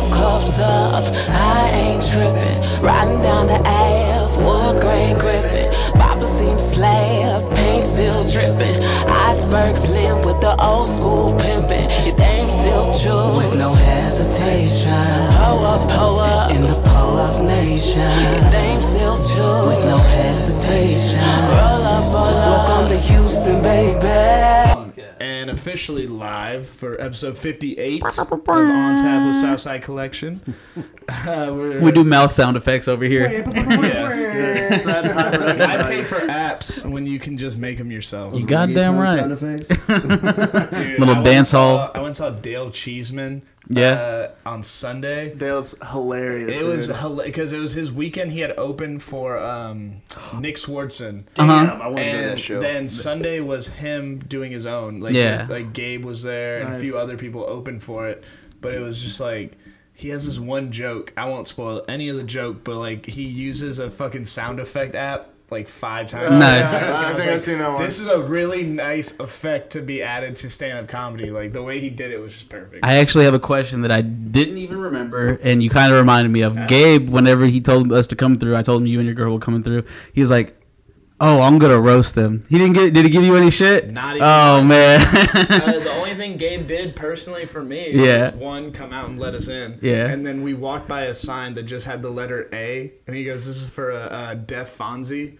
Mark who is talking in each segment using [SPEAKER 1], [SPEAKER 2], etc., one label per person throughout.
[SPEAKER 1] hands up. I ain't tripping. Riding down the Ave, wood grain gripping. Papa seen slab, paint still dripping. Iceberg slim with the old school pimping. Your dame still true with no hesitation. Pull up, pull up in the pull up nation. Your dame still true with no hesitation. Roll up, roll up. Welcome to Houston, baby.
[SPEAKER 2] and officially live for episode 58 of On Tap with Southside Collection. Uh, we're,
[SPEAKER 3] We do mouth sound effects over
[SPEAKER 4] Oh,
[SPEAKER 3] here.
[SPEAKER 2] Yeah. so that's high production. I pay for apps when you can just make them yourself.
[SPEAKER 3] You goddamn
[SPEAKER 4] Reggaeton Sound
[SPEAKER 3] right.
[SPEAKER 4] effects.
[SPEAKER 2] Dude, I
[SPEAKER 3] Little
[SPEAKER 2] went
[SPEAKER 3] dance
[SPEAKER 2] and saw-
[SPEAKER 3] hall.
[SPEAKER 2] I went and saw Dale Cheeseman.
[SPEAKER 3] Yeah.
[SPEAKER 2] uh, on Sunday.
[SPEAKER 5] Dale's hilarious.
[SPEAKER 2] It was
[SPEAKER 5] dude.
[SPEAKER 2] because it was his weekend. He had opened for um, Nick Swartzen.
[SPEAKER 5] damn.
[SPEAKER 3] Uh-huh.
[SPEAKER 5] I want to go to
[SPEAKER 2] and
[SPEAKER 5] that show.
[SPEAKER 2] then Sunday was him doing his own. Like,
[SPEAKER 3] Yeah.
[SPEAKER 2] like Gabe was there and a few
[SPEAKER 5] Nice.
[SPEAKER 2] other people opened for it, but it was just like he has this one joke. I won't spoil any of the joke, but like he uses a fucking sound effect app like five times.
[SPEAKER 3] Nice.
[SPEAKER 2] And
[SPEAKER 5] I
[SPEAKER 2] was
[SPEAKER 5] think I've seen that one.
[SPEAKER 2] This is a really nice effect to be added to stand-up comedy. Like the way he did it was just perfect.
[SPEAKER 3] I actually have a question that I didn't even remember, and you kind of reminded me of Gabe. Whenever he told us to come through, I told him you and your girl were coming through. He was like, "Oh, I'm gonna roast them." He didn't get. Did he give you any shit?
[SPEAKER 2] Not even-
[SPEAKER 3] Oh
[SPEAKER 2] Uh,
[SPEAKER 3] man.
[SPEAKER 2] the only thing Gabe did personally for me
[SPEAKER 3] Yeah.
[SPEAKER 2] was one come out and let us in.
[SPEAKER 3] Yeah.
[SPEAKER 2] And then we walked by a sign that just had the letter A, and he goes, "This is for a, uh deaf Fonzie."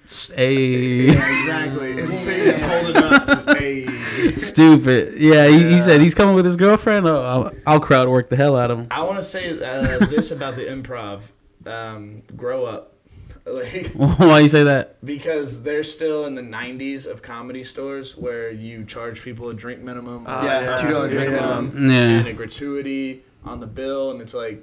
[SPEAKER 3] hey,
[SPEAKER 2] exactly. And so he just holding up. A.
[SPEAKER 3] stupid. Yeah, he, he said he's coming with his girlfriend. Oh, I'll, I'll crowd work the hell out of him.
[SPEAKER 2] I want to say uh, this about the improv: um, grow up, like
[SPEAKER 3] Why you say that?
[SPEAKER 2] because they're still in the '90s of comedy stores where you charge people a drink minimum.
[SPEAKER 5] yeah, two dollar drink minimum.
[SPEAKER 2] and a
[SPEAKER 3] Yeah.
[SPEAKER 2] gratuity on the bill, and it's like,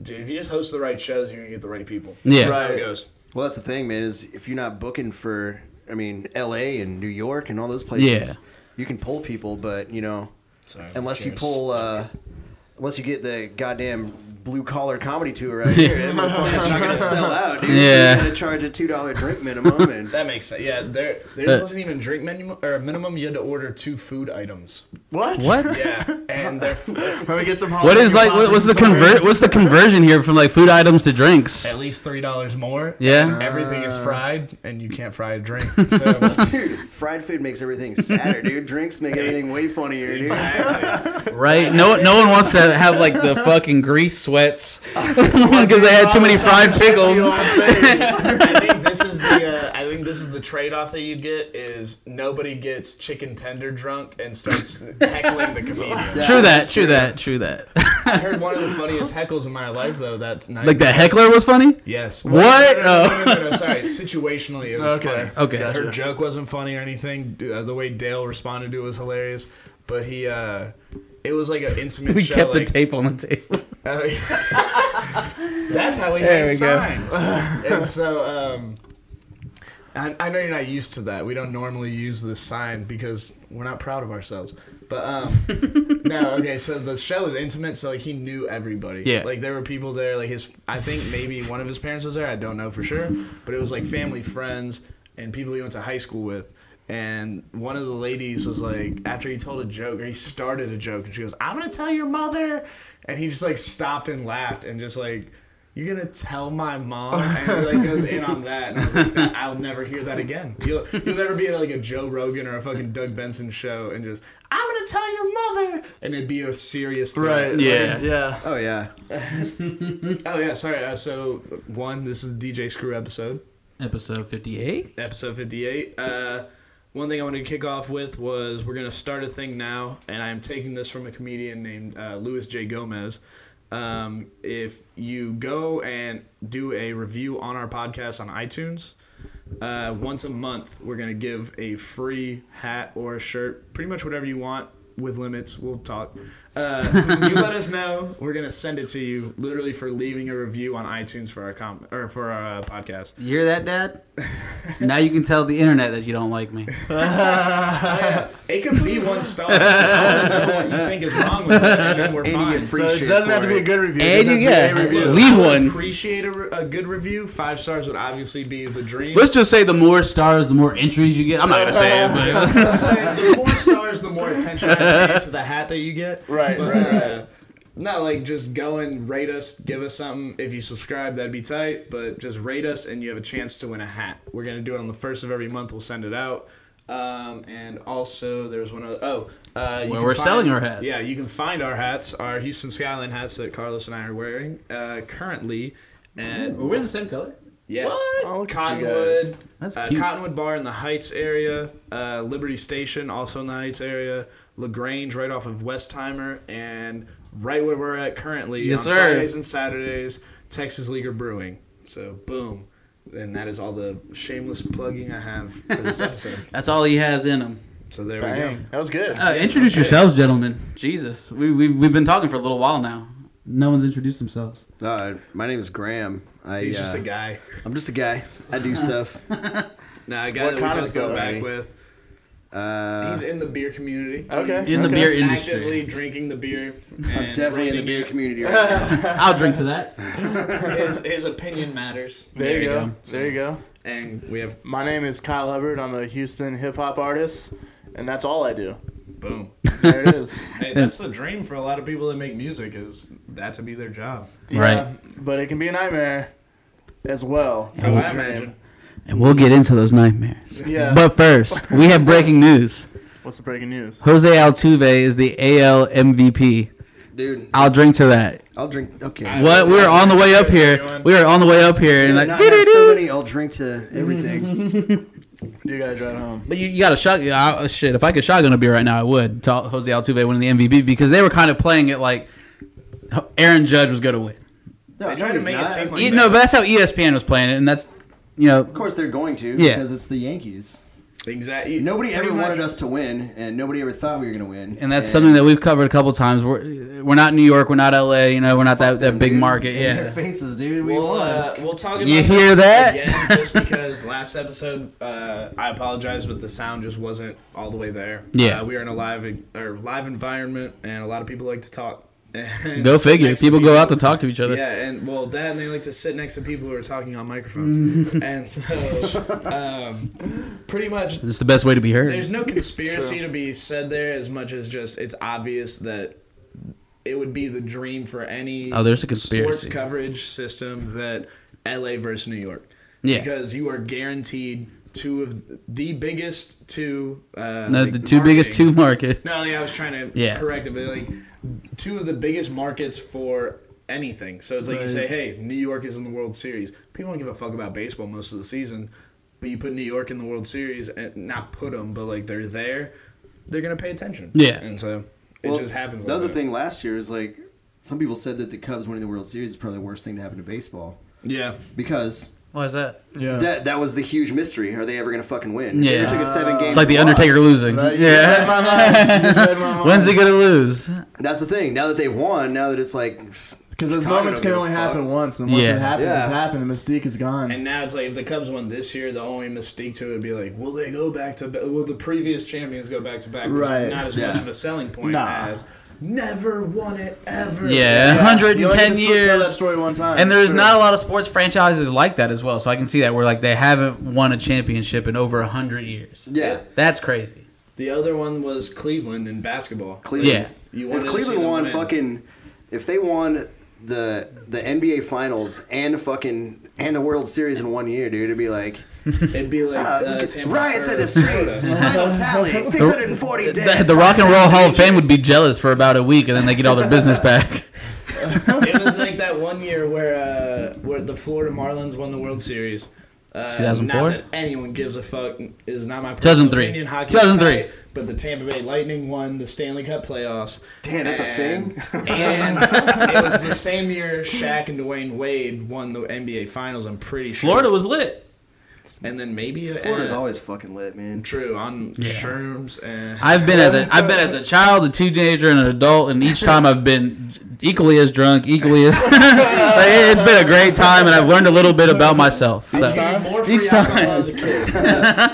[SPEAKER 2] dude, if you just host the right shows, you're gonna get the right people.
[SPEAKER 3] Yeah.
[SPEAKER 2] That's how it goes.
[SPEAKER 4] Well, that's the thing, man. Is if you're not booking for, I mean, L.A. and New York and all those places,
[SPEAKER 3] Yeah.
[SPEAKER 4] you can pull people, but you know,
[SPEAKER 2] Sorry,
[SPEAKER 4] unless you
[SPEAKER 2] cheers.
[SPEAKER 4] pull, uh, unless you get the goddamn blue collar comedy tour right here, that motherfucker's not gonna sell out, dude.
[SPEAKER 3] Yeah.
[SPEAKER 4] so you gotta charge a two dollar drink minimum, and
[SPEAKER 2] That makes sense. Yeah, there there
[SPEAKER 3] Uh,
[SPEAKER 2] wasn't even drink minimum or minimum. You had to order two food items.
[SPEAKER 5] What?
[SPEAKER 3] What?
[SPEAKER 2] Yeah, and they're
[SPEAKER 5] Let me get some.
[SPEAKER 3] What is like? What, what's the convert? What's the conversion here from like food items to drinks?
[SPEAKER 2] at least three dollars more.
[SPEAKER 3] Yeah.
[SPEAKER 2] everything is fried, and you can't fry a drink. So.
[SPEAKER 4] dude, fried food makes everything sadder, dude. Drinks make everything way funnier, dude.
[SPEAKER 3] Right? No, no one wants to have like the fucking grease sweats because they had too many fried pickles.
[SPEAKER 2] I think this is the uh, I think this is the trade off that you get is nobody gets chicken tender drunk and starts heckling the comedian.
[SPEAKER 3] True that. True that. True that.
[SPEAKER 2] I heard one of the funniest heckles in my life though. That night.
[SPEAKER 3] Like that heckler was funny.
[SPEAKER 2] Yes.
[SPEAKER 3] What?
[SPEAKER 2] No, no,
[SPEAKER 3] Oh.
[SPEAKER 2] no, no, no, no, sorry. Situationally, it was funny.
[SPEAKER 5] Okay.
[SPEAKER 3] Okay.
[SPEAKER 2] Her
[SPEAKER 3] Gotcha.
[SPEAKER 2] joke wasn't funny or anything. D- uh, The way Dale responded to it was hilarious. But he, uh, it was like an intimate
[SPEAKER 3] We
[SPEAKER 2] show.
[SPEAKER 3] kept the
[SPEAKER 2] like-
[SPEAKER 3] tape on the table.
[SPEAKER 2] uh, that's how we
[SPEAKER 3] There
[SPEAKER 2] make
[SPEAKER 3] we go.
[SPEAKER 2] signs. and so, um, I, I know you're not used to that. We don't normally use this sign because we're not proud of ourselves. But um, no, okay. So the show was intimate, so like, he knew everybody.
[SPEAKER 3] Yeah.
[SPEAKER 2] Like there were people there. Like his, I think maybe one of his parents was there. I don't know for sure, but it was like family, friends, and people he went to high school with. And one of the ladies was like, after he told a joke or he started a joke, and she goes, "I'm gonna tell your mother," and he just like stopped and laughed and just like. You're gonna tell my mom, and he like goes in on that, and I was like, that, I'll never hear that again. You'll, you'll never be at like a Joe Rogan or a fucking Doug Benson show, and just I'm gonna tell your mother, and it'd be a serious threat.
[SPEAKER 5] Right.
[SPEAKER 3] Yeah.
[SPEAKER 5] Yeah.
[SPEAKER 4] Oh yeah,
[SPEAKER 2] Oh yeah, sorry. Uh, so one, this is the DJ Screw episode,
[SPEAKER 3] Episode fifty-eight.
[SPEAKER 2] episode fifty-eight. Uh, one thing I wanted to kick off with was we're gonna start a thing now, and I'm taking this from a comedian named uh, Louis J. Gomez. Um, if you go and do a review on our podcast on iTunes, uh, once a month we're gonna give a free hat or a shirt, pretty much whatever you want with limits. We'll talk. Uh, you let us know, we're gonna send it to you, literally for leaving a review on iTunes for our com or for our uh, podcast.
[SPEAKER 3] You hear that, Dad? now you can tell the internet that you don't like me.
[SPEAKER 2] It could be one star. I don't know what you think is wrong with it, and then we're
[SPEAKER 4] And you
[SPEAKER 2] fine.
[SPEAKER 4] get free
[SPEAKER 5] So it
[SPEAKER 4] shit
[SPEAKER 5] doesn't have
[SPEAKER 4] for
[SPEAKER 5] to be a
[SPEAKER 4] it.
[SPEAKER 5] good review.
[SPEAKER 3] And
[SPEAKER 5] it just
[SPEAKER 3] you-
[SPEAKER 5] has to be
[SPEAKER 3] yeah.
[SPEAKER 5] a review.
[SPEAKER 3] Leave
[SPEAKER 2] I would
[SPEAKER 3] one.
[SPEAKER 2] Appreciate a, re- a good review. Five stars would obviously be the dream.
[SPEAKER 3] Let's just say the more stars, the more entries you get. I'm not gonna say it, but
[SPEAKER 2] I'd say the more stars, the more attention I pay to the hat that you get.
[SPEAKER 5] Right,
[SPEAKER 2] But,
[SPEAKER 5] right, right.
[SPEAKER 2] uh, not like just go and rate us, give us something. If you subscribe, that'd be tight. But just rate us, and you have a chance to win a hat. We're gonna do it on the first of every month. We'll send it out. Um, and also, there's one other. Oh, uh, you
[SPEAKER 3] Where
[SPEAKER 2] can
[SPEAKER 3] we're
[SPEAKER 2] find-
[SPEAKER 3] selling our hats.
[SPEAKER 2] Yeah, you can find our hats, our Houston Skyline hats that Carlos and I are wearing uh, currently. At,
[SPEAKER 3] We're in the same color.
[SPEAKER 2] yeah,
[SPEAKER 6] Oh, look at you guys.
[SPEAKER 2] Cottonwood.
[SPEAKER 3] That's
[SPEAKER 2] uh,
[SPEAKER 3] cute.
[SPEAKER 2] Cottonwood Bar in the Heights area, uh, Liberty Station also in the Heights area, Lagrange right off of Westheimer, and right where we're at currently
[SPEAKER 3] Yes,
[SPEAKER 2] on
[SPEAKER 3] sir.
[SPEAKER 2] Fridays and Saturdays, Texas Leaguer Brewing. So boom, and that is all the shameless plugging I have for this episode.
[SPEAKER 3] That's all he has in him.
[SPEAKER 2] So there we go.
[SPEAKER 5] Dang, that was good.
[SPEAKER 3] Uh, introduce yourselves, gentlemen. Jesus, we we we've been talking for a little while now. No one's introduced themselves.
[SPEAKER 6] Uh, my name is Graham. I,
[SPEAKER 2] He's just
[SPEAKER 6] uh,
[SPEAKER 2] a guy.
[SPEAKER 6] I'm just a guy. I do stuff.
[SPEAKER 2] Nah, a guy
[SPEAKER 5] What
[SPEAKER 2] that we
[SPEAKER 5] kind of
[SPEAKER 2] both go
[SPEAKER 5] stuff?
[SPEAKER 2] back with.
[SPEAKER 6] Uh,
[SPEAKER 2] He's in the beer community.
[SPEAKER 5] Okay.
[SPEAKER 3] In the beer
[SPEAKER 2] Actively
[SPEAKER 3] industry,
[SPEAKER 2] drinking the beer.
[SPEAKER 6] I'm
[SPEAKER 2] and
[SPEAKER 6] definitely in the
[SPEAKER 2] rating
[SPEAKER 6] beer
[SPEAKER 2] it.
[SPEAKER 6] community right now.
[SPEAKER 3] I'll drink to that.
[SPEAKER 2] His, his opinion matters.
[SPEAKER 5] There you go. There you go.
[SPEAKER 2] And we have
[SPEAKER 5] My name is Kyle Hubbard. I'm a Houston hip hop artist, and that's all I do.
[SPEAKER 2] boom.
[SPEAKER 5] There it is.
[SPEAKER 2] Hey, that's the dream for a lot of people that make music is that to be their job.
[SPEAKER 3] Right.
[SPEAKER 5] But it can be a nightmare as well.
[SPEAKER 2] As I
[SPEAKER 5] It's a dream.
[SPEAKER 2] imagine.
[SPEAKER 3] And we'll get into those nightmares.
[SPEAKER 5] Yeah.
[SPEAKER 3] But first, we have breaking news.
[SPEAKER 5] What's the breaking news?
[SPEAKER 3] Jose Altuve is the AL MVP.
[SPEAKER 6] Dude,
[SPEAKER 3] I'll drink to that.
[SPEAKER 6] I'll drink. Okay.
[SPEAKER 3] What we were on the way up here. We were on the way up here, and
[SPEAKER 6] I've
[SPEAKER 3] like,
[SPEAKER 6] not had so
[SPEAKER 3] doo-doo-doo.
[SPEAKER 6] many. I'll drink to everything.
[SPEAKER 5] You gotta drive home.
[SPEAKER 3] but you, you got a shot. I, shit, if I could shotgun a beer right now, I would. To Jose Altuve winning the MVP because they were kind of playing it like Aaron Judge was going to win.
[SPEAKER 6] No,
[SPEAKER 2] They try to
[SPEAKER 6] he's
[SPEAKER 2] make it
[SPEAKER 6] not.
[SPEAKER 2] seem like-
[SPEAKER 3] E- no, but that's how ESPN was playing it, and that's you know
[SPEAKER 6] Of course they're going to.
[SPEAKER 3] Yeah.
[SPEAKER 6] Because it's the Yankees.
[SPEAKER 2] Exactly.
[SPEAKER 6] Nobody ever wanted us to win, and nobody ever thought we were going to win.
[SPEAKER 3] And that's something that we've covered a couple times. We're we're not New York, we're not LA, you know, we're not that, that big
[SPEAKER 6] Dude,
[SPEAKER 3] market.
[SPEAKER 6] in Their
[SPEAKER 3] Yeah.
[SPEAKER 6] faces, dude. We
[SPEAKER 2] We'll,
[SPEAKER 6] won.
[SPEAKER 2] uh, we'll talk about
[SPEAKER 3] You
[SPEAKER 2] this
[SPEAKER 3] hear that?
[SPEAKER 2] again just because last episode uh, I apologize, but the sound just wasn't all the way there.
[SPEAKER 3] Yeah.
[SPEAKER 2] uh, we were in a live or live environment, and a lot of people like to talk. And
[SPEAKER 3] Go
[SPEAKER 2] sit
[SPEAKER 3] figure.
[SPEAKER 2] next to
[SPEAKER 3] People go out to talk to each other.
[SPEAKER 2] Yeah, and well, that and they like to sit next to people who are talking on microphones, and so um, pretty much
[SPEAKER 3] It's the best way to be
[SPEAKER 2] there's
[SPEAKER 3] heard. Uh,
[SPEAKER 2] no conspiracy to be said there as much as just it's obvious that it would be the dream for any
[SPEAKER 3] Oh, there's a conspiracy.
[SPEAKER 2] sports coverage system that LA versus New York.
[SPEAKER 3] Yeah.
[SPEAKER 2] Because you are guaranteed two of the biggest two uh
[SPEAKER 3] No,
[SPEAKER 2] like,
[SPEAKER 3] the two biggest two
[SPEAKER 2] marketing-
[SPEAKER 3] markets.
[SPEAKER 2] No, yeah, I was trying to
[SPEAKER 3] Yeah.
[SPEAKER 2] correct it, but like two of the biggest markets for anything. So it's like you say, hey, New York is in the World Series. People don't give a fuck about baseball most of the season, but you put New York in the World Series and not put them, but like they're there, they're gonna pay attention.
[SPEAKER 3] Yeah.
[SPEAKER 2] and so it
[SPEAKER 6] Well,
[SPEAKER 2] just happens.
[SPEAKER 6] That was
[SPEAKER 2] like
[SPEAKER 6] the thing last year is like some people said that the Cubs winning the World Series is probably the worst thing to happen to baseball
[SPEAKER 2] Yeah,
[SPEAKER 6] because
[SPEAKER 3] Why is that?
[SPEAKER 5] Yeah.
[SPEAKER 6] that that was the huge mystery. Are they ever going to fucking win?
[SPEAKER 3] Yeah.
[SPEAKER 6] They took it seven games.
[SPEAKER 3] It's like the
[SPEAKER 6] and
[SPEAKER 3] Undertaker
[SPEAKER 6] lost.
[SPEAKER 3] losing.
[SPEAKER 5] Right? You just read
[SPEAKER 3] Yeah.
[SPEAKER 5] my mind. You just read my mind.
[SPEAKER 3] When's he gonna lose?
[SPEAKER 6] That's the thing. Now that they've won, now that it's like
[SPEAKER 5] Because those
[SPEAKER 6] Chicago
[SPEAKER 5] moments
[SPEAKER 6] don't
[SPEAKER 5] can
[SPEAKER 6] give a
[SPEAKER 5] only
[SPEAKER 6] fuck.
[SPEAKER 5] happen once, and once
[SPEAKER 3] Yeah.
[SPEAKER 5] it happens,
[SPEAKER 6] Yeah.
[SPEAKER 5] it's happened. The mystique is gone.
[SPEAKER 2] and now it's like if the Cubs won this year, the only mystique to it would be like, will they go back to? ba- Will the previous champions go back to back? Which
[SPEAKER 5] Right,
[SPEAKER 2] is not as
[SPEAKER 6] yeah.
[SPEAKER 2] much of a selling point
[SPEAKER 5] Nah.
[SPEAKER 2] as never won it ever.
[SPEAKER 3] Yeah, 110
[SPEAKER 5] You only get to st- Tell that
[SPEAKER 3] years.
[SPEAKER 5] story one time.
[SPEAKER 3] And there's
[SPEAKER 5] Sure.
[SPEAKER 3] not a lot of sports franchises like that as well. So I can see that where like they haven't won a championship in over hundred years.
[SPEAKER 6] yeah,
[SPEAKER 3] That's crazy.
[SPEAKER 2] The other one was Cleveland in basketball.
[SPEAKER 6] Cleveland.
[SPEAKER 3] Yeah.
[SPEAKER 2] You wanted
[SPEAKER 6] if
[SPEAKER 2] to
[SPEAKER 6] Cleveland
[SPEAKER 2] see them
[SPEAKER 6] won
[SPEAKER 2] win.
[SPEAKER 6] fucking, if they won the the NBA Finals and fucking and the World Series in one year, dude, it'd be like
[SPEAKER 2] It'd be like
[SPEAKER 6] uh,
[SPEAKER 2] uh, Tampa
[SPEAKER 6] riots
[SPEAKER 2] or
[SPEAKER 6] in the streets.
[SPEAKER 2] Florida.
[SPEAKER 6] Final tally: six hundred and forty
[SPEAKER 3] The,
[SPEAKER 6] dead.
[SPEAKER 3] the Rock and Roll Hall of Fame would be jealous for about a week, and then they get all their business back.
[SPEAKER 2] it was like that one year where uh, where the Florida Marlins won the World Series. Uh,
[SPEAKER 3] 2004?
[SPEAKER 2] Not that anyone gives a fuck. Is not my personal
[SPEAKER 3] 2003.
[SPEAKER 2] opinion. Hockey is
[SPEAKER 3] 2003.
[SPEAKER 2] tight, but the Tampa Bay Lightning won the Stanley Cup playoffs.
[SPEAKER 6] Damn, that's a
[SPEAKER 2] And-
[SPEAKER 6] thing?
[SPEAKER 2] and it was the same year Shaq and Dwayne Wade won the NBA Finals. I'm pretty sure.
[SPEAKER 3] Florida was lit.
[SPEAKER 2] and then maybe
[SPEAKER 6] Florida's
[SPEAKER 2] uh,
[SPEAKER 6] always fucking lit, man.
[SPEAKER 2] true on shrooms eh. and
[SPEAKER 3] I've been as a I've been as a child, a teenager, and an adult, and each time I've been equally as drunk, equally as. Like, it- it's been a great time, and I've learned a little bit about myself. So.
[SPEAKER 2] Dude, more free
[SPEAKER 3] Each time.
[SPEAKER 2] alcohol as a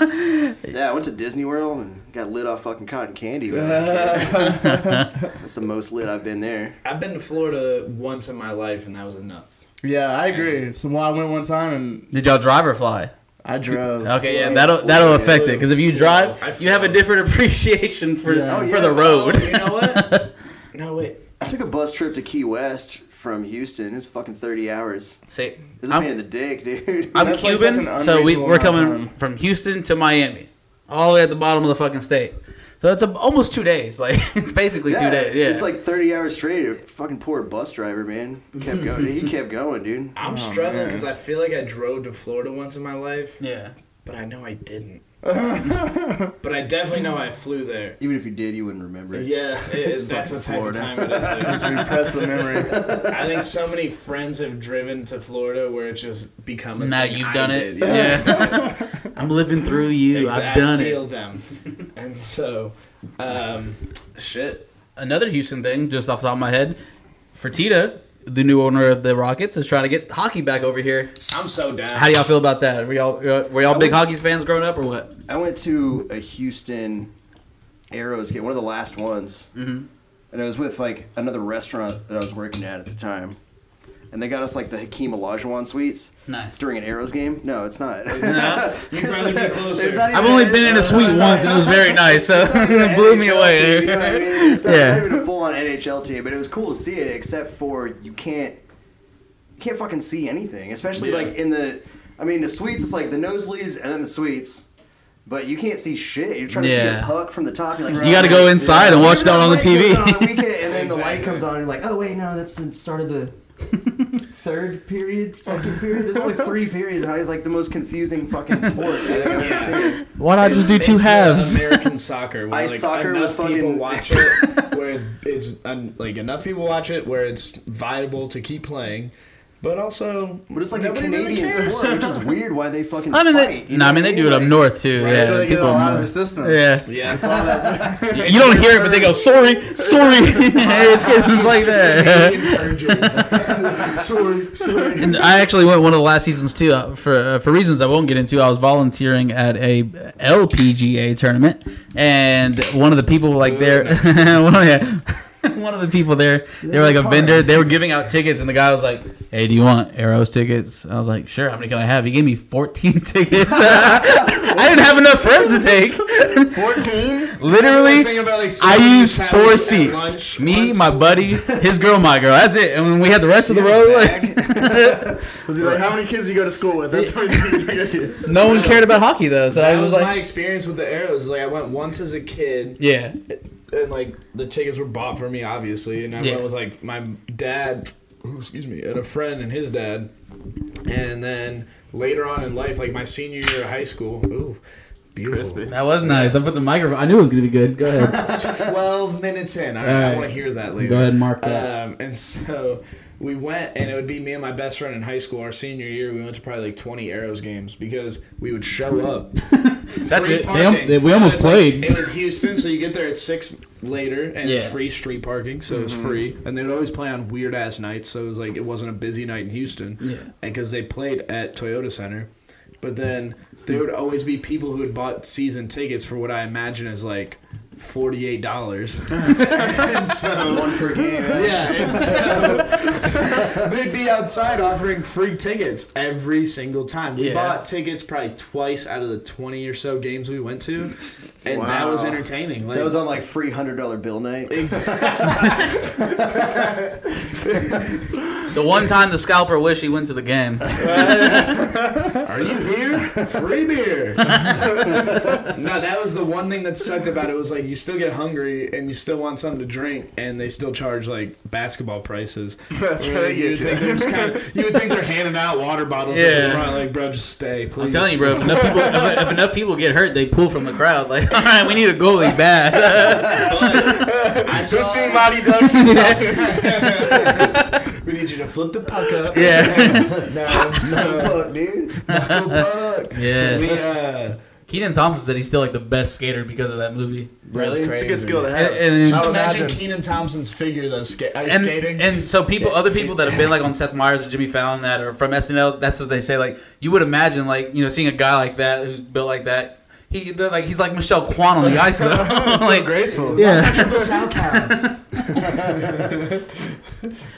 [SPEAKER 2] kid.
[SPEAKER 6] Yeah, I went to Disney World and got lit off fucking cotton candy. when I was a kid. That's the most lit I've been there.
[SPEAKER 2] I've been to Florida once in my life, and that was enough.
[SPEAKER 5] Yeah, I agree. So why I went one time and
[SPEAKER 3] Did y'all drive or fly?
[SPEAKER 5] I drove.
[SPEAKER 3] Okay, yeah, that'll that'll affect it because if you drive,
[SPEAKER 2] I flew.
[SPEAKER 3] you have a different appreciation for
[SPEAKER 5] Yeah.
[SPEAKER 6] Oh,
[SPEAKER 3] for
[SPEAKER 6] yeah.
[SPEAKER 3] the
[SPEAKER 6] Oh,
[SPEAKER 3] road.
[SPEAKER 2] you know what? no wait.
[SPEAKER 6] I took a bus trip to Key West from Houston. It was fucking 30 hours.
[SPEAKER 3] Say,
[SPEAKER 6] It was a
[SPEAKER 3] I'm-
[SPEAKER 6] pain in the dick, dude.
[SPEAKER 3] I'm
[SPEAKER 5] That's like such
[SPEAKER 3] Cuban,
[SPEAKER 5] an
[SPEAKER 3] so we,
[SPEAKER 5] unreasonable
[SPEAKER 3] we're
[SPEAKER 5] amount of
[SPEAKER 3] coming
[SPEAKER 5] time.
[SPEAKER 3] from Houston to Miami, all the way at the bottom of the fucking state. So it's a, almost two days. Like it's basically two days. Yeah,
[SPEAKER 6] It's like 30 hours straight. A fucking poor bus driver, man. Kept going. he kept going, dude.
[SPEAKER 3] Oh,
[SPEAKER 2] I'm struggling because I feel like I drove to Florida once in my life,
[SPEAKER 3] yeah.
[SPEAKER 2] but I know I didn't. but I definitely know I flew there.
[SPEAKER 6] Even if you did, you wouldn't remember it.
[SPEAKER 2] Yeah, it,
[SPEAKER 6] It's
[SPEAKER 2] that's what type
[SPEAKER 6] fucking
[SPEAKER 2] of time it is. there.
[SPEAKER 5] Repress the memory.
[SPEAKER 2] I think so many friends have driven to Florida where it's just become. A
[SPEAKER 3] Now
[SPEAKER 2] thing
[SPEAKER 3] you've
[SPEAKER 2] I
[SPEAKER 3] done
[SPEAKER 2] did,
[SPEAKER 3] it.
[SPEAKER 2] you know?
[SPEAKER 3] Yeah. I'm living through you.
[SPEAKER 2] Exa-
[SPEAKER 3] I've done
[SPEAKER 2] I
[SPEAKER 3] it.
[SPEAKER 2] feel them, and so, um, shit.
[SPEAKER 3] Another Houston thing, just off the top of my head, Fertitta, the new owner of the Rockets, is trying to get hockey back over here.
[SPEAKER 2] I'm so down.
[SPEAKER 3] How do y'all feel about that? Were y'all were y'all big hockey's fans growing up or what?
[SPEAKER 6] I went to a Houston Arrows game, one of the last ones, mm-hmm. and I was with like another restaurant that I was working at at the time, and they got us like the Hakeem Olajuwon suites.
[SPEAKER 3] Nice.
[SPEAKER 6] During an Arrows game? No, it's not.
[SPEAKER 2] You'd rather be closer.
[SPEAKER 6] It's not
[SPEAKER 3] I've
[SPEAKER 6] even-
[SPEAKER 3] only been in a suite once and it was very nice, so
[SPEAKER 6] it's not even
[SPEAKER 3] it
[SPEAKER 6] an
[SPEAKER 3] blew me
[SPEAKER 6] NHL team,
[SPEAKER 3] away.
[SPEAKER 6] you know what I mean? It's not,
[SPEAKER 3] Yeah.
[SPEAKER 6] not even a full on NHL team, but it was cool to see it. Except for you can't, you can't fucking see anything. Especially
[SPEAKER 2] Yeah.
[SPEAKER 6] like in the, I mean, the suites. It's like the nosebleeds and then the suites, but you can't see shit. You're trying to see
[SPEAKER 3] Yeah.
[SPEAKER 6] a puck from the top. You're like,
[SPEAKER 3] You gotta go inside and watch
[SPEAKER 6] Turn
[SPEAKER 3] that on the
[SPEAKER 6] light goes
[SPEAKER 3] TV.
[SPEAKER 6] on the weekend, and then the light
[SPEAKER 2] Exactly.
[SPEAKER 6] comes on, and you're like, oh wait, no, that's the start of the. Third period, second period. There's only three periods, and I was like the most confusing fucking sport I think I've ever seen.
[SPEAKER 3] Why not just do
[SPEAKER 2] It's
[SPEAKER 3] two
[SPEAKER 2] the
[SPEAKER 3] halves?
[SPEAKER 2] American soccer. Where,
[SPEAKER 6] Ice
[SPEAKER 2] like,
[SPEAKER 6] soccer
[SPEAKER 2] enough
[SPEAKER 6] with
[SPEAKER 2] people
[SPEAKER 6] fucking-
[SPEAKER 2] watch it, where it's, it's un, like enough people watch it where it's viable to keep playing, but also.
[SPEAKER 6] But it's like
[SPEAKER 2] Nobody
[SPEAKER 6] a
[SPEAKER 2] really
[SPEAKER 6] Canadian
[SPEAKER 2] cares.
[SPEAKER 6] sport, which is weird why they fucking
[SPEAKER 3] I mean, they,
[SPEAKER 6] fight. you
[SPEAKER 3] no, I
[SPEAKER 6] know
[SPEAKER 3] mean they
[SPEAKER 6] what
[SPEAKER 3] do it up
[SPEAKER 6] Like,
[SPEAKER 3] north too.
[SPEAKER 5] Right,
[SPEAKER 3] yeah,
[SPEAKER 5] so they get
[SPEAKER 3] people
[SPEAKER 5] a
[SPEAKER 3] up
[SPEAKER 5] lot of
[SPEAKER 3] north.
[SPEAKER 5] their system.
[SPEAKER 3] Yeah,
[SPEAKER 2] Yeah,
[SPEAKER 3] you don't hear it, but they go, "Sorry, sorry." it's, it's like that.
[SPEAKER 2] sorry, sorry.
[SPEAKER 3] And I actually went one of the last seasons too uh, for uh, for reasons I won't get into. I was volunteering at a LPGA tournament, and one of the people like there, one of, yeah, one of the people there, they were like a vendor. They were giving out tickets, and the guy was like, "Hey, do you want arrows tickets?" I was like, "Sure." How many can I have? He gave me fourteen tickets. I didn't have enough for us to take.
[SPEAKER 2] Fourteen.
[SPEAKER 3] Literally. I used four seats. Me, my buddy, his girl, my girl. That's it. And when we had the rest of the road, like,
[SPEAKER 5] Was he like, how many kids you go to school with? That's how many kids you get.
[SPEAKER 3] no one cared about hockey though. So I
[SPEAKER 2] That
[SPEAKER 3] was
[SPEAKER 2] was
[SPEAKER 3] like,
[SPEAKER 2] my experience with the arrows. Like I went once as a kid,
[SPEAKER 3] Yeah.
[SPEAKER 2] and like the tickets were bought for me, obviously, and I
[SPEAKER 3] Yeah.
[SPEAKER 2] went with like my dad, excuse me, and a friend and his dad, and then later on in life, like my senior year of high school, ooh, beautiful.
[SPEAKER 3] That was nice. I put the microphone. I knew it was gonna be good. Go ahead.
[SPEAKER 2] Twelve minutes in, I, I
[SPEAKER 3] Alright.
[SPEAKER 2] want to hear that later.
[SPEAKER 3] Go ahead and mark that.
[SPEAKER 2] Um, and so we went, and it would be me and my best friend in high school. Our senior year, we went to probably like 20 arrows games because we would show up. That's
[SPEAKER 3] it. They al- they- we almost played.
[SPEAKER 2] it was Houston, so you get there at six later, and it's
[SPEAKER 3] Yeah.
[SPEAKER 2] free street parking, so it's free. And they would always play on weird ass nights, so it was like it wasn't a busy night in Houston.
[SPEAKER 3] Yeah.
[SPEAKER 2] because they played at Toyota Center, but then there would always be people who had bought season tickets for what I imagine is like. Forty-eight dollars. and so one per game. Yeah, and so they'd be outside offering free tickets every single time. We
[SPEAKER 3] Yeah.
[SPEAKER 2] bought tickets probably twice out of the twenty or so games we went to, and that was
[SPEAKER 6] Wow.
[SPEAKER 2] entertaining. Like,
[SPEAKER 6] That was on like free hundred dollar bill night.
[SPEAKER 3] The one time the scalper wished he went to the game.
[SPEAKER 2] Are you here? Free beer. no, that was the one thing that sucked about it was like you still get hungry and you still want something to drink, and they still charge like basketball prices.
[SPEAKER 5] That's
[SPEAKER 2] You
[SPEAKER 5] what they
[SPEAKER 2] would- you. would
[SPEAKER 5] get
[SPEAKER 2] think
[SPEAKER 5] you.
[SPEAKER 2] they're just kinda- you would think they're handing out water bottles at
[SPEAKER 3] Yeah.
[SPEAKER 2] the front, like bro, just stay, please.
[SPEAKER 3] I'm telling you, bro. If enough people, if, if enough people get hurt, they pull from the crowd. Like, all right, we need a goalie bad.
[SPEAKER 5] Just see Mighty Ducks and
[SPEAKER 2] We need you to flip the puck up.
[SPEAKER 3] yeah.
[SPEAKER 2] No, so,
[SPEAKER 6] Fuck, dude.
[SPEAKER 2] knuckle puck. We,
[SPEAKER 3] Yeah.
[SPEAKER 2] uh,
[SPEAKER 3] Keaton Thompson said he's still like the best skater because of that movie.
[SPEAKER 2] Really?
[SPEAKER 5] It's a good skill to
[SPEAKER 3] And,
[SPEAKER 5] have.
[SPEAKER 3] and,
[SPEAKER 2] just
[SPEAKER 5] would
[SPEAKER 2] imagine
[SPEAKER 5] imagine.
[SPEAKER 2] Keenan Thompson's figure though, ska- ice
[SPEAKER 3] and,
[SPEAKER 2] skating.
[SPEAKER 3] and so people, other people that have been like on Seth Meyers or Jimmy Fallon that are from SNL, that's what they say. Like you would imagine, like you know, seeing a guy like that who's built like that. He they're like he's like Michelle Kwan on the ice though.
[SPEAKER 5] so
[SPEAKER 3] like,
[SPEAKER 5] graceful.
[SPEAKER 3] yeah.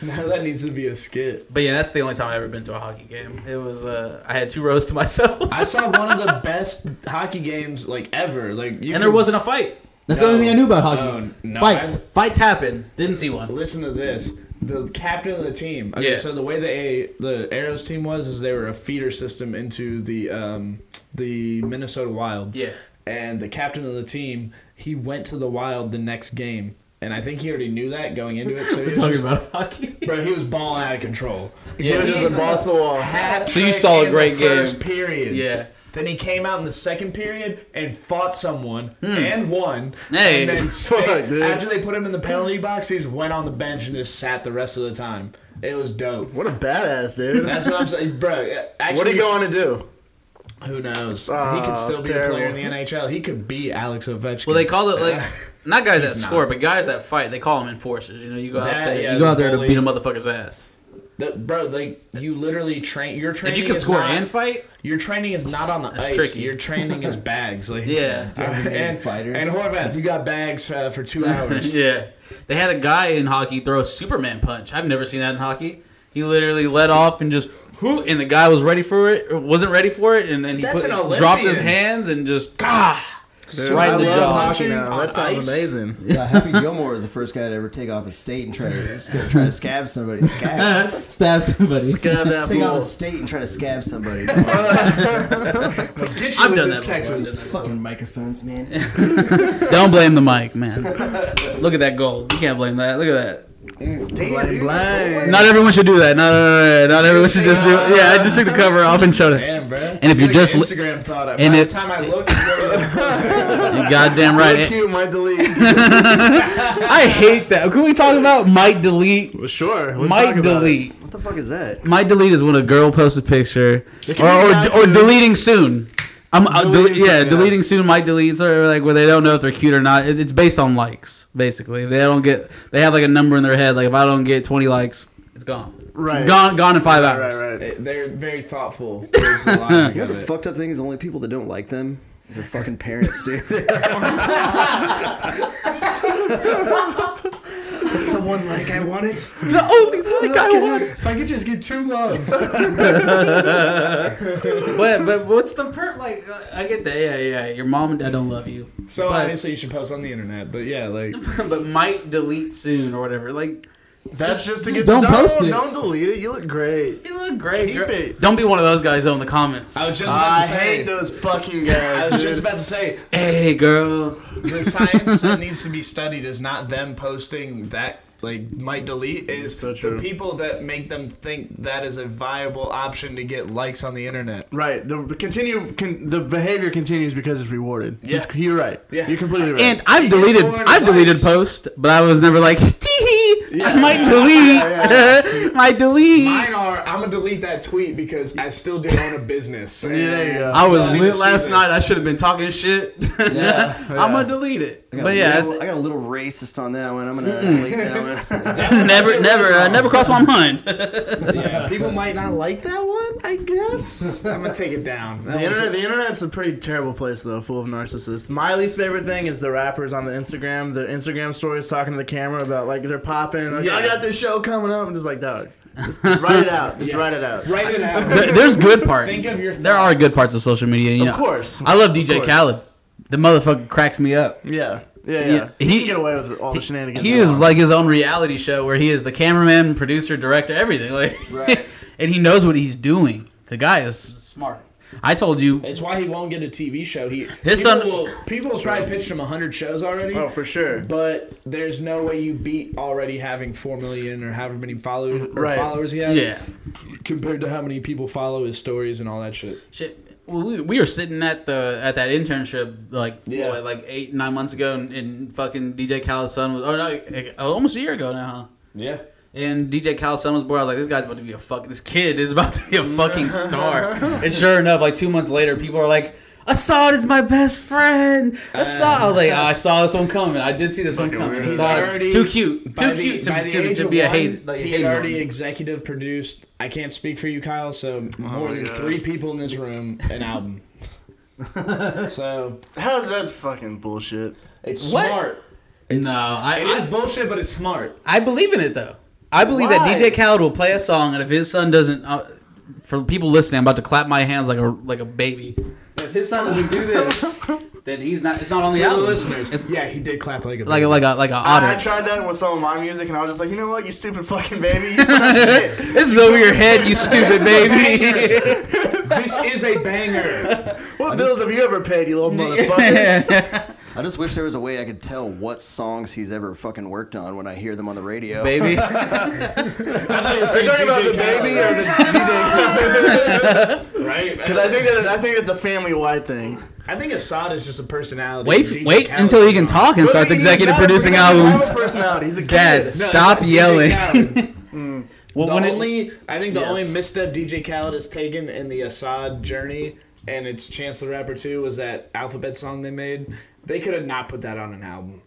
[SPEAKER 2] now that needs to be a skit.
[SPEAKER 3] But yeah, that's the only time I've ever been to a hockey game. It was uh, I had two rows to myself,
[SPEAKER 2] I saw one of the best hockey games like ever. Like you
[SPEAKER 3] and there
[SPEAKER 2] could-
[SPEAKER 3] wasn't a fight. That's the
[SPEAKER 2] No.
[SPEAKER 3] only thing I knew about hockey.
[SPEAKER 2] Oh, no,
[SPEAKER 3] Fights,
[SPEAKER 2] I'm-
[SPEAKER 3] fights happen. Didn't see one.
[SPEAKER 2] Listen to this. The captain of the team. Okay,
[SPEAKER 3] Yeah.
[SPEAKER 2] so the way the A, the Arrows team was is they were a feeder system into the um, the Minnesota Wild.
[SPEAKER 3] Yeah.
[SPEAKER 2] And the captain of the team, he went to the Wild the next game, and I think he already knew that going into it. So he was just,
[SPEAKER 3] about hockey.
[SPEAKER 2] bro, he was balling out of control.
[SPEAKER 3] Yeah.
[SPEAKER 2] he was just a boss of the wall.
[SPEAKER 3] So you saw a great
[SPEAKER 2] First
[SPEAKER 3] game.
[SPEAKER 2] period.
[SPEAKER 3] Yeah.
[SPEAKER 2] Then he came out in the second period and fought someone and won.
[SPEAKER 3] Hmm. Hey.
[SPEAKER 2] and then stayed-
[SPEAKER 5] Fuck, dude.
[SPEAKER 2] after they put him in the penalty box, he just went on the bench and just sat the rest of the time. It was dope.
[SPEAKER 5] What a badass, dude.
[SPEAKER 2] That's what I'm saying, bro. Actually,
[SPEAKER 5] what are you going to do?
[SPEAKER 2] Who knows? he
[SPEAKER 5] Oh,
[SPEAKER 2] could still
[SPEAKER 5] it's
[SPEAKER 2] be a
[SPEAKER 5] terrible.
[SPEAKER 2] player in the NHL. He could be Alex Ovechkin.
[SPEAKER 3] Well, they call it like not guys that
[SPEAKER 2] He's not.
[SPEAKER 3] score, but guys that fight. They call them enforcers. You know, you go out
[SPEAKER 2] That-
[SPEAKER 3] there,
[SPEAKER 2] yeah,
[SPEAKER 3] you go out
[SPEAKER 2] the
[SPEAKER 3] there to
[SPEAKER 2] goalie.
[SPEAKER 3] beat a motherfucker's ass.
[SPEAKER 2] The- bro. Like you literally train. Your
[SPEAKER 3] If
[SPEAKER 2] training.
[SPEAKER 3] you can
[SPEAKER 2] is
[SPEAKER 3] score
[SPEAKER 2] not-
[SPEAKER 3] and fight,
[SPEAKER 2] Your training is not on the
[SPEAKER 3] That's
[SPEAKER 2] ice.
[SPEAKER 3] tricky.
[SPEAKER 2] Your training is bags. Like uh,
[SPEAKER 3] yeah,
[SPEAKER 4] Designated
[SPEAKER 2] and,
[SPEAKER 4] fighters.
[SPEAKER 2] And Horvath, you got bags uh, for two hours.
[SPEAKER 3] yeah. They had a guy in hockey throw a Superman punch. I've never seen that in hockey. He literally let off and just who, and the guy was ready for it, or wasn't ready for it, and then he
[SPEAKER 2] That's
[SPEAKER 3] put,
[SPEAKER 2] an
[SPEAKER 3] dropped his
[SPEAKER 2] Olympian.
[SPEAKER 3] hands and just gah, right
[SPEAKER 5] I
[SPEAKER 3] in the
[SPEAKER 5] love
[SPEAKER 3] jaw.
[SPEAKER 5] hockey now.
[SPEAKER 2] On
[SPEAKER 5] That sounds
[SPEAKER 2] ice?
[SPEAKER 5] amazing.
[SPEAKER 4] Yeah, Happy Gilmore was the first guy to ever take off his state and try to, try to scab somebody. Scab.
[SPEAKER 3] Stab somebody.
[SPEAKER 5] Scab that
[SPEAKER 4] take off
[SPEAKER 5] fool.
[SPEAKER 4] his state and try to scab somebody. Come on,
[SPEAKER 2] Get you
[SPEAKER 3] I've
[SPEAKER 2] with
[SPEAKER 3] done
[SPEAKER 2] this
[SPEAKER 3] that before.
[SPEAKER 2] Texas.
[SPEAKER 4] these fucking microphones, man.
[SPEAKER 3] Don't blame the mic, man. Look at that goal. You can't blame that. Look at that.
[SPEAKER 4] Damn, dude.
[SPEAKER 5] Blind.
[SPEAKER 3] Not everyone should do that. No, no, no, no. Not everyone should just do. it. Yeah, I just took the cover off and showed it.
[SPEAKER 2] Damn, bro. And
[SPEAKER 3] if you just li-
[SPEAKER 2] Instagram thought up,
[SPEAKER 3] and
[SPEAKER 2] by
[SPEAKER 3] it-
[SPEAKER 2] the time I look, it's already-
[SPEAKER 3] You goddamn right.
[SPEAKER 5] Fuck you, my delete.
[SPEAKER 3] I hate that. Can we talk about might delete?
[SPEAKER 5] Well, sure. Let's talk
[SPEAKER 3] Might
[SPEAKER 5] about
[SPEAKER 3] delete.
[SPEAKER 4] What the fuck is that?
[SPEAKER 3] Might delete is when a girl posts a picture or
[SPEAKER 5] be
[SPEAKER 3] or,
[SPEAKER 5] bad
[SPEAKER 3] or
[SPEAKER 5] too.
[SPEAKER 3] deleting soon. I'm uh,
[SPEAKER 5] Deleting
[SPEAKER 3] dele-
[SPEAKER 5] soon,
[SPEAKER 3] yeah,
[SPEAKER 5] yeah.
[SPEAKER 3] deleting soon might deletes or like where they don't know if they're cute or not. It, it's based on likes basically. If they don't get they have like a number in their head like if I don't get 20 likes, it's gone.
[SPEAKER 5] Right.
[SPEAKER 3] Gone gone in 5
[SPEAKER 5] it.
[SPEAKER 3] hours.
[SPEAKER 5] Right, right.
[SPEAKER 2] they're very thoughtful. There's the logic
[SPEAKER 4] You know
[SPEAKER 2] of
[SPEAKER 4] the
[SPEAKER 2] it.
[SPEAKER 4] fucked up thing is the only people that don't like them is their fucking parents, dude. That's the one like I wanted.
[SPEAKER 3] The only like I want.
[SPEAKER 2] If I could just get two loves.
[SPEAKER 3] But but what's the perp like uh, I get that. Yeah, yeah. Your mom and dad don't love you.
[SPEAKER 2] So
[SPEAKER 3] But-
[SPEAKER 2] obviously you should post on the internet, but yeah, like
[SPEAKER 3] but might delete soon or whatever. Like
[SPEAKER 5] That's just to get
[SPEAKER 3] don't
[SPEAKER 5] the,
[SPEAKER 3] post
[SPEAKER 5] don't,
[SPEAKER 3] it.
[SPEAKER 5] Don't delete it. You look great.
[SPEAKER 3] you look great.
[SPEAKER 5] Keep
[SPEAKER 3] girl.
[SPEAKER 5] it.
[SPEAKER 3] Don't be one of those guys though in the comments.
[SPEAKER 2] I was just about
[SPEAKER 5] I
[SPEAKER 2] to say.
[SPEAKER 5] hate those fucking
[SPEAKER 2] I
[SPEAKER 5] guys.
[SPEAKER 2] was
[SPEAKER 5] dude.
[SPEAKER 2] just about to say
[SPEAKER 3] Hey girl.
[SPEAKER 2] the science that needs to be studied is not them posting that like might delete is
[SPEAKER 5] so
[SPEAKER 2] the
[SPEAKER 5] true.
[SPEAKER 2] people that make them think that is a viable option to get likes on the internet.
[SPEAKER 5] Right. The the continue. Con, the behavior continues because it's rewarded.
[SPEAKER 2] Yeah.
[SPEAKER 5] It's- you're right.
[SPEAKER 2] Yeah.
[SPEAKER 5] You're completely right.
[SPEAKER 3] And I've deleted
[SPEAKER 2] Four hundred
[SPEAKER 3] I've deleted
[SPEAKER 2] likes.
[SPEAKER 3] posts, but I was never like tee hee I might delete might delete.
[SPEAKER 2] Mine are I'm gonna delete that tweet because I still do own a business.
[SPEAKER 5] Yeah, there you go.
[SPEAKER 3] I was
[SPEAKER 2] I need to
[SPEAKER 3] lit
[SPEAKER 2] see
[SPEAKER 3] last
[SPEAKER 2] this.
[SPEAKER 3] night. I should have been talking shit. I'm gonna delete it.
[SPEAKER 4] I got,
[SPEAKER 3] But
[SPEAKER 4] a
[SPEAKER 3] yeah,
[SPEAKER 4] little, I
[SPEAKER 3] it's- Hmm.
[SPEAKER 4] got a little racist on that one. I'm gonna delete that one.
[SPEAKER 3] never, never, uh, never crossed my mind.
[SPEAKER 2] Yeah, people might not like that one. I guess I'm gonna take it down. That
[SPEAKER 5] The
[SPEAKER 2] one's-
[SPEAKER 5] internet, the internet's a pretty terrible place though, full of narcissists. My least favorite thing is the rappers on the Instagram, the Instagram stories talking to the camera about like they're popping. Like, I
[SPEAKER 2] Yeah.
[SPEAKER 5] got this show coming up. I'm just like, dog, just write it out. Just write it out.
[SPEAKER 2] Write it out.
[SPEAKER 3] There- there's good parts.
[SPEAKER 2] Think of your
[SPEAKER 3] there are
[SPEAKER 2] thoughts.
[SPEAKER 3] good parts of social media. You
[SPEAKER 5] Of
[SPEAKER 3] know,
[SPEAKER 5] course.
[SPEAKER 3] I love
[SPEAKER 5] Of
[SPEAKER 3] DJ
[SPEAKER 5] course.
[SPEAKER 3] Khaled. The motherfucker cracks me up.
[SPEAKER 5] Yeah, yeah,
[SPEAKER 3] Yeah,
[SPEAKER 5] yeah. He,
[SPEAKER 3] he-
[SPEAKER 5] can get away with all the shenanigans.
[SPEAKER 3] He
[SPEAKER 5] he
[SPEAKER 3] is
[SPEAKER 5] wants.
[SPEAKER 3] like his own reality show where he is the cameraman, producer, director, everything. Like,
[SPEAKER 2] Right.
[SPEAKER 3] and he knows what he's doing. The guy is smart. I told you
[SPEAKER 2] It's why he won't get a TV show. He people
[SPEAKER 3] His son-
[SPEAKER 2] will people have probably pitched him hundred shows already.
[SPEAKER 5] Oh, for sure.
[SPEAKER 2] But there's no way you beat already having four million or however many followers or
[SPEAKER 5] Right.
[SPEAKER 2] followers he has.
[SPEAKER 3] Yeah.
[SPEAKER 2] Compared to how many people follow his stories and all that shit.
[SPEAKER 3] Shit. Well, we, we were sitting at the at that internship like
[SPEAKER 2] Yeah.
[SPEAKER 3] what, like eight nine months ago, and, and fucking DJ Khaled's son was oh no, eh, almost a year ago now, huh?
[SPEAKER 2] Yeah.
[SPEAKER 3] And DJ Khaled's son was born. I was like, this guy's about to be a fuck. This kid is about to be a fucking star. and sure enough, like two months later, people are like. Assad is my best friend. Assad, I was like, "Ah, I saw this one coming. I did see this one coming.
[SPEAKER 2] He's
[SPEAKER 3] Assad,
[SPEAKER 2] already-
[SPEAKER 3] too cute,
[SPEAKER 2] By
[SPEAKER 3] too
[SPEAKER 2] the-
[SPEAKER 3] cute
[SPEAKER 2] by
[SPEAKER 3] to,
[SPEAKER 2] the
[SPEAKER 3] to,
[SPEAKER 2] age
[SPEAKER 3] to
[SPEAKER 2] of
[SPEAKER 3] be a
[SPEAKER 2] one,
[SPEAKER 3] hate. Like,
[SPEAKER 2] he
[SPEAKER 3] hate
[SPEAKER 2] had already
[SPEAKER 3] moment.
[SPEAKER 2] executive produced. I can't speak for you, Kyle. So more
[SPEAKER 5] Oh my
[SPEAKER 2] than
[SPEAKER 5] God.
[SPEAKER 2] three people in this room, an album. so
[SPEAKER 5] How's that's fucking bullshit.
[SPEAKER 2] it's
[SPEAKER 3] What?
[SPEAKER 2] smart.
[SPEAKER 3] no, I,
[SPEAKER 2] It
[SPEAKER 3] I,
[SPEAKER 2] is bullshit, but it's smart.
[SPEAKER 3] I believe in it though. I believe
[SPEAKER 5] Why?
[SPEAKER 3] that DJ Khaled will play a song, and if his son doesn't, uh, for people listening, I'm about to clap my hands like a like a baby.
[SPEAKER 2] If
[SPEAKER 3] if his son doesn't do this, then he's not. It's not on the
[SPEAKER 2] For the
[SPEAKER 3] album.
[SPEAKER 2] listeners,
[SPEAKER 3] It's
[SPEAKER 2] yeah, he did clap like a
[SPEAKER 3] like
[SPEAKER 2] baby.
[SPEAKER 3] a, like a like a
[SPEAKER 5] I, I
[SPEAKER 3] otter.
[SPEAKER 5] tried that with some of my music, and I was just like, you know what, you stupid fucking baby. You put shit.
[SPEAKER 3] This is over your head, you stupid baby.
[SPEAKER 2] this is a banger.
[SPEAKER 5] What bills have you ever paid, you little motherfucker?
[SPEAKER 6] I just wish there was a way I could tell what songs he's ever fucking worked on when I hear them on the radio.
[SPEAKER 3] baby.
[SPEAKER 5] Are you talking about the baby or the DJ?
[SPEAKER 2] right?
[SPEAKER 5] Because I think that is, I think it's a family wide thing.
[SPEAKER 2] I think Assad is just a personality.
[SPEAKER 3] Wait,
[SPEAKER 2] DJ
[SPEAKER 3] wait
[SPEAKER 2] Khaled
[SPEAKER 3] until he
[SPEAKER 2] is
[SPEAKER 3] can
[SPEAKER 2] not.
[SPEAKER 3] talk and starts
[SPEAKER 5] He's
[SPEAKER 3] executive
[SPEAKER 5] not a-
[SPEAKER 3] producing
[SPEAKER 5] he doesn't have
[SPEAKER 3] albums.
[SPEAKER 5] a personality. He's a kid.
[SPEAKER 3] Dad,
[SPEAKER 5] No,
[SPEAKER 3] stop
[SPEAKER 2] DJ
[SPEAKER 3] yelling.
[SPEAKER 2] Khaled.
[SPEAKER 3] Well,
[SPEAKER 2] the
[SPEAKER 3] when it-
[SPEAKER 2] only I think the
[SPEAKER 5] Yes.
[SPEAKER 2] only misstep DJ Khaled has taken in the Assad journey and it's Chance the Rapper too was that alphabet song they made. They could have not put that on an album.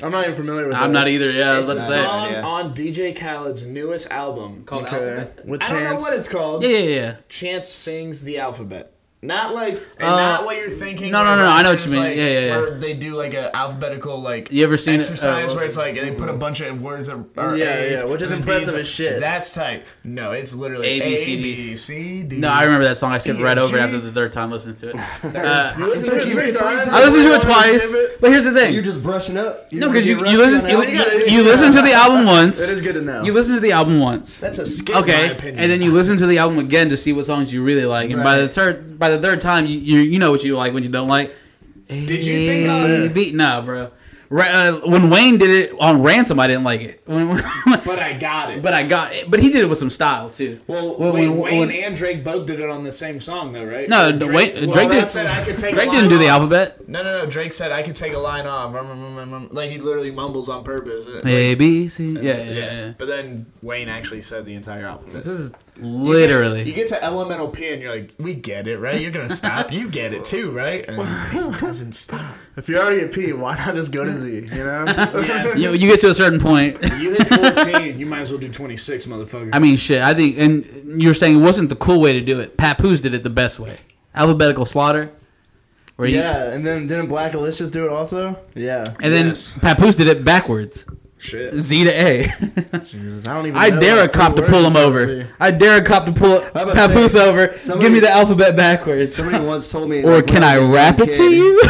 [SPEAKER 5] I'm not even familiar with.
[SPEAKER 3] I'm
[SPEAKER 5] those.
[SPEAKER 3] not either. Yeah,
[SPEAKER 2] it's a
[SPEAKER 3] let's say
[SPEAKER 2] song
[SPEAKER 6] Yeah.
[SPEAKER 2] on DJ Khaled's newest album.
[SPEAKER 3] called
[SPEAKER 5] Okay. With
[SPEAKER 2] I
[SPEAKER 5] chance.
[SPEAKER 2] don't know what it's called.
[SPEAKER 3] Yeah, yeah, yeah.
[SPEAKER 2] Chance sings the alphabet. Not like, and
[SPEAKER 3] Uh,
[SPEAKER 2] not what you're thinking.
[SPEAKER 3] no, no,
[SPEAKER 2] where
[SPEAKER 3] no, no, I know what
[SPEAKER 2] rappers,
[SPEAKER 3] you mean.
[SPEAKER 2] Like,
[SPEAKER 3] Yeah, yeah, yeah.
[SPEAKER 2] Where they do like a alphabetical like.
[SPEAKER 3] You ever seen it?
[SPEAKER 2] exercise
[SPEAKER 3] Oh,
[SPEAKER 2] where it's like they put a bunch of words that are
[SPEAKER 5] Yeah,
[SPEAKER 2] A's,
[SPEAKER 5] yeah, which is
[SPEAKER 2] and
[SPEAKER 5] impressive
[SPEAKER 2] B's.
[SPEAKER 5] as shit.
[SPEAKER 2] That's tight. No, it's literally
[SPEAKER 3] A,
[SPEAKER 2] A
[SPEAKER 3] B,
[SPEAKER 2] B
[SPEAKER 3] C,
[SPEAKER 2] C D.
[SPEAKER 3] D. No, I remember that song. I skipped right over it after the third time listening to it. Uh,
[SPEAKER 5] You listen to it three times.
[SPEAKER 3] I listened to it
[SPEAKER 5] Everyone
[SPEAKER 3] twice,
[SPEAKER 5] skip it.
[SPEAKER 3] but here's the thing.
[SPEAKER 6] You're just brushing up.
[SPEAKER 3] No,
[SPEAKER 6] wanna
[SPEAKER 3] because
[SPEAKER 6] get
[SPEAKER 3] you,
[SPEAKER 6] rusty
[SPEAKER 3] you listen
[SPEAKER 6] on
[SPEAKER 3] you,
[SPEAKER 6] albums?
[SPEAKER 5] gotta-
[SPEAKER 3] you
[SPEAKER 5] you
[SPEAKER 3] listen to
[SPEAKER 5] gotta-
[SPEAKER 3] the album once.
[SPEAKER 5] It is good to know.
[SPEAKER 3] You listen to the album once.
[SPEAKER 2] That's a skip. in
[SPEAKER 3] Okay,
[SPEAKER 2] my
[SPEAKER 3] and
[SPEAKER 2] opinion.
[SPEAKER 3] then you listen to the album again to see what songs you really like, and by the
[SPEAKER 5] Right.
[SPEAKER 3] third by the third time you you, you know what you like, what you don't like. Did
[SPEAKER 2] you think I-
[SPEAKER 3] beat? Nah, bro. Ra- uh, when Wayne did it on Ransom, I didn't like it. When- when-
[SPEAKER 2] But I got it.
[SPEAKER 3] but I got it. But he did it with some style too.
[SPEAKER 2] well,
[SPEAKER 3] When-
[SPEAKER 2] wait,
[SPEAKER 3] when-
[SPEAKER 2] Wayne
[SPEAKER 3] when-
[SPEAKER 2] and Drake both did it on the same song though, right?
[SPEAKER 3] No, no, Wayne-
[SPEAKER 2] well,
[SPEAKER 3] Drake
[SPEAKER 2] that
[SPEAKER 3] did-
[SPEAKER 2] said I could take a
[SPEAKER 3] Drake
[SPEAKER 2] line
[SPEAKER 3] didn't do the
[SPEAKER 2] off.
[SPEAKER 3] alphabet.
[SPEAKER 2] No, no, no. Drake said I could take a line off. Rum, rum, rum, rum, rum. Like he literally mumbles on purpose.
[SPEAKER 3] A B C. Yeah, yeah,
[SPEAKER 2] yeah,
[SPEAKER 3] yeah.
[SPEAKER 2] But then Wayne actually said the entire alphabet.
[SPEAKER 3] This is
[SPEAKER 2] You
[SPEAKER 3] literally.
[SPEAKER 2] get to elemental P and you're like, we get it, right? You're gonna stop. You get it too, right? And he doesn't stop.
[SPEAKER 5] If you're already a P, why not just go to Z? You know.
[SPEAKER 2] Yeah,
[SPEAKER 3] You, you get to a certain point.
[SPEAKER 2] you hit 14, you might as well do 26, motherfucker.
[SPEAKER 3] I mean, shit. I think, and you're saying it wasn't the cool way to do it. Papoose did it the best way. Alphabetical slaughter. Where you,
[SPEAKER 5] yeah, and then didn't Black Alicious do it also? Yeah.
[SPEAKER 3] And then
[SPEAKER 2] Yes.
[SPEAKER 3] Papoose did it backwards,
[SPEAKER 2] Shit.
[SPEAKER 3] Z to A.
[SPEAKER 5] I don't even.
[SPEAKER 3] I
[SPEAKER 5] know
[SPEAKER 3] dare a
[SPEAKER 5] like three
[SPEAKER 3] cop to
[SPEAKER 5] words
[SPEAKER 3] pull him
[SPEAKER 5] until
[SPEAKER 3] over.
[SPEAKER 5] Z.
[SPEAKER 3] I dare a cop to pull
[SPEAKER 6] about
[SPEAKER 3] Papoose over. Give
[SPEAKER 6] somebody-
[SPEAKER 3] me the alphabet backwards.
[SPEAKER 6] Somebody once told me.
[SPEAKER 3] Or
[SPEAKER 6] like, when
[SPEAKER 3] can I
[SPEAKER 6] was a
[SPEAKER 3] rap
[SPEAKER 6] young
[SPEAKER 3] it to
[SPEAKER 6] kid-
[SPEAKER 3] you?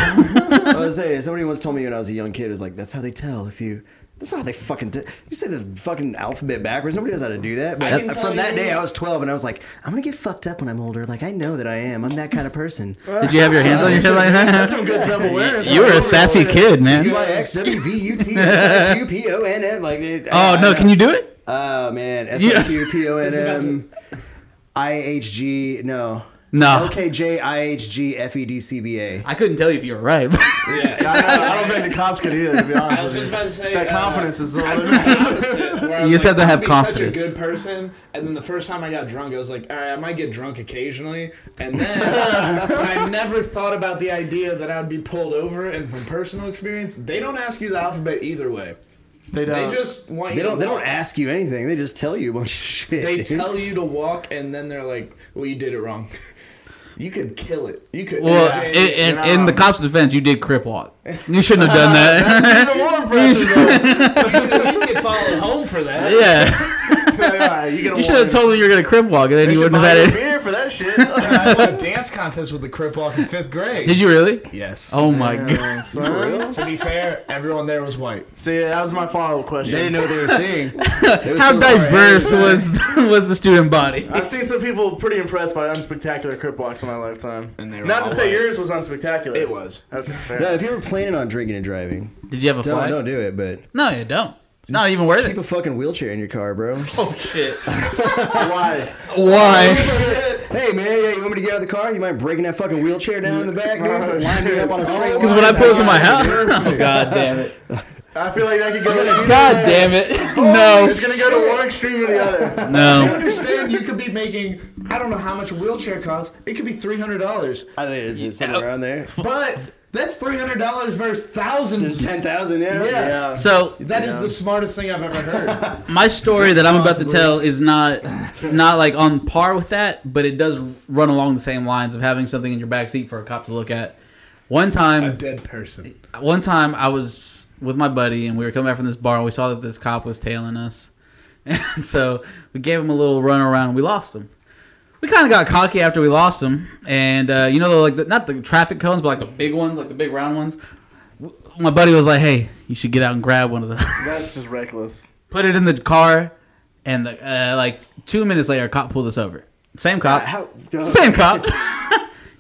[SPEAKER 6] I was saying, somebody once told me when I was a young kid, it was like, that's how they tell if you. That's not how they fucking. do you say the fucking alphabet backwards. Nobody knows how to do that. But
[SPEAKER 2] I can tell
[SPEAKER 6] from that
[SPEAKER 2] you-
[SPEAKER 6] day, I was 12, and I was like, I'm gonna get fucked up when I'm older. Like I know that I am. I'm that kind of person.
[SPEAKER 3] Did you have your hands on your head like
[SPEAKER 5] That's
[SPEAKER 3] that?
[SPEAKER 5] some good self awareness.
[SPEAKER 3] You were a sassy kid,
[SPEAKER 6] U
[SPEAKER 3] man.
[SPEAKER 6] I X W V U T S I Q P O N N. Like. It,
[SPEAKER 3] Oh no, can you do it?
[SPEAKER 6] Oh man, S
[SPEAKER 3] Yes.
[SPEAKER 6] I Q P O N
[SPEAKER 2] This is about to-
[SPEAKER 6] M I H G. No.
[SPEAKER 3] No.
[SPEAKER 6] L K J I H G F E D C B A.
[SPEAKER 3] I couldn't tell you if you were right.
[SPEAKER 2] Yeah,
[SPEAKER 5] I, don't- I don't think the cops could either. To be honest,
[SPEAKER 2] I was
[SPEAKER 5] with
[SPEAKER 2] just
[SPEAKER 5] you.
[SPEAKER 2] about to say
[SPEAKER 5] that
[SPEAKER 2] uh,
[SPEAKER 5] confidence is the
[SPEAKER 2] I was where I was
[SPEAKER 3] You just
[SPEAKER 2] like,
[SPEAKER 3] have to
[SPEAKER 2] I'm gonna
[SPEAKER 3] have
[SPEAKER 2] be
[SPEAKER 3] confidence.
[SPEAKER 2] Such a good person, and then the first time I got drunk, I was like, "All right, I might get drunk occasionally," and then but I never thought about the idea that I would be pulled over. And from personal experience, they don't ask you the alphabet either way.
[SPEAKER 5] They
[SPEAKER 2] They
[SPEAKER 5] don't.
[SPEAKER 2] just want
[SPEAKER 6] They
[SPEAKER 2] you.
[SPEAKER 6] don't.
[SPEAKER 2] To
[SPEAKER 6] They don't
[SPEAKER 2] walk.
[SPEAKER 6] ask you anything. They just tell you a bunch of shit.
[SPEAKER 2] They
[SPEAKER 6] dude.
[SPEAKER 2] tell you to walk, and then they're like, "Well, you did it wrong. You could kill it. You could."
[SPEAKER 3] Well,
[SPEAKER 2] Yeah.
[SPEAKER 3] in, in,
[SPEAKER 5] you're
[SPEAKER 3] in
[SPEAKER 5] not
[SPEAKER 3] the
[SPEAKER 5] wrong.
[SPEAKER 3] cop's defense, you did crip walk. You shouldn't have done that.
[SPEAKER 5] Even more impressive. though.
[SPEAKER 2] you should at least get followed home for that.
[SPEAKER 3] yeah,
[SPEAKER 5] Like, all right, you get a
[SPEAKER 3] you should have
[SPEAKER 5] warning.
[SPEAKER 3] told him you were gonna crip walk, and then
[SPEAKER 5] They
[SPEAKER 3] you
[SPEAKER 5] should
[SPEAKER 3] wouldn't
[SPEAKER 5] buy
[SPEAKER 3] have
[SPEAKER 5] you a
[SPEAKER 3] had it.
[SPEAKER 5] beer for that shit.
[SPEAKER 2] I won a dance contest with the Crip Walk in fifth grade.
[SPEAKER 3] Did you really?
[SPEAKER 2] Yes.
[SPEAKER 3] Oh my god.
[SPEAKER 5] Yeah, son.
[SPEAKER 2] to be fair, everyone there was white.
[SPEAKER 5] See, that was my follow-up question.
[SPEAKER 6] They didn't know what they were saying.
[SPEAKER 3] How diverse was was the student body?
[SPEAKER 5] I've seen some people pretty impressed by unspectacular crip walks in my lifetime.
[SPEAKER 2] And they were
[SPEAKER 5] Not to
[SPEAKER 2] all
[SPEAKER 5] say
[SPEAKER 2] like-
[SPEAKER 5] yours was unspectacular.
[SPEAKER 2] It was.
[SPEAKER 5] Okay, fair.
[SPEAKER 6] No, if you were planning on drinking and driving,
[SPEAKER 3] Did you have a
[SPEAKER 6] don't
[SPEAKER 3] flight?
[SPEAKER 6] don't do it. But
[SPEAKER 3] No, you don't. It's not even worth
[SPEAKER 6] keep
[SPEAKER 3] it.
[SPEAKER 6] a fucking wheelchair in your car, bro.
[SPEAKER 3] Oh shit.
[SPEAKER 5] Why?
[SPEAKER 3] Why?
[SPEAKER 6] hey man, yeah, you want me to get out of the car? You mind breaking that fucking wheelchair down in the back, dude? Line me up on a straight
[SPEAKER 3] Because when I pull into my house, oh, god damn it.
[SPEAKER 5] I feel like that could go to either
[SPEAKER 3] God
[SPEAKER 5] way.
[SPEAKER 3] damn it. No.
[SPEAKER 5] It's Oh, gonna go to one extreme or the other.
[SPEAKER 3] No.
[SPEAKER 2] Understand? You could be making I don't know how much a wheelchair costs. It could be three hundred dollars,
[SPEAKER 6] I think it's, it's somewhere around there.
[SPEAKER 2] but that's three hundred dollars versus thousands.
[SPEAKER 6] Ten thousand, yeah.
[SPEAKER 2] Yeah.
[SPEAKER 5] Yeah.
[SPEAKER 3] So
[SPEAKER 2] That is the smartest thing I've ever heard.
[SPEAKER 3] my story that I'm about to tell is not not like on par with that, but it does run along the same lines of having something in your backseat for a cop to look at. One time
[SPEAKER 2] dead person.
[SPEAKER 3] one time I was with my buddy and we were coming back from this bar and we saw that this cop was tailing us. And so we gave him a little run around and we lost him. we kind of got cocky after we lost them, and uh, you know, the, like the, not the traffic cones, but like the big ones, like the big round ones. W- My buddy was like, "Hey, you should get out and grab one of those."
[SPEAKER 4] That's just reckless.
[SPEAKER 3] Put it in the car, and the, uh, like two minutes later, a cop pulled us over. Same cop,
[SPEAKER 4] How dumb.
[SPEAKER 3] same cop.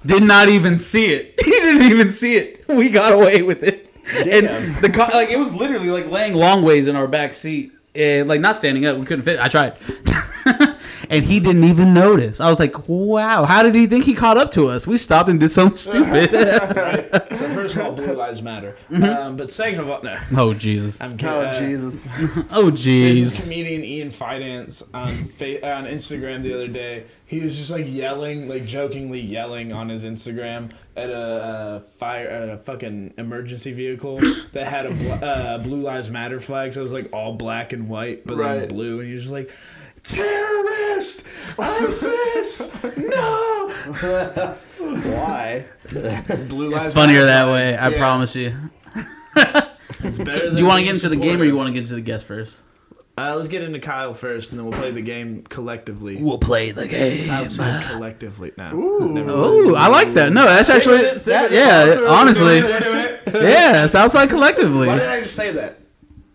[SPEAKER 3] Did not even see it. He didn't even see it. We got away with it. And the co- like it was literally like laying long ways in our back seat and like not standing up. We couldn't fit. I tried. and he didn't even notice. I was like, "Wow, how did he think he caught up to us? We stopped and did something stupid."
[SPEAKER 2] So first of all, blue lives matter. Um, but second of all, no,
[SPEAKER 3] oh Jesus.
[SPEAKER 2] I'm kidding.
[SPEAKER 4] Oh
[SPEAKER 2] Uh,
[SPEAKER 4] Jesus!
[SPEAKER 3] Oh
[SPEAKER 2] There's this
[SPEAKER 3] jeez.
[SPEAKER 2] comedian Ian Finance on fa- on Instagram the other day. He was just like yelling, like jokingly yelling on his Instagram at a, uh fire, at a fucking emergency vehicle that had a bl- uh, Blue Lives Matter flag. So it was like all black and white, but then
[SPEAKER 4] Right.
[SPEAKER 2] blue, and he was just like. Terrorist! ISIS! No!
[SPEAKER 4] Why?
[SPEAKER 2] Blue lives Matter
[SPEAKER 3] Funnier that
[SPEAKER 2] flag.
[SPEAKER 3] way, I
[SPEAKER 2] Yeah.
[SPEAKER 3] promise you.
[SPEAKER 2] It's better than
[SPEAKER 3] Do you want to
[SPEAKER 2] being
[SPEAKER 3] get into the game or you
[SPEAKER 2] supportive.
[SPEAKER 3] want to get into the guest first?
[SPEAKER 2] Uh, let's get into Kyle first, and then we'll play the game collectively.
[SPEAKER 3] We'll play the game.
[SPEAKER 2] Sounds like collectively now. Never mind.
[SPEAKER 3] Oh, I like that. No, that's actually
[SPEAKER 2] Stick with it, stick
[SPEAKER 3] that-
[SPEAKER 2] with it.
[SPEAKER 3] yeah.
[SPEAKER 2] That's what we're
[SPEAKER 3] honestly,
[SPEAKER 2] doing, we're doing it.
[SPEAKER 3] yeah. Southside collectively.
[SPEAKER 2] Why did I just say that?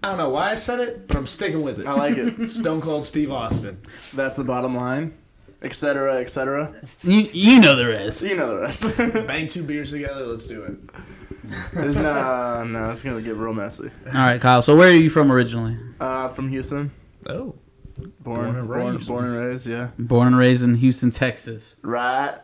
[SPEAKER 2] I don't know why I said it, but I'm sticking with it.
[SPEAKER 4] I like it.
[SPEAKER 2] Stone Cold Steve Austin.
[SPEAKER 5] That's the bottom line. Et cetera, et cetera.
[SPEAKER 3] You you know the rest.
[SPEAKER 5] You know the rest.
[SPEAKER 2] Bang two beers together. Let's do it.
[SPEAKER 5] There's no, no, it's gonna get real messy.
[SPEAKER 3] All right, Kyle. So where are you from originally?
[SPEAKER 5] Uh, from Houston,
[SPEAKER 2] Oh,
[SPEAKER 5] born,
[SPEAKER 2] Born and
[SPEAKER 5] born,
[SPEAKER 2] raised.
[SPEAKER 5] born and raised. Yeah,
[SPEAKER 3] Born and raised in Houston, Texas.
[SPEAKER 5] right,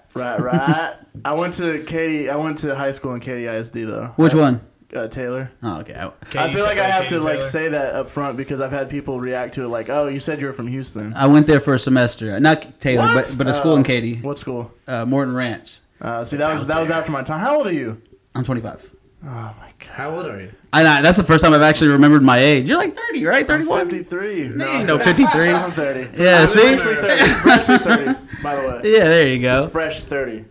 [SPEAKER 5] right, right. I went to Katy. I went to high school in Katy ISD though.
[SPEAKER 3] Which
[SPEAKER 5] Uh,
[SPEAKER 3] one?
[SPEAKER 5] Uh, Taylor.
[SPEAKER 3] Oh, okay. I-
[SPEAKER 5] I feel like I have to like say that up front because I've had people react to it like, "Oh, you said you were from Houston.
[SPEAKER 3] I went there for a semester. Not Taylor,
[SPEAKER 5] What?
[SPEAKER 3] but but a school in
[SPEAKER 2] Oh.
[SPEAKER 5] Uh,
[SPEAKER 3] Katie,
[SPEAKER 5] What school?"
[SPEAKER 3] uh, Morton Ranch.
[SPEAKER 5] Uh, see, that was that was after my time. How old are you?
[SPEAKER 3] I'm 25.
[SPEAKER 5] Oh my god,
[SPEAKER 2] How old are you?
[SPEAKER 3] I know that's the first time I've actually remembered my age. You're like 30, right? 31.
[SPEAKER 5] I'm 53.
[SPEAKER 3] No,
[SPEAKER 5] No,
[SPEAKER 3] no, 53. yeah,
[SPEAKER 5] I'm 30.
[SPEAKER 3] see.
[SPEAKER 5] Freshly 30. Freshly 30. By the way.
[SPEAKER 3] Yeah, there you go.
[SPEAKER 5] Fresh 30.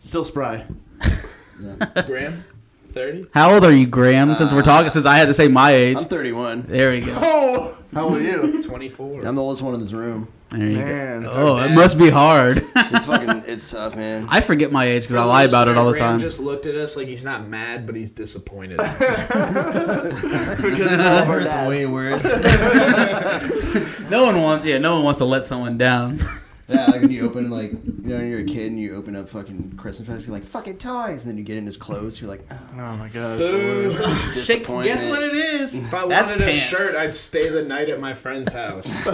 [SPEAKER 5] Still spry.
[SPEAKER 2] Graham, thirty.
[SPEAKER 3] How old are you, Graham? Since we're talking, since I had to say my age.
[SPEAKER 4] I'm 31.
[SPEAKER 3] There we go.
[SPEAKER 5] Oh! How old are you?
[SPEAKER 2] 24.
[SPEAKER 4] I'm the oldest one in this room.
[SPEAKER 3] There you
[SPEAKER 5] Man,
[SPEAKER 3] go.
[SPEAKER 5] it's
[SPEAKER 3] Oh, it must be hard.
[SPEAKER 4] It's fucking. it's tough, man.
[SPEAKER 3] I forget my age because I lie about it all the
[SPEAKER 2] Graham
[SPEAKER 3] time.
[SPEAKER 2] just looked at us like he's not mad, but he's disappointed.
[SPEAKER 5] Because it's all of our
[SPEAKER 4] It's
[SPEAKER 5] dads.
[SPEAKER 4] way worse.
[SPEAKER 3] No one wants. Yeah, no one wants to let someone down.
[SPEAKER 4] yeah, like when you open like you know when you're a kid and you open up fucking Christmas presents, you're like fucking toys, and then you get in his clothes, you're like oh,
[SPEAKER 5] Oh my god. It's the worst.
[SPEAKER 6] "Ah,
[SPEAKER 4] disappointment.
[SPEAKER 3] Guess what it is?
[SPEAKER 2] if I
[SPEAKER 3] That's
[SPEAKER 2] wanted a
[SPEAKER 3] pants.
[SPEAKER 2] shirt, I'd stay the night at my friend's house.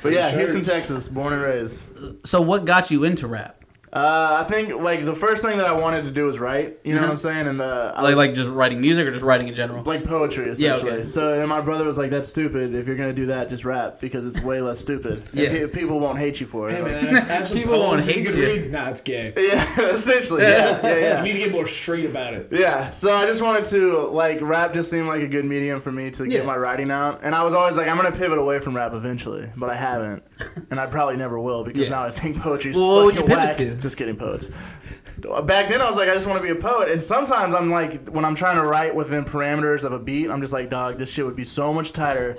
[SPEAKER 5] But yeah,
[SPEAKER 2] Shirts.
[SPEAKER 5] Houston, Texas, born and raised.
[SPEAKER 3] So what got you into rap?
[SPEAKER 5] Uh, I think like the first thing that I wanted to do was write. You know what I'm saying? And uh, I
[SPEAKER 3] Mm-hmm. Like like just writing music or just writing in general?
[SPEAKER 5] like poetry
[SPEAKER 3] Yeah,
[SPEAKER 5] essentially.
[SPEAKER 3] okay.
[SPEAKER 5] So and my brother was like, "That's stupid. If you're gonna do that, just rap because it's way less stupid. And
[SPEAKER 3] Yeah.
[SPEAKER 5] pe- people won't hate you for it."
[SPEAKER 2] Hey
[SPEAKER 5] Like-
[SPEAKER 2] man, ask some
[SPEAKER 3] People won't
[SPEAKER 2] poets, you
[SPEAKER 3] hate
[SPEAKER 2] can
[SPEAKER 3] you.
[SPEAKER 2] read. Nah, it's gay.
[SPEAKER 5] Yeah, essentially. Yeah, yeah, yeah.
[SPEAKER 2] You need to get more street about it.
[SPEAKER 5] Yeah, so I just wanted to like rap just seemed like a good medium for me to
[SPEAKER 3] Yeah.
[SPEAKER 5] get my writing out, and I was always like, I'm gonna pivot away from rap eventually, but I haven't, and I probably never will because
[SPEAKER 3] Yeah.
[SPEAKER 5] now I think poetry's
[SPEAKER 3] Well, what would
[SPEAKER 5] fucking
[SPEAKER 3] you pivot
[SPEAKER 5] whack.
[SPEAKER 3] to?
[SPEAKER 5] Just kidding, poets. Back then I was like, I just want to be a poet, and sometimes I'm like, when I'm trying to write within parameters of a beat, I'm just like, dog, this shit would be so much tighter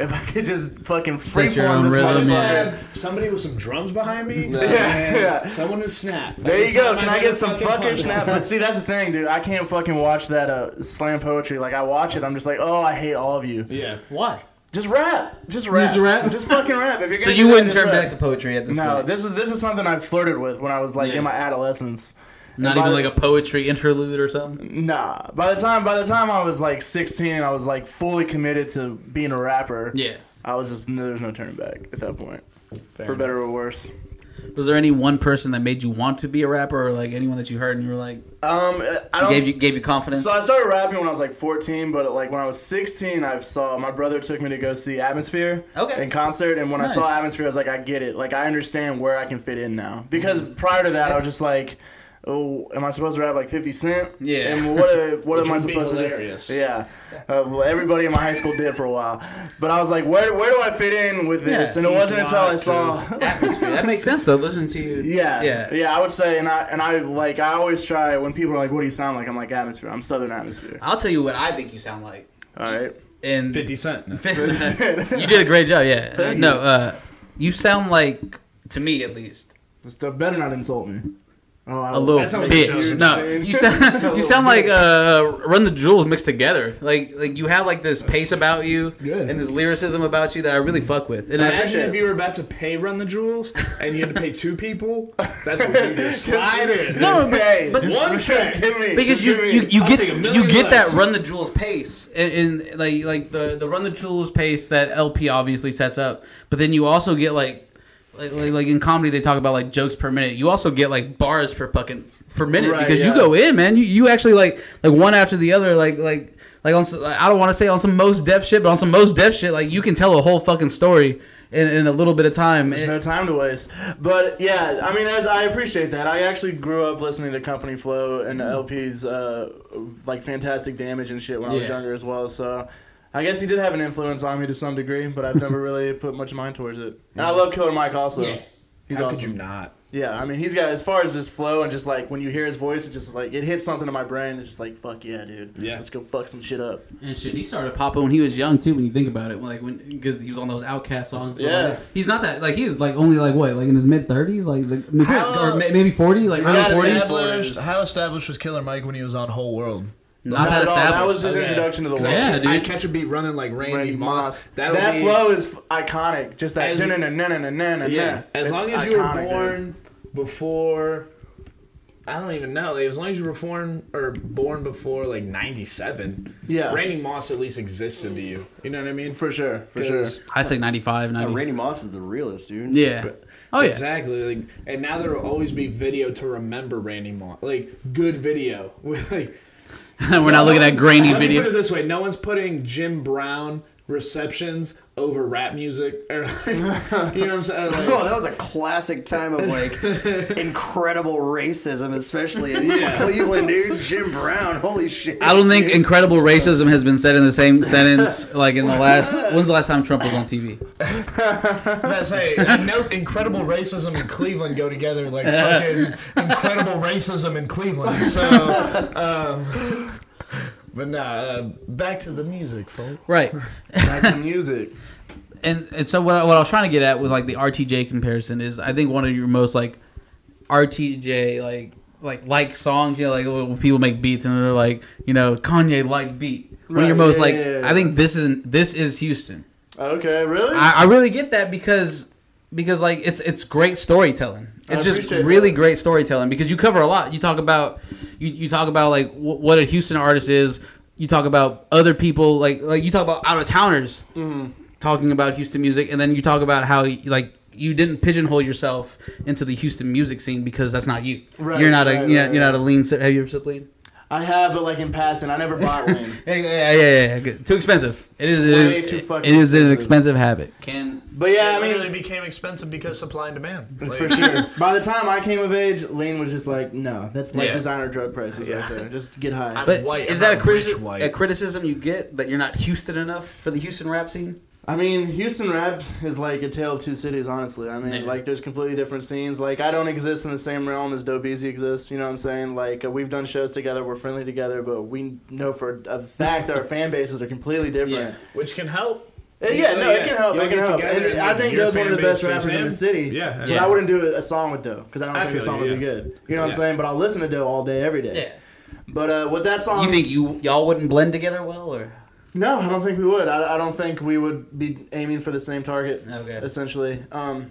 [SPEAKER 5] if I could just fucking
[SPEAKER 3] your
[SPEAKER 5] freeform
[SPEAKER 3] own
[SPEAKER 5] this
[SPEAKER 3] rhythm,
[SPEAKER 5] motherfucker.
[SPEAKER 3] yeah.
[SPEAKER 2] Somebody with some drums behind me.
[SPEAKER 5] Yeah, yeah.
[SPEAKER 2] Someone who snapped.
[SPEAKER 5] There you go.
[SPEAKER 2] Like,
[SPEAKER 5] Can I get some
[SPEAKER 2] motherfucking
[SPEAKER 5] fucker
[SPEAKER 2] punch.
[SPEAKER 5] snap? But see, that's the thing, dude. I can't fucking watch that uh, slam poetry. Like I watch it, I'm just like, oh, I hate all of you.
[SPEAKER 2] Yeah.
[SPEAKER 3] Why?
[SPEAKER 5] Just rap. Just rap.
[SPEAKER 3] Just rap?
[SPEAKER 5] Just fucking rap. If you're
[SPEAKER 3] So
[SPEAKER 5] gonna
[SPEAKER 3] you
[SPEAKER 5] do that,
[SPEAKER 3] wouldn't
[SPEAKER 5] just
[SPEAKER 3] turn
[SPEAKER 5] rap.
[SPEAKER 3] back to poetry at this
[SPEAKER 5] No,
[SPEAKER 3] point?
[SPEAKER 5] this is this is something I flirted with when I was like
[SPEAKER 3] Yeah.
[SPEAKER 5] in my adolescence.
[SPEAKER 3] Not
[SPEAKER 5] And by
[SPEAKER 3] even
[SPEAKER 5] the-
[SPEAKER 3] like a poetry interlude or something.
[SPEAKER 5] Nah. By the time by the time I was like 16, I was like fully committed to being a rapper.
[SPEAKER 3] Yeah.
[SPEAKER 5] I was just no, there was no turning back at that point. For better or worse.
[SPEAKER 3] Was there any one person that made you want to be a rapper, or like anyone that you heard and you were like
[SPEAKER 5] Um, I don't
[SPEAKER 3] gave you gave you confidence?
[SPEAKER 5] So I started rapping when I was like 14, but like when I was 16, I saw my brother took me to go see Atmosphere
[SPEAKER 3] Okay.
[SPEAKER 5] in concert, and when
[SPEAKER 3] Nice. Mm-hmm.
[SPEAKER 5] I saw Atmosphere, I was like, I get it, like I understand where I can fit in now. Because prior to that, I was just like, oh, am I supposed to rap like 50 Cent?
[SPEAKER 3] Yeah.
[SPEAKER 5] And what what
[SPEAKER 2] Which
[SPEAKER 5] am I
[SPEAKER 2] would be
[SPEAKER 5] supposed
[SPEAKER 2] hilarious.
[SPEAKER 5] to do? Yeah. Uh, well, everybody in my high school did for a while, but I was like, where where do I fit in with
[SPEAKER 3] Yeah,
[SPEAKER 5] this? and it wasn't until I saw.
[SPEAKER 3] Atmosphere. that makes sense though. Listening to you.
[SPEAKER 5] Yeah,
[SPEAKER 3] Yeah.
[SPEAKER 5] yeah, I would say, and I and I like I always try when people are like, "What do you sound like?" I'm like atmosphere. I'm Southern atmosphere.
[SPEAKER 3] I'll tell you what I think you sound like.
[SPEAKER 5] All right.
[SPEAKER 3] And
[SPEAKER 2] Fifty Cent. No.
[SPEAKER 3] you did a great job. Yeah. Uh, no. Uh, You sound like, to me at least,
[SPEAKER 5] It's better not insult me. Oh, I
[SPEAKER 3] a little
[SPEAKER 2] That's how it
[SPEAKER 3] bitch.
[SPEAKER 2] sounds.
[SPEAKER 3] No, you sound you sound like uh, Run the Jewels mixed together. Like like you have like this pace about you
[SPEAKER 5] Good.
[SPEAKER 3] and this lyricism about you that I really fuck with. And I think
[SPEAKER 2] Imagine
[SPEAKER 3] that-
[SPEAKER 2] if you were about to pay Run the Jewels and you had to pay two people. That's what you just slide in.
[SPEAKER 3] no, but,
[SPEAKER 5] Hey,
[SPEAKER 3] but-
[SPEAKER 2] One check.
[SPEAKER 5] give me.
[SPEAKER 3] because
[SPEAKER 5] just
[SPEAKER 3] you,
[SPEAKER 5] give me-
[SPEAKER 3] you, you
[SPEAKER 2] I'll
[SPEAKER 3] get
[SPEAKER 2] take a million
[SPEAKER 3] you get
[SPEAKER 2] less.
[SPEAKER 3] that Run the Jewels pace and, and like like the the Run the Jewels pace that LP obviously sets up. But then you also get like. Like, like, like in comedy, they talk about like jokes per minute. You also get like bars for fucking for minute
[SPEAKER 2] Right,
[SPEAKER 3] because you
[SPEAKER 2] yeah.
[SPEAKER 3] go in, man. You, you actually like like one after the other, like like like on. s- I don't want to say on some most deaf shit, but on some most deaf shit, like you can tell a whole fucking story in, in a little bit of time.
[SPEAKER 5] There's no time to waste. But yeah, I mean, as I appreciate that. I actually grew up listening to Company Flow and
[SPEAKER 3] Mm-hmm.
[SPEAKER 5] LP's uh, like Fantastic Damage and shit when I was
[SPEAKER 3] Yeah.
[SPEAKER 5] younger as well. So I guess he did have an influence on me to some degree, but I've never really put much mind towards it. And I love Killer Mike also.
[SPEAKER 3] Yeah.
[SPEAKER 5] He's
[SPEAKER 2] How could
[SPEAKER 5] awesome.
[SPEAKER 2] you not?
[SPEAKER 5] Yeah, I mean, he's got as far as his flow and just like when you hear his voice, it just like it hits something in my brain that's just like fuck yeah, dude.
[SPEAKER 2] Yeah.
[SPEAKER 5] let's go fuck some shit up.
[SPEAKER 3] And shit, he started popping when he was young too. When you think about it, like when because he was on those Outcast songs. and stuff like
[SPEAKER 5] Yeah.
[SPEAKER 3] that. he's not that like he was like only like what like in his mid thirties, like, like mid-
[SPEAKER 5] How-
[SPEAKER 3] or may, maybe forty, like early
[SPEAKER 5] got
[SPEAKER 3] forties.
[SPEAKER 5] established-
[SPEAKER 7] how established was Killer Mike when he was on Whole World?
[SPEAKER 3] Not
[SPEAKER 5] Not
[SPEAKER 3] that
[SPEAKER 5] at all. That was
[SPEAKER 3] established.
[SPEAKER 5] his
[SPEAKER 7] Okay.
[SPEAKER 5] introduction to the world.
[SPEAKER 3] Oh, Yeah,
[SPEAKER 2] I'd,
[SPEAKER 3] dude.
[SPEAKER 2] I'd catch a beat running like Randy,
[SPEAKER 5] Randy
[SPEAKER 2] Moss.
[SPEAKER 5] Moss.
[SPEAKER 2] That'll
[SPEAKER 5] that
[SPEAKER 2] be-
[SPEAKER 5] flow is f- iconic. Just that
[SPEAKER 2] As-
[SPEAKER 5] na na na na na na.
[SPEAKER 2] Yeah, as long as you were born before, I don't even know. Like, as long as you were born or born before like '97,
[SPEAKER 5] Yeah.
[SPEAKER 2] Randy Moss at least existed to you. You know what I mean?
[SPEAKER 5] for sure, for sure.
[SPEAKER 2] 'Cause-
[SPEAKER 3] I say 95,
[SPEAKER 4] Uh,
[SPEAKER 3] 90.
[SPEAKER 4] Randy Moss is the realest, dude.
[SPEAKER 3] yeah. oh yeah.
[SPEAKER 2] Exactly. Like, and now there will always be video to remember Randy Moss. Like good video. like
[SPEAKER 3] We're not looking at grainy
[SPEAKER 2] Let me Put it
[SPEAKER 3] video.
[SPEAKER 2] this way: no one's putting Jim Brown receptions over rap music. Or like, you know what I'm saying? Or,
[SPEAKER 4] Oh,
[SPEAKER 2] like,
[SPEAKER 4] that was a classic time of like incredible racism, especially in Cleveland, dude. Jim Brown, holy shit.
[SPEAKER 3] I don't think incredible racism has been said in the same sentence like in the last. When's the last time Trump was on TV?
[SPEAKER 7] That's hey, note incredible racism and Cleveland go together like fucking incredible racism in Cleveland. So, um, but nah, uh, back to the music, folks.
[SPEAKER 3] Right.
[SPEAKER 5] Back to music.
[SPEAKER 3] and and so what I, what I was trying to get at with like the RTJ comparison is I think one of your most like RTJ like like like songs you know like when people make beats and they're like you know Kanye like beat one of your
[SPEAKER 5] Right,
[SPEAKER 3] most
[SPEAKER 5] yeah,
[SPEAKER 3] like
[SPEAKER 5] yeah, yeah.
[SPEAKER 3] I think this is this is Houston
[SPEAKER 5] Okay, really?
[SPEAKER 3] I, I really get that because because like it's it's great storytelling. It's just
[SPEAKER 5] appreciate
[SPEAKER 3] really
[SPEAKER 5] that.
[SPEAKER 3] great storytelling because you cover a lot. You talk about you, you talk about like wh- what a Houston artist is. You talk about other people like like you talk about out of towners
[SPEAKER 5] Mm-hmm.
[SPEAKER 3] talking about Houston music, and then you talk about how like you didn't pigeonhole yourself into the Houston music scene because that's not you.
[SPEAKER 5] Right,
[SPEAKER 3] you're not a
[SPEAKER 5] right,
[SPEAKER 3] you're,
[SPEAKER 5] right,
[SPEAKER 3] you're not
[SPEAKER 5] right.
[SPEAKER 3] a lean. sip- Have you ever sipped lean?
[SPEAKER 5] I have, but like in passing, I never bought lean.
[SPEAKER 3] Yeah, yeah, yeah, yeah, yeah. good. Too expensive. It is. It
[SPEAKER 5] It's
[SPEAKER 3] is,
[SPEAKER 5] way too
[SPEAKER 3] it
[SPEAKER 5] fucking
[SPEAKER 3] is an
[SPEAKER 5] expensive.
[SPEAKER 3] expensive habit. Can
[SPEAKER 5] But yeah, I
[SPEAKER 7] it
[SPEAKER 5] mean,
[SPEAKER 7] literally became expensive because supply and demand. Like,
[SPEAKER 5] for sure. By the time I came of age, lean was just like, no, that's like
[SPEAKER 3] Yeah.
[SPEAKER 5] designer drug prices right there. Just get high.
[SPEAKER 7] I'm
[SPEAKER 3] But
[SPEAKER 7] white, I'm
[SPEAKER 3] is that a,
[SPEAKER 7] not rich
[SPEAKER 3] criti-
[SPEAKER 7] white.
[SPEAKER 3] a criticism you get that you're not Houston enough for the Houston rap scene?
[SPEAKER 5] I mean, Houston rap is like a tale of two cities, honestly. I mean,
[SPEAKER 3] Yeah.
[SPEAKER 5] like, there's completely different scenes. Like, I don't exist in the same realm as Dope Easy exists. You know what I'm saying? Like, uh, we've done shows together, we're friendly together, but we know for a fact that our fan bases are completely different.
[SPEAKER 7] which can help.
[SPEAKER 5] Uh, Yeah, no, it can help.
[SPEAKER 2] Y'all
[SPEAKER 5] It can
[SPEAKER 2] get
[SPEAKER 5] help.
[SPEAKER 2] together
[SPEAKER 5] And
[SPEAKER 2] and,
[SPEAKER 5] I
[SPEAKER 2] like,
[SPEAKER 5] think
[SPEAKER 2] your
[SPEAKER 5] Doe's one of the
[SPEAKER 2] fan
[SPEAKER 5] best
[SPEAKER 2] base
[SPEAKER 5] rappers
[SPEAKER 2] is
[SPEAKER 5] in the
[SPEAKER 2] him.
[SPEAKER 5] city.
[SPEAKER 7] Yeah, yeah.
[SPEAKER 5] But
[SPEAKER 3] Yeah.
[SPEAKER 5] I wouldn't do a song with Doe because I don't
[SPEAKER 2] I
[SPEAKER 5] think the
[SPEAKER 2] feel
[SPEAKER 5] song
[SPEAKER 2] you,
[SPEAKER 5] would be
[SPEAKER 2] yeah.
[SPEAKER 5] good. You know what
[SPEAKER 2] Yeah.
[SPEAKER 5] I'm saying? But I'll listen to Doe all day, every day. But uh, with that song,
[SPEAKER 3] You think you y'all wouldn't blend together well, or
[SPEAKER 5] No, I don't think we would. I, I don't think we would be aiming for the same target.
[SPEAKER 3] Okay.
[SPEAKER 5] Essentially. Um,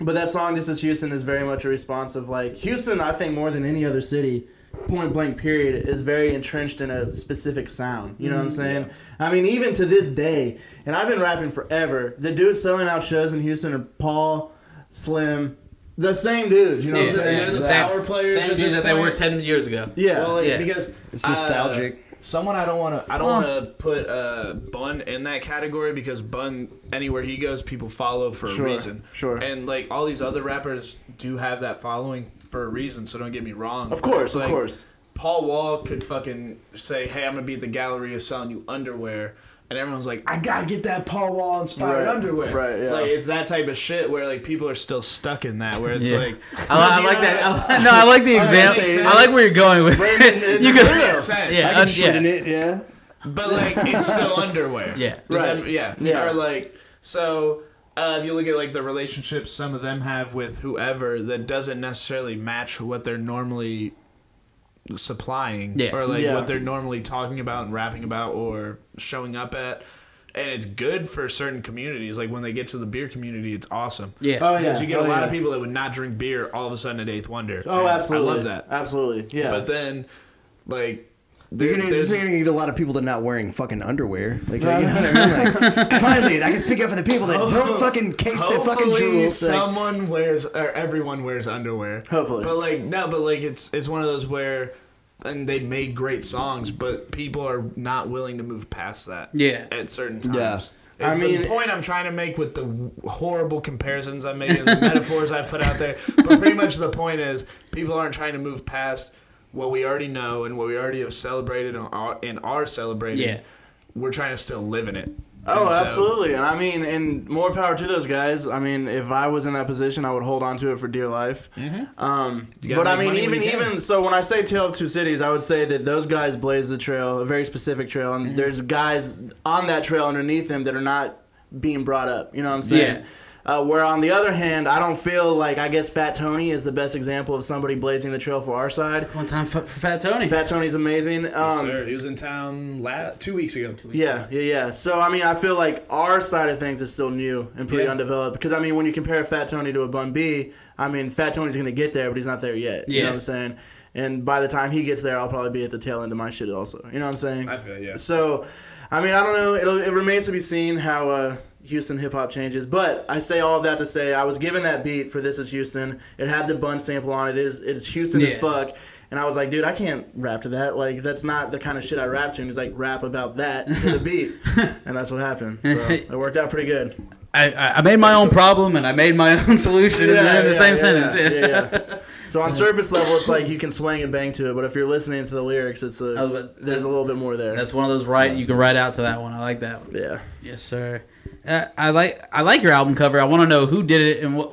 [SPEAKER 5] but that song, This Is Houston, is very much a response of like Houston, I think more than any other city, point blank period, is very entrenched in a specific sound. You know
[SPEAKER 2] Mm-hmm.
[SPEAKER 5] what I'm saying? I mean, even to this day, and I've been rapping forever, the dudes selling out shows in Houston are Paul, Slim, the same dudes. You know
[SPEAKER 3] Yeah,
[SPEAKER 5] what I'm saying?
[SPEAKER 2] they're the
[SPEAKER 5] Like,
[SPEAKER 2] same- power players
[SPEAKER 3] same
[SPEAKER 2] at
[SPEAKER 3] dudes
[SPEAKER 2] this
[SPEAKER 3] that they were
[SPEAKER 2] point?
[SPEAKER 3] ten years ago?
[SPEAKER 5] yeah.
[SPEAKER 2] Well, like,
[SPEAKER 3] Yeah.
[SPEAKER 2] because
[SPEAKER 4] It's nostalgic.
[SPEAKER 2] uh, someone I don't want to. I don't want to put uh, Bun in that category because Bun anywhere he goes, people follow for
[SPEAKER 5] Sure,
[SPEAKER 2] a reason.
[SPEAKER 5] sure.
[SPEAKER 2] And like all these other rappers do have that following for a reason. So don't get me wrong.
[SPEAKER 5] of course,
[SPEAKER 2] Like,
[SPEAKER 5] of course.
[SPEAKER 2] Paul Wall could fucking say, "Hey, I'm gonna be at the gallery of selling you underwear," and everyone's like, "I gotta get that Paul Wall inspired
[SPEAKER 5] Right,
[SPEAKER 2] underwear."
[SPEAKER 5] right, yeah.
[SPEAKER 2] Like it's that type of shit where like people are still stuck in that. Where it's
[SPEAKER 3] Yeah.
[SPEAKER 2] like,
[SPEAKER 3] I, li- I like that. I, li- no, I like the example.
[SPEAKER 5] makes
[SPEAKER 3] I like where you're going with.
[SPEAKER 5] Brandon,
[SPEAKER 3] it.
[SPEAKER 5] it's
[SPEAKER 3] you
[SPEAKER 2] "That
[SPEAKER 3] could,
[SPEAKER 2] makes sense."
[SPEAKER 3] yeah, un-
[SPEAKER 4] shit in
[SPEAKER 3] yeah.
[SPEAKER 4] it, yeah.
[SPEAKER 2] but like it's still underwear.
[SPEAKER 3] Yeah.
[SPEAKER 2] Does
[SPEAKER 5] Right.
[SPEAKER 2] that- yeah.
[SPEAKER 5] Yeah.
[SPEAKER 2] Or like so. uh, if you look at like the relationships some of them have with whoever that doesn't necessarily match what they're normally supplying
[SPEAKER 3] Yeah.
[SPEAKER 2] or like
[SPEAKER 5] Yeah.
[SPEAKER 2] what they're normally talking about and rapping about or showing up at and it's good for certain communities like when they get to the beer community it's awesome
[SPEAKER 3] Yeah.
[SPEAKER 5] Oh yeah,
[SPEAKER 2] because you get
[SPEAKER 5] oh,
[SPEAKER 2] a lot
[SPEAKER 5] yeah.
[SPEAKER 2] of people that would not drink beer all of a sudden at eighth wonder
[SPEAKER 5] Oh, absolutely.
[SPEAKER 2] i love that
[SPEAKER 5] Absolutely. Yeah.
[SPEAKER 2] but then like
[SPEAKER 4] You're
[SPEAKER 2] there,
[SPEAKER 4] gonna,
[SPEAKER 2] there's-
[SPEAKER 4] there's gonna need a lot of people that not wearing fucking underwear. Like, you know what I mean? Like, finally, I can speak up for the people that don't fucking case their fucking
[SPEAKER 2] Hopefully
[SPEAKER 4] jewels. Like,
[SPEAKER 2] Someone wears or everyone wears underwear.
[SPEAKER 5] Hopefully.
[SPEAKER 2] But like no, but like it's it's one of those where and they made great songs, but people are not willing to move past that.
[SPEAKER 3] Yeah.
[SPEAKER 2] At certain
[SPEAKER 4] Yeah.
[SPEAKER 2] times. It's
[SPEAKER 5] I mean-
[SPEAKER 2] the point I'm trying to make with the w- horrible comparisons I'm making, the metaphors I've put out there. But pretty much the point is, people aren't trying to move past what we already know and what we already have celebrated and are, and are celebrating.
[SPEAKER 3] Yeah.
[SPEAKER 2] We're trying to still live in it.
[SPEAKER 5] Oh,
[SPEAKER 2] And so-
[SPEAKER 5] absolutely. And I mean, and more power to those guys. I mean, if I was in that position, I would hold on to it for dear life. Um,
[SPEAKER 2] Mm-hmm. You gotta
[SPEAKER 5] but I
[SPEAKER 2] make
[SPEAKER 5] mean,
[SPEAKER 2] money
[SPEAKER 5] even
[SPEAKER 2] when you can.
[SPEAKER 5] even so, when I say Tale of Two Cities, I would say that those guys blaze the trail, a very specific trail,
[SPEAKER 2] Mm-hmm.
[SPEAKER 5] and there's guys on that trail underneath them that are not being brought up. You know what I'm saying?
[SPEAKER 3] Yeah.
[SPEAKER 5] Uh, where on the other hand, I don't feel like I guess Fat Tony is the best example of somebody blazing the trail for our side.
[SPEAKER 3] One time for, for Fat Tony.
[SPEAKER 5] Fat Tony's amazing. Um,
[SPEAKER 2] Sir, he was in town la- two weeks ago.
[SPEAKER 5] Yeah, yeah, yeah. So I mean, I feel like our side of things is still new and pretty
[SPEAKER 2] Yeah.
[SPEAKER 5] undeveloped. Because I mean, when you compare Fat Tony to a Bun B, I mean, Fat Tony's gonna get there, but he's not there yet. You know
[SPEAKER 3] Yeah.
[SPEAKER 5] what I'm saying? And by the time he gets there, I'll probably be at the tail end of my shit also. You know what I'm saying?
[SPEAKER 2] I feel yeah.
[SPEAKER 5] So, I mean, I don't know. It'll, it remains to be seen how uh, Houston hip hop changes. But I say all of that to say I was given that beat for "This Is Houston." It had the Bun sample on it. it is it's Houston as
[SPEAKER 3] Yeah.
[SPEAKER 5] fuck. And I was like, dude, I can't rap to that. Like, that's not the kind of shit I rap to. And he's like, rap about that to the beat. and that's what happened. So it worked out pretty good.
[SPEAKER 3] I, I I made my own problem and I made my own solution in the same sentence.
[SPEAKER 5] Yeah, yeah. So on surface level, it's like you can swing and bang to it. But if you're listening to the lyrics, it's
[SPEAKER 3] Oh,
[SPEAKER 5] a,
[SPEAKER 3] but-
[SPEAKER 5] there's a little bit more there.
[SPEAKER 3] That's one of those right you can write out to that one. I like that one.
[SPEAKER 5] yeah.
[SPEAKER 3] Yes, sir. Uh, I like I like your album cover. I want to know who did it and what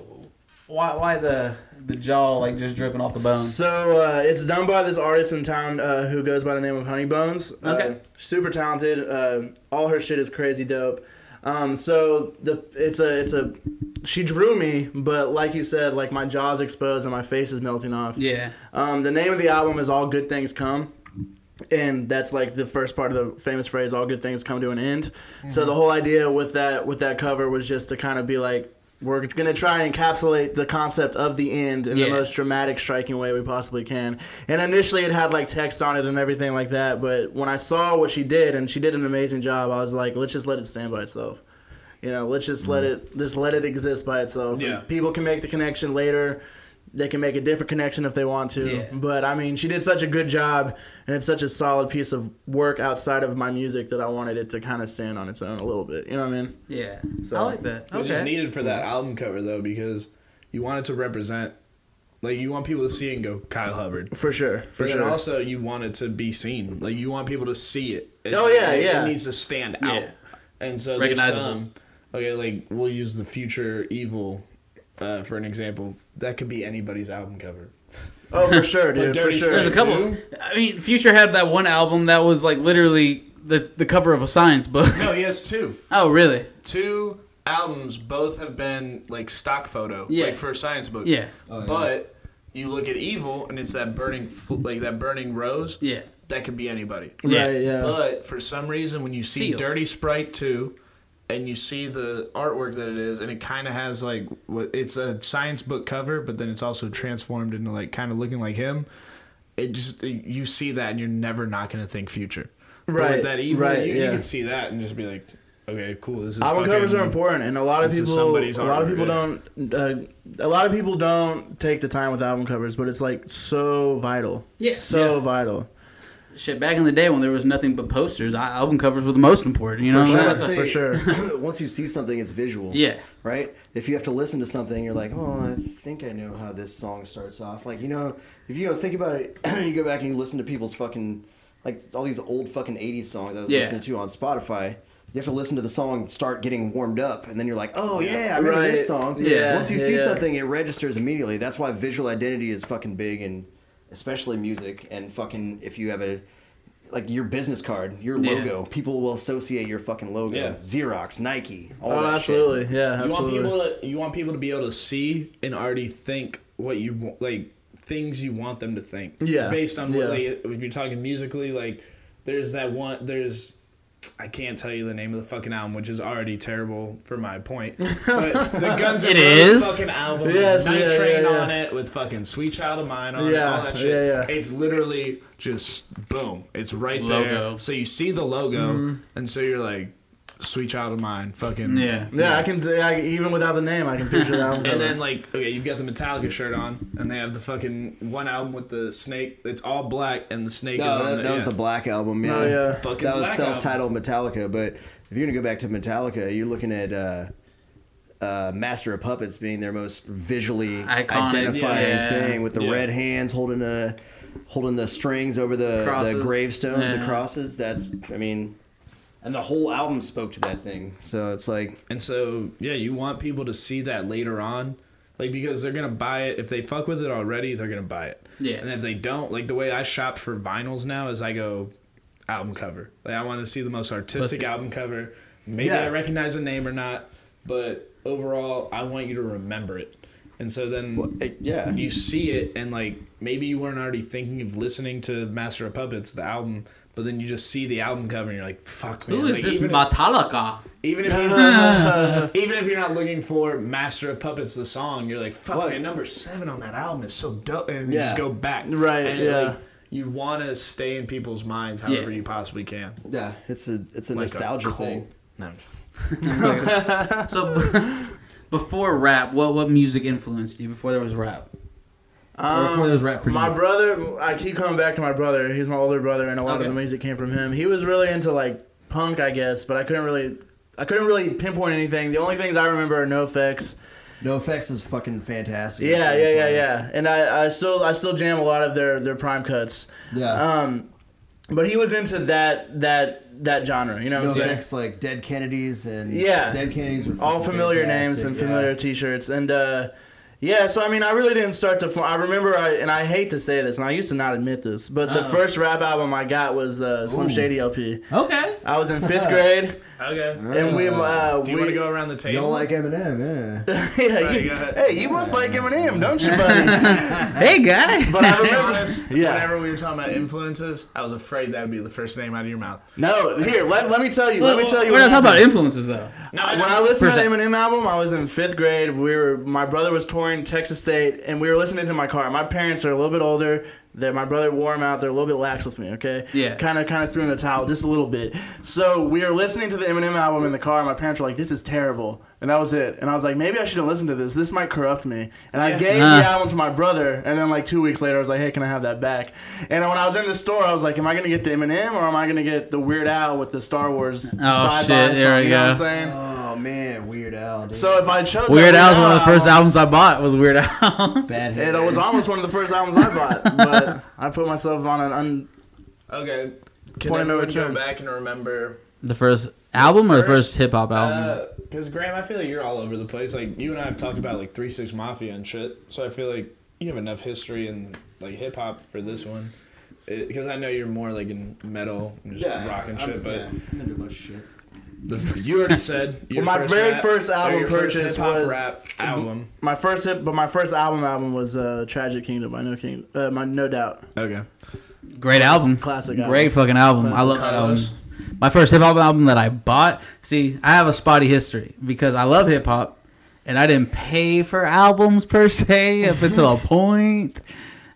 [SPEAKER 3] why why the the jaw like just dripping off the bone.
[SPEAKER 5] So uh, it's done by this artist in town uh, who goes by the name of Honey Bones.
[SPEAKER 3] Okay.
[SPEAKER 5] Uh, super talented. Uh, all her shit is crazy dope. Um, so the it's a it's a she drew me, but like you said, like my jaw's exposed and my face is melting off.
[SPEAKER 3] Yeah.
[SPEAKER 5] Um, the name of the album is All Good Things Come. And that's like the first part of the famous phrase "All good things come to an end." So the whole idea with that with that cover was just to kind of be like, we're gonna try and encapsulate the concept of the end in
[SPEAKER 3] Yeah.
[SPEAKER 5] the most dramatic, striking way we possibly can. And initially, it had like text on it and everything like that. But when I saw what she did, and she did an amazing job, I was like, let's just let it stand by itself. You know, let's just let it just let it exist by itself.
[SPEAKER 2] Yeah.
[SPEAKER 5] And people can make the connection later. They can make a different connection if they want to.
[SPEAKER 3] Yeah.
[SPEAKER 5] But I mean, she did such a good job, and it's such a solid piece of work outside of my music that I wanted it to kind of stand on its own a little bit. You know what I mean?
[SPEAKER 3] Yeah.
[SPEAKER 5] So-
[SPEAKER 3] I like that.
[SPEAKER 2] Which is
[SPEAKER 3] Okay.
[SPEAKER 2] needed for that album cover though, because you want it to represent, like you want people to see it and go Kyle Hubbard.
[SPEAKER 5] For sure. For
[SPEAKER 2] but then
[SPEAKER 5] sure.
[SPEAKER 2] also you want it to be seen. Like you want people to see it. It-
[SPEAKER 5] Oh, yeah,
[SPEAKER 2] it,
[SPEAKER 5] yeah.
[SPEAKER 2] It needs to stand
[SPEAKER 3] Yeah.
[SPEAKER 2] out. And so there's
[SPEAKER 3] Recognizable.
[SPEAKER 2] some. Okay, like we'll use the future evil. Uh, for an example, that could be anybody's album cover.
[SPEAKER 5] oh, for sure,
[SPEAKER 2] Like
[SPEAKER 5] dude. for
[SPEAKER 2] Dirty
[SPEAKER 5] sure.
[SPEAKER 3] There's a couple. I mean, Future had that one album that was like literally the the cover of a science book.
[SPEAKER 2] No, he has two.
[SPEAKER 3] oh, really?
[SPEAKER 2] two albums both have been like stock photo
[SPEAKER 3] Yeah.
[SPEAKER 2] like for science books
[SPEAKER 3] Yeah.
[SPEAKER 2] but you look at evil and it's that burning fl- like that burning rose
[SPEAKER 3] Yeah.
[SPEAKER 2] that could be anybody
[SPEAKER 3] Yeah.
[SPEAKER 5] Right, yeah.
[SPEAKER 2] but for some reason when you see
[SPEAKER 3] Seal.
[SPEAKER 2] dirty sprite 2 and you see the artwork that it is and it kind of has like what it's a science book cover but then it's also transformed into like kind of looking like him it just you see that and you're never not going to think future But with
[SPEAKER 5] Right,
[SPEAKER 2] that evil
[SPEAKER 5] right,
[SPEAKER 2] you,
[SPEAKER 5] yeah.
[SPEAKER 2] you can see that and just be like okay cool this is
[SPEAKER 5] album covers are
[SPEAKER 2] fucking-
[SPEAKER 5] important, and a lot of
[SPEAKER 2] this is
[SPEAKER 5] people,
[SPEAKER 2] somebody's
[SPEAKER 5] a lot of
[SPEAKER 2] artwork,
[SPEAKER 5] people don't, uh, a lot of people don't take the time with album covers, but it's like so vital.
[SPEAKER 3] Yeah.
[SPEAKER 5] So
[SPEAKER 3] Yeah.
[SPEAKER 5] vital.
[SPEAKER 3] Shit, back in the day when there was nothing but posters, I- album covers were the most important. You know,
[SPEAKER 5] For
[SPEAKER 3] what
[SPEAKER 5] sure.
[SPEAKER 3] I'm
[SPEAKER 5] That's
[SPEAKER 3] saying?
[SPEAKER 5] for sure.
[SPEAKER 4] once you see something, it's visual.
[SPEAKER 3] Yeah.
[SPEAKER 4] Right? If you have to listen to something, you're like, oh, I think I know how this song starts off. Like, you know, if you don't think about it, you go back and you listen to people's fucking, like, all these old fucking 80s songs I was
[SPEAKER 3] Yeah.
[SPEAKER 4] listening to on Spotify. You have to listen to the song start getting warmed up, and then you're like, oh, yeah, I remember
[SPEAKER 5] Right.
[SPEAKER 4] this song.
[SPEAKER 5] Yeah,
[SPEAKER 4] Once you
[SPEAKER 5] yeah,
[SPEAKER 4] see
[SPEAKER 5] yeah.
[SPEAKER 4] something, it registers immediately. That's why visual identity is fucking big, and especially music, and fucking if you have a like your business card, your
[SPEAKER 3] Yeah.
[SPEAKER 4] logo. People will associate your fucking logo.
[SPEAKER 2] Yeah.
[SPEAKER 4] Xerox, Nike, all
[SPEAKER 5] Oh,
[SPEAKER 4] that shit.
[SPEAKER 5] absolutely. Yeah,
[SPEAKER 2] You want
[SPEAKER 5] absolutely.
[SPEAKER 2] people to you want people to be able to see and already think what you want, like things you want them to think.
[SPEAKER 5] Yeah.
[SPEAKER 2] Based on what
[SPEAKER 5] Yeah.
[SPEAKER 2] they, if you're talking musically, like there's that one there's I can't tell you the name of the fucking album, which is already terrible for my point. But the Guns N'
[SPEAKER 3] It
[SPEAKER 2] Roses
[SPEAKER 3] is?
[SPEAKER 2] fucking album,
[SPEAKER 5] Yes,
[SPEAKER 2] with Night
[SPEAKER 5] yeah,
[SPEAKER 2] Train
[SPEAKER 5] yeah, yeah.
[SPEAKER 2] on it, with fucking Sweet Child of Mine on
[SPEAKER 5] Yeah,
[SPEAKER 2] it, all that shit.
[SPEAKER 5] yeah, yeah.
[SPEAKER 2] It's literally just boom. It's right
[SPEAKER 3] Logo.
[SPEAKER 2] there. So you see the logo,
[SPEAKER 5] Mm-hmm.
[SPEAKER 2] and so you're like, Sweet Child of Mine, fucking
[SPEAKER 3] Yeah.
[SPEAKER 5] yeah, I can. I, can- even without the name, I can picture that. one
[SPEAKER 2] and then
[SPEAKER 5] cover.
[SPEAKER 2] like okay, you've got the Metallica shirt on, and they have the fucking one album with the snake. It's all black, and the snake is
[SPEAKER 4] No,
[SPEAKER 2] on
[SPEAKER 4] that,
[SPEAKER 2] the,
[SPEAKER 4] that was
[SPEAKER 2] yeah.
[SPEAKER 4] the Black album. Yeah.
[SPEAKER 5] Oh, yeah.
[SPEAKER 2] Fucking
[SPEAKER 4] that was
[SPEAKER 2] Black
[SPEAKER 4] self-titled Metallica. But if you're gonna go back to Metallica, you're looking at uh, uh, Master of Puppets being their most visually
[SPEAKER 3] Iconic,
[SPEAKER 4] identifying
[SPEAKER 3] yeah.
[SPEAKER 4] thing, with the
[SPEAKER 2] Yeah.
[SPEAKER 4] red hands holding a holding the strings over the,
[SPEAKER 3] Crosses.
[SPEAKER 4] the gravestones,
[SPEAKER 3] Yeah.
[SPEAKER 4] the crosses. That's I mean, and the whole album spoke to that thing. So it's like
[SPEAKER 2] and so yeah, you want people to see that later on, like because they're gonna buy it if they fuck with it already, they're gonna buy it.
[SPEAKER 3] Yeah.
[SPEAKER 2] and if they don't, like the way I shop for vinyls now is I go album cover. Like I want to see the most artistic album cover. Maybe
[SPEAKER 4] Yeah.
[SPEAKER 2] I recognize a name or not, but overall, I want you to remember it. And so then,
[SPEAKER 4] it- yeah.
[SPEAKER 2] you see it and like maybe you weren't already thinking of listening to Master of Puppets the album, but then you just see the album cover and you're like, "Fuck man!"
[SPEAKER 3] Who is
[SPEAKER 2] like,
[SPEAKER 3] this
[SPEAKER 2] even,
[SPEAKER 3] Metallica?
[SPEAKER 2] if, even if you're, even if you're not looking for Master of Puppets the song, you're like, "Fuck
[SPEAKER 4] What?
[SPEAKER 2] man!" Number seven on that album is so dope, and you
[SPEAKER 4] Yeah.
[SPEAKER 2] just go back,
[SPEAKER 5] Right,
[SPEAKER 2] And,
[SPEAKER 5] yeah.
[SPEAKER 2] like, you want to stay in people's minds however
[SPEAKER 3] Yeah.
[SPEAKER 2] you possibly can.
[SPEAKER 4] yeah, it's a it's a
[SPEAKER 2] Like a
[SPEAKER 4] nostalgia
[SPEAKER 2] cult.
[SPEAKER 4] thing.
[SPEAKER 2] No, I'm just-
[SPEAKER 3] So b- before rap, what what music influenced you? Before there was rap, or before there was rap for
[SPEAKER 5] Um, my
[SPEAKER 3] you?
[SPEAKER 5] brother, I keep coming back to my brother. He's my older brother, and a lot
[SPEAKER 3] Okay.
[SPEAKER 5] of the music came from him. He was really into like punk, I guess, but I couldn't really, I couldn't really pinpoint anything. The only things I remember are NoFX.
[SPEAKER 4] No effects is fucking fantastic.
[SPEAKER 5] Yeah, yeah, yeah,
[SPEAKER 4] It's-
[SPEAKER 5] yeah. And I, I still, I still jam a lot of their their prime cuts.
[SPEAKER 4] yeah.
[SPEAKER 5] Um, but he was into that that that genre. You know what
[SPEAKER 4] No
[SPEAKER 5] I'm saying?
[SPEAKER 4] effects like Dead Kennedys and
[SPEAKER 5] Yeah.
[SPEAKER 4] Dead Kennedys were
[SPEAKER 5] all
[SPEAKER 4] fucking
[SPEAKER 5] familiar names
[SPEAKER 4] fantastic,
[SPEAKER 5] and
[SPEAKER 4] yeah.
[SPEAKER 5] familiar t-shirts and uh yeah, so I mean, I really didn't start to. Form, I remember, I, and I hate to say this, and I used to not admit this, but the
[SPEAKER 2] Uh-huh.
[SPEAKER 3] Uh-oh.
[SPEAKER 5] first rap album I got was uh, Slim Shady LP.
[SPEAKER 3] okay.
[SPEAKER 5] I was in fifth grade,
[SPEAKER 2] okay.
[SPEAKER 5] and we uh,
[SPEAKER 2] Do
[SPEAKER 5] we
[SPEAKER 2] you want to go around the table?
[SPEAKER 4] You don't like Eminem, yeah.
[SPEAKER 5] yeah,
[SPEAKER 2] Sorry,
[SPEAKER 5] you-
[SPEAKER 2] go ahead.
[SPEAKER 5] hey, you must like Eminem, don't you, buddy?
[SPEAKER 3] Hey guy.
[SPEAKER 5] but I
[SPEAKER 2] To be
[SPEAKER 5] remember.
[SPEAKER 2] honest,
[SPEAKER 5] Yeah.
[SPEAKER 2] whenever we were talking about influences, I was afraid that would be the first name out of your mouth.
[SPEAKER 5] No, here, let, let me tell you. let me tell you.
[SPEAKER 3] We're
[SPEAKER 5] what
[SPEAKER 3] not talking about
[SPEAKER 5] happened.
[SPEAKER 3] influences though.
[SPEAKER 2] No, I
[SPEAKER 5] When I listened to
[SPEAKER 3] Percent.
[SPEAKER 5] Eminem album, I was in fifth grade. We were my brother was touring Texas State, and we were listening to it in my car. My parents are a little bit older. That my brother wore them out. They're a little bit lax with me. Okay.
[SPEAKER 3] Yeah.
[SPEAKER 5] Kind of, kind of threw in the towel just a little bit. So we were listening to the Eminem album in the car. and My parents were like, "This is terrible," and that was it. And I was like, "Maybe I shouldn't listen to this. This might corrupt me." And I gave
[SPEAKER 3] Huh.
[SPEAKER 5] the album to my brother, and then like two weeks later, I was like, "Hey, can I have that back?" And when I was in the store, I was like, "Am I gonna get the Eminem or am I gonna get the Weird Al with the Star Wars?"
[SPEAKER 3] Oh, shit, there we
[SPEAKER 5] you know what I'm
[SPEAKER 3] go.
[SPEAKER 5] saying?
[SPEAKER 4] Oh man, Weird Al. Dude.
[SPEAKER 5] So if I chose
[SPEAKER 3] Weird
[SPEAKER 5] that
[SPEAKER 3] Al's one of the first
[SPEAKER 5] album,
[SPEAKER 3] albums I bought was Weird Al.
[SPEAKER 4] bad hit.
[SPEAKER 5] It was almost one of the first albums I bought, but I put myself on an un.
[SPEAKER 2] Okay. Can
[SPEAKER 5] Point of no
[SPEAKER 2] everyone
[SPEAKER 5] return.
[SPEAKER 2] go back and remember?
[SPEAKER 3] the first album or the
[SPEAKER 2] First,
[SPEAKER 3] first hip hop
[SPEAKER 5] uh,
[SPEAKER 3] album?
[SPEAKER 2] Because Uh, Graham, I feel like you're all over the place. Like you and I have talked about like Three Six Mafia and shit. So I feel like you have enough history and like hip hop for this one. Because I know you're more like in metal and just rock and shit.
[SPEAKER 4] I'm,
[SPEAKER 2] but
[SPEAKER 4] yeah, I'm into much shit.
[SPEAKER 2] the, you already said your
[SPEAKER 5] Well, my
[SPEAKER 2] first
[SPEAKER 5] very
[SPEAKER 2] rap-
[SPEAKER 5] first
[SPEAKER 2] or
[SPEAKER 5] album
[SPEAKER 2] your first
[SPEAKER 5] purchase
[SPEAKER 2] hip-hop
[SPEAKER 5] was-
[SPEAKER 2] rap album.
[SPEAKER 5] My first hip, but my first album album was uh, "Tragic Kingdom" by No King, uh, my No Doubt.
[SPEAKER 2] Okay.
[SPEAKER 3] Great album.
[SPEAKER 5] classic album.
[SPEAKER 3] Great fucking album. I
[SPEAKER 5] Classic
[SPEAKER 3] love that album.
[SPEAKER 2] Carlos.
[SPEAKER 3] My first hip hop album that I bought. See, I have a spotty history because I love hip hop, and I didn't pay for albums per se up until a point.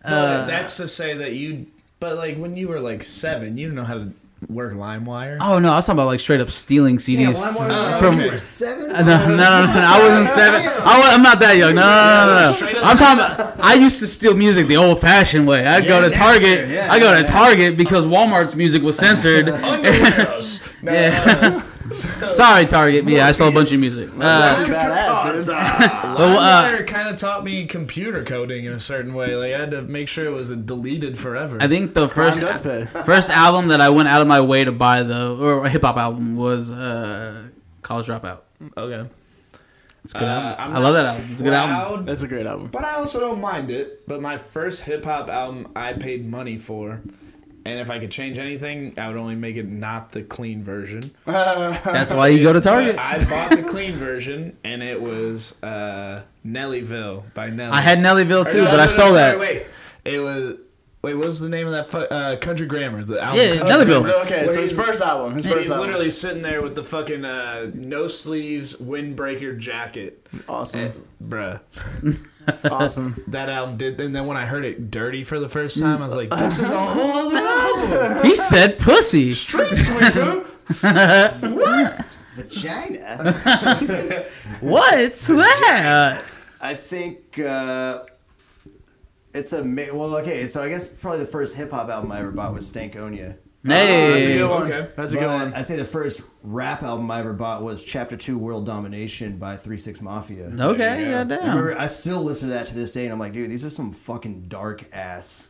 [SPEAKER 5] Uh,
[SPEAKER 2] But that's to say that you. But like when you were like seven, you didn't know how to work LimeWire.
[SPEAKER 3] Oh no, I was talking about like straight up stealing
[SPEAKER 4] Yeah,
[SPEAKER 3] CDs
[SPEAKER 4] why more
[SPEAKER 3] f-
[SPEAKER 4] from
[SPEAKER 3] from.
[SPEAKER 4] okay. seven?
[SPEAKER 3] No,
[SPEAKER 5] Uh,
[SPEAKER 3] no, no, no, no, I wasn't seven. I was, I'm not that young. No, no, no, no, no. I'm talking. About, I used to steal music the old-fashioned way. I'd go to
[SPEAKER 4] that's
[SPEAKER 3] Target.
[SPEAKER 4] true. Yeah,
[SPEAKER 3] I go
[SPEAKER 4] yeah.
[SPEAKER 3] to Target because Walmart's music was censored.
[SPEAKER 5] Oh,
[SPEAKER 2] Underwears. No,
[SPEAKER 3] Yeah. Sorry, Target. But yeah, I stole a bunch of music. Uh,
[SPEAKER 5] That's badass, dude.
[SPEAKER 2] But,
[SPEAKER 3] uh,
[SPEAKER 2] kind of taught me computer coding in a certain way. Like I had to make sure it was uh, deleted forever.
[SPEAKER 3] I think the
[SPEAKER 5] First
[SPEAKER 3] first
[SPEAKER 5] does pay.
[SPEAKER 3] first album that I went out of my way to buy though, or a hip hop album, was uh, College Dropout.
[SPEAKER 2] okay.
[SPEAKER 3] It's a
[SPEAKER 2] Uh,
[SPEAKER 3] good
[SPEAKER 2] I'm
[SPEAKER 3] album. Um, I
[SPEAKER 2] not
[SPEAKER 3] love that album. It's a good album.
[SPEAKER 2] Loud,
[SPEAKER 5] That's a great album.
[SPEAKER 2] But I also don't mind it. But my first hip hop album I paid money for, And if I could change anything, I would only make it not the clean version.
[SPEAKER 3] That's why Oh, you go to Target.
[SPEAKER 2] But I bought the clean version, and it was uh, Nellyville by Nelly.
[SPEAKER 3] I had Nellyville
[SPEAKER 2] Or
[SPEAKER 3] too,
[SPEAKER 2] no,
[SPEAKER 3] but
[SPEAKER 2] no,
[SPEAKER 3] I
[SPEAKER 2] no,
[SPEAKER 3] stole
[SPEAKER 2] sorry,
[SPEAKER 3] that.
[SPEAKER 2] Wait, it was. Wait, what was the name of that fu- uh, Country Grammar? The album
[SPEAKER 3] Yeah,
[SPEAKER 2] Country
[SPEAKER 3] Nellyville.
[SPEAKER 2] Grammar?
[SPEAKER 5] Okay,
[SPEAKER 2] Where
[SPEAKER 5] so his
[SPEAKER 2] he's-
[SPEAKER 5] first album. His first
[SPEAKER 2] He's
[SPEAKER 5] album.
[SPEAKER 2] literally sitting there with the fucking uh, no sleeves windbreaker jacket,
[SPEAKER 5] awesome.
[SPEAKER 2] bruh.
[SPEAKER 5] awesome.
[SPEAKER 2] That album did, and then when I heard it dirty for the first time, I was like, "This is a whole other album."
[SPEAKER 3] He said pussy.
[SPEAKER 2] Street sweeper.
[SPEAKER 4] Vagina.
[SPEAKER 3] What's that?
[SPEAKER 4] I think uh, it's a ma- well. Okay, so I guess probably the first hip hop album I ever bought was Stankonia.
[SPEAKER 3] Hey.
[SPEAKER 2] Okay.
[SPEAKER 5] That's a good
[SPEAKER 4] But
[SPEAKER 5] one.
[SPEAKER 4] I'd say the first rap album I ever bought was Chapter Two: World Domination by Three Six Mafia.
[SPEAKER 3] Okay,
[SPEAKER 2] There you go.
[SPEAKER 4] I
[SPEAKER 3] goddamn.
[SPEAKER 4] remember I still listen to that to this day, and I'm like, dude, these are some fucking dark ass.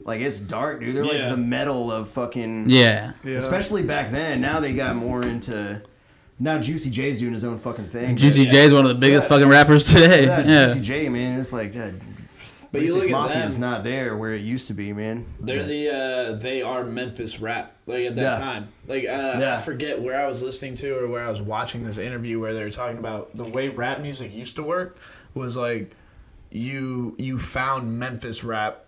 [SPEAKER 4] Like it's dark, dude. They're
[SPEAKER 2] Yeah.
[SPEAKER 4] like the metal of fucking.
[SPEAKER 3] Yeah.
[SPEAKER 4] Especially back then. Now they got more into. Now Juicy J's doing his own fucking thing.
[SPEAKER 3] Juicy J is one of the biggest fucking rappers today.
[SPEAKER 4] Yeah,
[SPEAKER 3] Yeah.
[SPEAKER 4] Juicy J, man. It's like that.
[SPEAKER 2] But you
[SPEAKER 4] 36
[SPEAKER 2] look at
[SPEAKER 4] Mafia is
[SPEAKER 2] them.
[SPEAKER 4] not there where it used to be, man.
[SPEAKER 2] They're the uh, they are Memphis rap like at that
[SPEAKER 4] Yeah.
[SPEAKER 2] time. Like uh,
[SPEAKER 4] Yeah.
[SPEAKER 2] I forget where I was listening to or where I was watching this interview where they were talking about the way rap music used to work was like you you found Memphis rap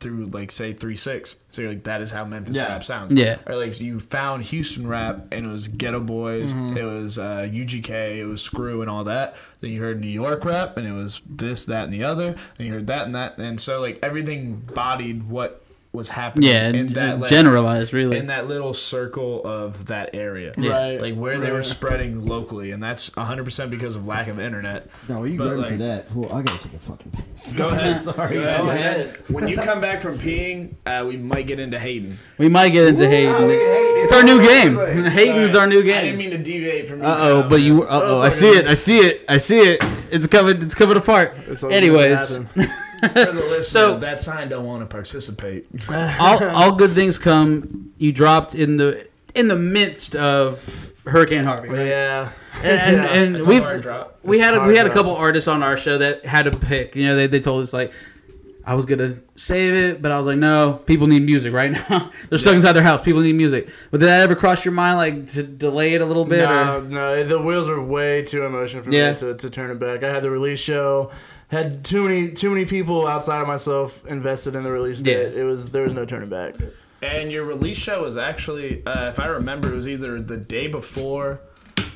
[SPEAKER 2] through like say three six. So you're like that is how Memphis
[SPEAKER 4] Yeah.
[SPEAKER 2] rap sounds.
[SPEAKER 3] Yeah.
[SPEAKER 2] Or like you found Houston rap and it was Ghetto Boys,
[SPEAKER 3] Mm-hmm.
[SPEAKER 2] it was uh, UGK, it was Screw and all that. Then you heard New York rap and it was this, that, and the other. Then you heard that and that, and so like everything bodied what was happening.
[SPEAKER 3] Yeah.
[SPEAKER 2] in
[SPEAKER 3] g-
[SPEAKER 2] that like,
[SPEAKER 3] generalized, really.
[SPEAKER 2] in that little circle of that area.
[SPEAKER 3] Yeah.
[SPEAKER 5] Right.
[SPEAKER 2] Like where they were
[SPEAKER 5] Right.
[SPEAKER 2] spreading locally, and that's 100% because of lack of internet.
[SPEAKER 4] No, are you
[SPEAKER 2] But,
[SPEAKER 4] grabbing for
[SPEAKER 2] like-
[SPEAKER 4] that? Well, I gotta take a fucking piss.
[SPEAKER 2] Go ahead.
[SPEAKER 4] Sorry.
[SPEAKER 2] Go
[SPEAKER 4] dude.
[SPEAKER 2] ahead. When you come back from peeing, uh, we might get into Hayden.
[SPEAKER 3] we might get into Hayden. It's our new game. Hayden's our new
[SPEAKER 2] I didn't
[SPEAKER 3] game.
[SPEAKER 2] mean to deviate from.
[SPEAKER 3] Uh oh, but you. Uh oh, I see it. I see it. I see it. It's coming. It's coming apart. Anyways,
[SPEAKER 2] For the listener,
[SPEAKER 3] So-
[SPEAKER 2] that sign don't want to participate.
[SPEAKER 3] all, all good things come. You dropped in the in the midst of Hurricane Harvey, right?
[SPEAKER 5] yeah.
[SPEAKER 3] and,
[SPEAKER 5] Yeah,
[SPEAKER 3] and,
[SPEAKER 2] it's
[SPEAKER 3] and
[SPEAKER 2] a
[SPEAKER 3] we
[SPEAKER 2] hard drop.
[SPEAKER 3] we
[SPEAKER 5] It's
[SPEAKER 3] had a,
[SPEAKER 5] hard
[SPEAKER 3] we had a
[SPEAKER 5] drop.
[SPEAKER 3] couple artists on our show that had to pick. You know, they, they told us like, I was gonna save it, but I was like, no, people need music right now. They're stuck inside their house. People need music. But did that ever cross your mind like to delay it a little bit?
[SPEAKER 5] No,
[SPEAKER 3] or?
[SPEAKER 5] no, the wheels were way too emotional for
[SPEAKER 3] Yeah.
[SPEAKER 5] me to, to turn it back. I had the release show, had too many too many people outside of myself invested in the release
[SPEAKER 3] Yeah.
[SPEAKER 5] date. It was there was no turning back.
[SPEAKER 2] And your release show was actually, uh, if I remember, it was either the day before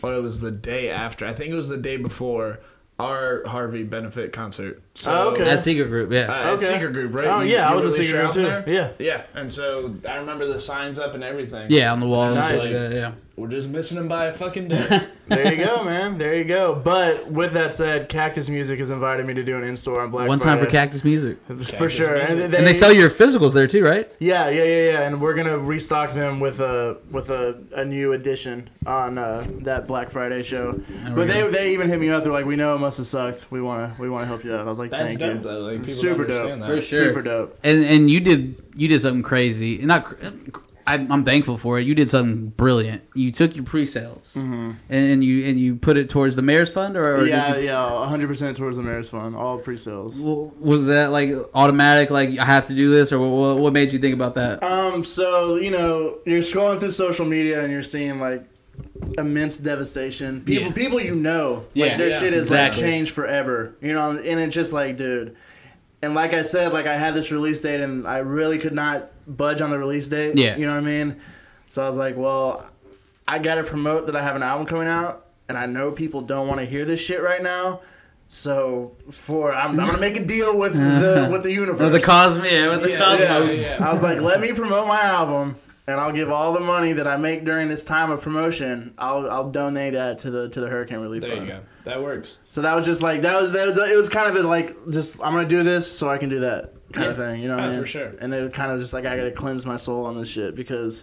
[SPEAKER 2] or it was the day after. I think it was the day before our Harvey benefit concert. So,
[SPEAKER 5] Oh, okay.
[SPEAKER 3] At Secret Group, yeah.
[SPEAKER 2] Uh, at
[SPEAKER 5] Okay.
[SPEAKER 2] Secret Group, right?
[SPEAKER 5] Oh, yeah, I was at
[SPEAKER 2] released
[SPEAKER 5] Secret
[SPEAKER 2] your
[SPEAKER 5] Group,
[SPEAKER 2] album
[SPEAKER 5] too.
[SPEAKER 2] Yeah, and so I remember the signs up and everything.
[SPEAKER 3] yeah, on the wall. and shit
[SPEAKER 5] Nice.
[SPEAKER 3] like that, yeah.
[SPEAKER 2] We're just missing him by a fucking day.
[SPEAKER 5] There you go, man. There you go. But with that said, Cactus Music has invited me to do an in store on Black
[SPEAKER 3] One time
[SPEAKER 5] Friday.
[SPEAKER 3] for Cactus Music,
[SPEAKER 5] for sure. And they,
[SPEAKER 3] and they sell your physicals there too, right?
[SPEAKER 5] Yeah, yeah, yeah, yeah. And we're gonna restock them with a with a, a new edition on uh, that Black Friday show. But they, they even hit me up. They're like, "We know it must have sucked. We wanna we wanna help you out." I was like,
[SPEAKER 2] That's
[SPEAKER 5] "Thank
[SPEAKER 2] dope,
[SPEAKER 5] you."
[SPEAKER 2] though. Like, people
[SPEAKER 5] Super
[SPEAKER 2] don't
[SPEAKER 5] dope.
[SPEAKER 2] understand that.
[SPEAKER 3] For sure.
[SPEAKER 5] Super dope.
[SPEAKER 3] And and you did you did something crazy. Not cr- I'm, I'm thankful for it. You did something brilliant. You took your pre-sales and, and you and you put it towards the mayor's fund, or, or
[SPEAKER 5] Mm-hmm. yeah,
[SPEAKER 3] did you,
[SPEAKER 5] yeah, 100 percent towards the mayor's fund, all pre-sales.
[SPEAKER 3] w- was that like automatic? Like I have to do this, or what, what made you think about that?
[SPEAKER 5] Um, so you know, you're scrolling through social media and you're seeing like immense devastation. People,
[SPEAKER 3] Yeah.
[SPEAKER 5] people you know, like
[SPEAKER 3] Yeah,
[SPEAKER 5] their
[SPEAKER 3] yeah,
[SPEAKER 5] shit is
[SPEAKER 3] exactly.
[SPEAKER 5] like changed forever. You know, and it's just like, dude. And like I said, like I had this release date and I really could not budge on the release date.
[SPEAKER 3] Yeah.
[SPEAKER 5] you know what I mean. So I was like, well, I gotta promote that I have an album coming out, and I know people don't want to hear this shit right now. So for I'm, I'm gonna make a deal with the with the universe.
[SPEAKER 3] With the cosmos, yeah, with the
[SPEAKER 2] Yeah,
[SPEAKER 3] cosmos.
[SPEAKER 2] yeah,
[SPEAKER 5] I was like, let me promote my album, and I'll give all the money that I make during this time of promotion. I'll I'll donate that to the to the hurricane relief
[SPEAKER 2] There you
[SPEAKER 5] fund.
[SPEAKER 2] go. That works.
[SPEAKER 5] So that was just like that was, that was it was kind of a, like just I'm gonna do this so I can do that kind of
[SPEAKER 2] Yeah.
[SPEAKER 5] thing. You know what
[SPEAKER 2] Oh,
[SPEAKER 5] I mean?
[SPEAKER 2] for sure.
[SPEAKER 5] And it kind of just like I gotta cleanse my soul on this shit because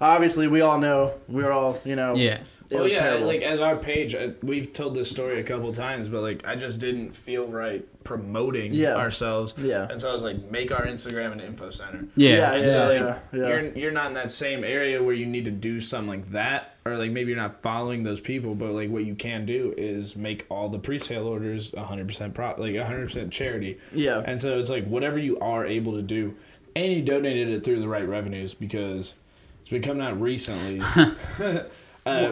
[SPEAKER 5] obviously we all know we're all you know
[SPEAKER 3] Yeah.
[SPEAKER 5] It
[SPEAKER 2] well,
[SPEAKER 5] was
[SPEAKER 2] yeah,
[SPEAKER 5] terrible.
[SPEAKER 2] like as our page, I, we've told this story a couple times, but like I just didn't feel right promoting
[SPEAKER 5] Yeah.
[SPEAKER 2] ourselves.
[SPEAKER 5] Yeah.
[SPEAKER 2] And so I was like, make our Instagram an info center.
[SPEAKER 3] Yeah.
[SPEAKER 5] Yeah,
[SPEAKER 2] And so, like,
[SPEAKER 5] yeah.
[SPEAKER 2] You're, you're not in that same area where you need to do something like that, or like maybe you're not following those people, but like what you can do is make all the pre-sale orders 100% prop, like 100% charity.
[SPEAKER 5] Yeah.
[SPEAKER 2] And so it's like whatever you are able to do, and he donated it through the right revenues because it's been coming out recently. uh,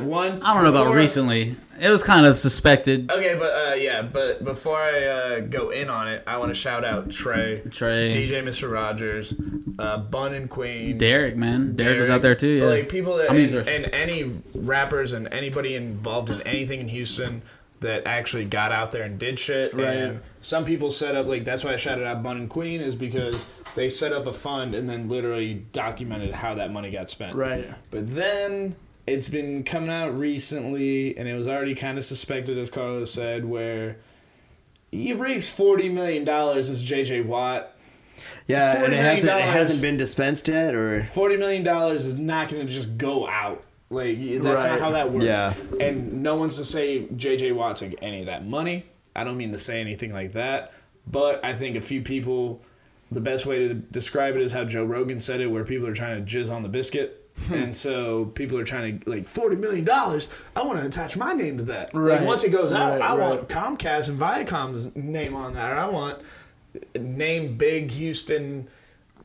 [SPEAKER 2] one,
[SPEAKER 3] I don't know about
[SPEAKER 2] before-
[SPEAKER 3] recently. It was kind of suspected.
[SPEAKER 2] Okay, but uh, yeah, but before I uh, go in on it, I want to shout out Trey,
[SPEAKER 3] Trey,
[SPEAKER 2] DJ Mr. Rogers, uh, Bun and Queen,
[SPEAKER 3] Derek, man, Derek, was out there too. Yeah,
[SPEAKER 2] Like people that
[SPEAKER 3] I mean,
[SPEAKER 2] and,
[SPEAKER 3] there's-
[SPEAKER 2] and any rappers and anybody involved in anything in Houston that actually got out there and did shit. And some people set up like that's why I shouted out Bun and Queen is because they set up a fund and then literally documented how that money got spent.
[SPEAKER 5] Right.
[SPEAKER 2] But then it's been coming out recently, and it was already kind of suspected, as Carlos said, where you raised forty million dollars as JJ Watt.
[SPEAKER 6] Yeah, and it hasn't it
[SPEAKER 2] $49.
[SPEAKER 6] hasn't been dispensed yet, or
[SPEAKER 2] Forty million dollars is not going to just go out. Like y- that's not
[SPEAKER 5] Right.
[SPEAKER 2] how that works.
[SPEAKER 6] Yeah.
[SPEAKER 2] And no one's to say JJ Watt took any of that money. I don't mean to say anything like that, but I think a few people. The best way to describe it is how Joe Rogan said it, where people are trying to jizz on the biscuit.
[SPEAKER 5] Hmm.
[SPEAKER 2] And so people are trying to like forty million dollars. I want to attach my name to that. Like
[SPEAKER 5] Right.
[SPEAKER 2] once it goes out,
[SPEAKER 5] Right,
[SPEAKER 2] I
[SPEAKER 5] right.
[SPEAKER 2] want Comcast and Viacom's name on that. Or I want name big Houston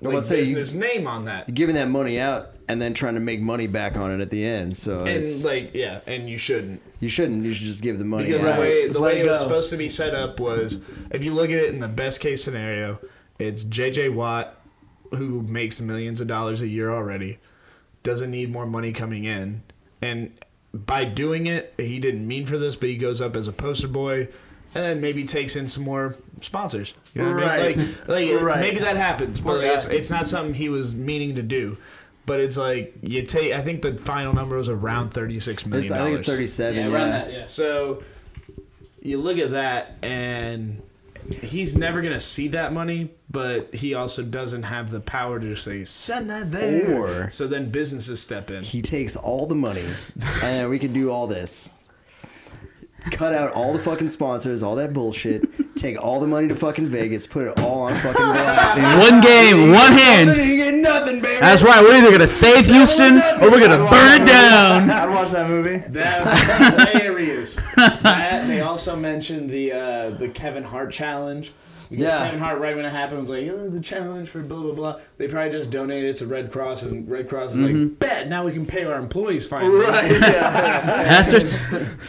[SPEAKER 2] like,
[SPEAKER 6] let's say you-
[SPEAKER 2] business name on that.
[SPEAKER 6] giving that money out and then trying to make money back on it at the end. So
[SPEAKER 2] And
[SPEAKER 6] it's,
[SPEAKER 2] like yeah, and you shouldn't
[SPEAKER 6] you shouldn't. You should just give the money.
[SPEAKER 2] because
[SPEAKER 6] out.
[SPEAKER 2] the way
[SPEAKER 5] Just
[SPEAKER 2] the
[SPEAKER 5] let
[SPEAKER 2] way
[SPEAKER 5] it
[SPEAKER 2] it was
[SPEAKER 5] go.
[SPEAKER 2] supposed to be set up was if you look at it in the best case scenario, it's J.J. Watt who makes millions of dollars a year already, doesn't need more money coming in, and by doing it, he didn't mean for this, but he goes up as a poster boy. And then maybe takes in some more sponsors. You know what I
[SPEAKER 5] Right.
[SPEAKER 2] mean? Like, like
[SPEAKER 5] Right.
[SPEAKER 2] maybe that happens, but
[SPEAKER 5] Work
[SPEAKER 2] like, it's,
[SPEAKER 5] out.
[SPEAKER 2] it's not something he was meaning to do. But it's like you take. I think the final number was around thirty six million.
[SPEAKER 6] It's- I think it's
[SPEAKER 2] dollars.
[SPEAKER 6] thirty-seven.
[SPEAKER 3] yeah,
[SPEAKER 6] Yeah,
[SPEAKER 3] around that. Yeah.
[SPEAKER 2] So you look at that, and he's never going to see that money, but he also doesn't have the power to say, send that there.
[SPEAKER 6] Or-
[SPEAKER 2] so then businesses step in.
[SPEAKER 6] He takes all the money, and we can do all this. Cut out all the fucking sponsors, all that bullshit. Take all the money to fucking Vegas. Put it all on fucking. Relax.
[SPEAKER 3] One game, one hand.
[SPEAKER 6] You get nothing, baby.
[SPEAKER 3] That's right. We're either gonna save Houston or we're gonna burn it down.
[SPEAKER 5] I'd watch that movie.
[SPEAKER 2] That was hilarious. That, they also mentioned the uh, the Kevin Hart challenge. Because
[SPEAKER 6] Yeah.
[SPEAKER 2] Kevin Hart, right when it happened, was like, oh, the challenge for blah, blah, blah. They probably just donated to Red Cross, and Red Cross is
[SPEAKER 6] Mm-hmm.
[SPEAKER 2] like, bet, now we can pay our employees finally.
[SPEAKER 5] Right. Yeah.
[SPEAKER 3] Bastards.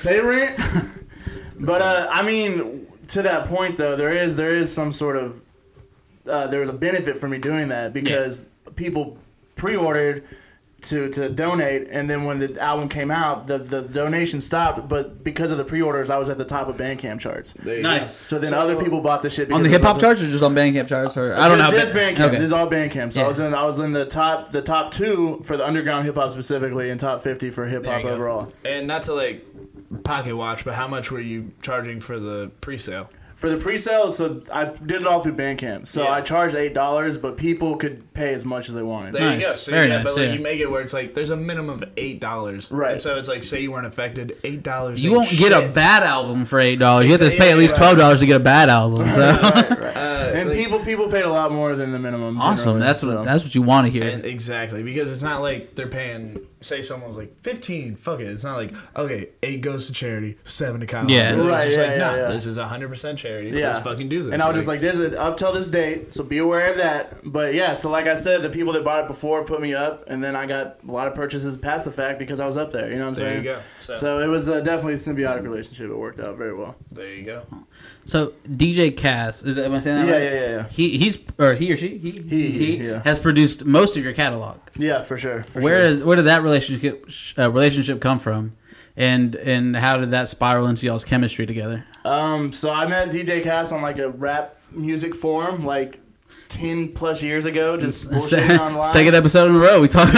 [SPEAKER 5] Pay rent. but uh, I mean, to that point though, there is there is some sort of uh, there was a benefit for me doing that because people pre-ordered to to donate, and then when the album came out, the the donation stopped. But because of the pre-orders, I was at the top of Bandcamp charts.
[SPEAKER 2] There you go.
[SPEAKER 3] Nice.
[SPEAKER 5] So then
[SPEAKER 2] So-
[SPEAKER 5] other people bought the shit
[SPEAKER 3] On the hip
[SPEAKER 5] because it was
[SPEAKER 3] hop
[SPEAKER 5] on
[SPEAKER 3] charts or just on Bandcamp charts? Or I don't know.
[SPEAKER 5] just, Just
[SPEAKER 3] but-
[SPEAKER 5] Bandcamp.
[SPEAKER 3] Okay.
[SPEAKER 5] This is all Bandcamp. So
[SPEAKER 3] Yeah.
[SPEAKER 5] I was in I was in the top the top two for the underground hip hop specifically and top fifty for hip
[SPEAKER 3] There you
[SPEAKER 5] hop
[SPEAKER 3] go.
[SPEAKER 5] overall.
[SPEAKER 2] And not to like pocket watch, but how much were you charging for the pre-sale?
[SPEAKER 5] For the pre-sale, so I did it all through Bandcamp. So
[SPEAKER 2] Yeah.
[SPEAKER 5] I charged eight dollars, but people could pay as much as they wanted.
[SPEAKER 2] There you go.
[SPEAKER 3] Nice.
[SPEAKER 2] So
[SPEAKER 3] Very
[SPEAKER 2] yeah,
[SPEAKER 3] nice,
[SPEAKER 2] but like
[SPEAKER 3] yeah.
[SPEAKER 2] you make it where it's like there's a minimum of eight dollars.
[SPEAKER 5] Right.
[SPEAKER 2] And so it's like say you weren't affected, eight dollars.
[SPEAKER 3] You won't get a bad album for eight dollars. You have to
[SPEAKER 2] Exactly.
[SPEAKER 3] pay at least twelve dollars to get a bad album. So
[SPEAKER 2] Uh,
[SPEAKER 5] and people people paid a lot more than the minimum.
[SPEAKER 3] awesome.
[SPEAKER 5] generally,
[SPEAKER 3] That's
[SPEAKER 5] so.
[SPEAKER 3] what that's what you want to hear.
[SPEAKER 2] And exactly because it's not like they're paying. Say someone's like fifteen. Fuck it. It's not like okay, eight goes to charity, seven to college.
[SPEAKER 3] Yeah.
[SPEAKER 2] It's
[SPEAKER 5] Right,
[SPEAKER 2] just
[SPEAKER 5] yeah,
[SPEAKER 2] like,
[SPEAKER 5] yeah,
[SPEAKER 2] nah,
[SPEAKER 5] yeah.
[SPEAKER 2] This is hundred percent charity.
[SPEAKER 5] Yeah.
[SPEAKER 2] Let's fucking do this.
[SPEAKER 5] And I was just like, "This is up till this date, so be aware of that." But yeah, so like I said, the people that bought it before put me up, and then I got a lot of purchases past the fact because I was up there. You know what I'm
[SPEAKER 2] there you
[SPEAKER 5] saying?
[SPEAKER 2] go. So,
[SPEAKER 5] So it was uh, definitely a symbiotic relationship. It worked out very well.
[SPEAKER 2] there you go.
[SPEAKER 3] So DJ Cass, is that, am I saying that
[SPEAKER 5] Yeah,
[SPEAKER 3] right?
[SPEAKER 5] yeah, yeah, yeah.
[SPEAKER 3] He he's or he or she he he,
[SPEAKER 5] he, yeah.
[SPEAKER 3] has produced most of your catalog.
[SPEAKER 5] Yeah, for sure. For
[SPEAKER 3] Where
[SPEAKER 5] sure.
[SPEAKER 3] is where did that relationship uh, relationship come from, and and how did that spiral into y'all's chemistry together?
[SPEAKER 5] Um, so I met DJ Cass on like a rap music forum like ten plus years ago, just bullshitting online.
[SPEAKER 3] Second episode in a row, we talk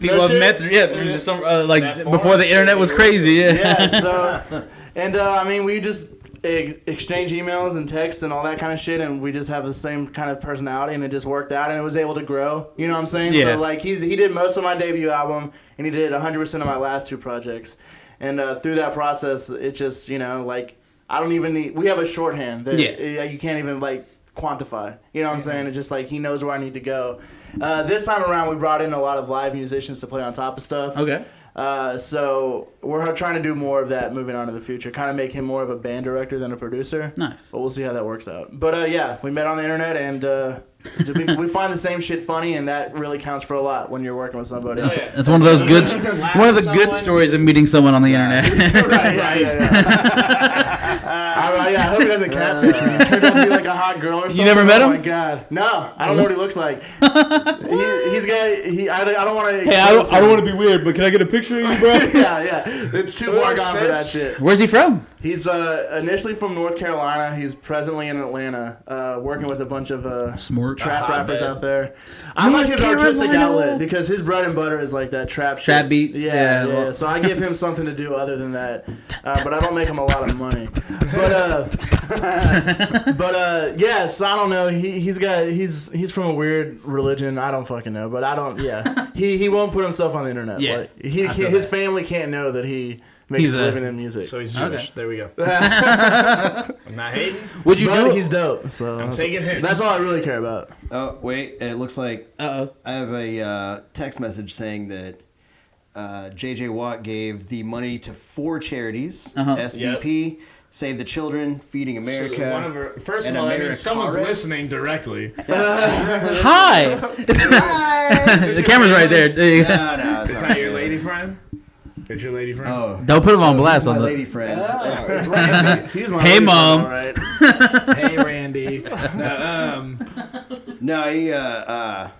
[SPEAKER 3] people I've
[SPEAKER 5] shit.
[SPEAKER 3] met through yeah through some uh, like
[SPEAKER 2] That
[SPEAKER 3] before
[SPEAKER 2] forum
[SPEAKER 3] the internet was
[SPEAKER 2] shit.
[SPEAKER 3] crazy yeah.
[SPEAKER 5] yeah. So, and uh, I mean, we just ex- exchange emails and texts and all that kind of shit, and we just have the same kind of personality, and it just worked out, and it was able to grow. You know what I'm saying?
[SPEAKER 3] Yeah.
[SPEAKER 5] So like he's he did most of my debut album, and he did 100 percent of my last two projects, and uh, through that process, it just you know like I don't even need. We have a shorthand that
[SPEAKER 3] Yeah.
[SPEAKER 5] uh, you can't even like quantify. You know what I'm saying? It's just like he knows where I need to go. Uh, this time around, we brought in a lot of live musicians to play on top of stuff.
[SPEAKER 3] Okay.
[SPEAKER 5] Uh, so we're trying to do more of that moving on to the future. Kind of make him more of a band director than a producer.
[SPEAKER 3] Nice.
[SPEAKER 5] But we'll see how that works out. But uh, yeah, we met on the internet and uh, we, we find the same shit funny, and that really counts for a lot when you're working with somebody.
[SPEAKER 2] Oh, yeah.
[SPEAKER 3] That's one of those good, one of the good
[SPEAKER 2] Someone-
[SPEAKER 3] stories of meeting someone on the internet.
[SPEAKER 5] right, yeah, yeah, yeah. I, I, yeah, I hope he
[SPEAKER 2] Uh,
[SPEAKER 5] doesn't catfish me. He turned out to be like a hot girl or something.
[SPEAKER 3] never met
[SPEAKER 5] Oh
[SPEAKER 3] him?
[SPEAKER 5] my god, no, I don't know what he looks like. he, he's got. He, I, don't- I don't want to.
[SPEAKER 8] Hey, I don't, I don't want to be weird, but can I get a picture of you, bro?
[SPEAKER 5] yeah, yeah, it's too far gone for that
[SPEAKER 2] sis.
[SPEAKER 5] shit.
[SPEAKER 3] Where's he from?
[SPEAKER 5] He's uh, initially from North Carolina. He's presently in Atlanta, uh, working with a bunch of uh,
[SPEAKER 3] Smart.
[SPEAKER 5] trap
[SPEAKER 2] Ah, I
[SPEAKER 5] rappers
[SPEAKER 2] bet.
[SPEAKER 5] out there. I
[SPEAKER 3] North
[SPEAKER 5] like his artistic
[SPEAKER 3] Carolina.
[SPEAKER 5] outlet because his bread and butter is like that trap
[SPEAKER 3] Trap
[SPEAKER 5] shit.
[SPEAKER 3] beats, yeah,
[SPEAKER 5] Yeah, yeah.
[SPEAKER 3] well-
[SPEAKER 5] So I give him something to do other than that, uh, but I don't make him a lot of money. But uh, but uh, yes, I don't know. He he's got he's he's from a weird religion. I don't fucking know, but I don't. Yeah, he he won't put himself on the internet.
[SPEAKER 3] Yeah,
[SPEAKER 5] like, he,
[SPEAKER 3] I feel
[SPEAKER 5] his
[SPEAKER 3] that.
[SPEAKER 5] family can't know that he makes
[SPEAKER 3] He's
[SPEAKER 5] a
[SPEAKER 3] a-
[SPEAKER 5] living in music.
[SPEAKER 2] So he's
[SPEAKER 3] Okay.
[SPEAKER 2] Jewish. There we go. I'm not hating.
[SPEAKER 3] Would you
[SPEAKER 5] But
[SPEAKER 3] do?
[SPEAKER 5] he's dope. So
[SPEAKER 2] I'm taking hits.
[SPEAKER 5] that's all I really care about.
[SPEAKER 6] Oh wait, it looks like
[SPEAKER 3] Uh oh.
[SPEAKER 6] I have a uh, text message saying that uh, J.J. Watt gave the money to four charities:
[SPEAKER 3] Uh-huh.
[SPEAKER 6] SBP, Save the Children, Feeding
[SPEAKER 2] So
[SPEAKER 6] America.
[SPEAKER 2] One of her, first of
[SPEAKER 6] And
[SPEAKER 2] all, I mean,
[SPEAKER 6] America's
[SPEAKER 2] someone's
[SPEAKER 6] Taurus.
[SPEAKER 2] listening directly.
[SPEAKER 3] Hi. the camera's right there. There you go.
[SPEAKER 6] no, no, it's
[SPEAKER 2] Is
[SPEAKER 6] not
[SPEAKER 2] that your lady friend? It's your lady friend.
[SPEAKER 6] Oh,
[SPEAKER 3] Don't put him on blast.
[SPEAKER 6] my
[SPEAKER 3] On
[SPEAKER 6] lady
[SPEAKER 3] the,
[SPEAKER 6] friend.
[SPEAKER 2] Ah.
[SPEAKER 5] It's right. He's my
[SPEAKER 3] Hey,
[SPEAKER 5] lady,
[SPEAKER 3] Mom.
[SPEAKER 5] All right.
[SPEAKER 2] Hey, Randy. No, um,
[SPEAKER 6] No, he. Uh, uh,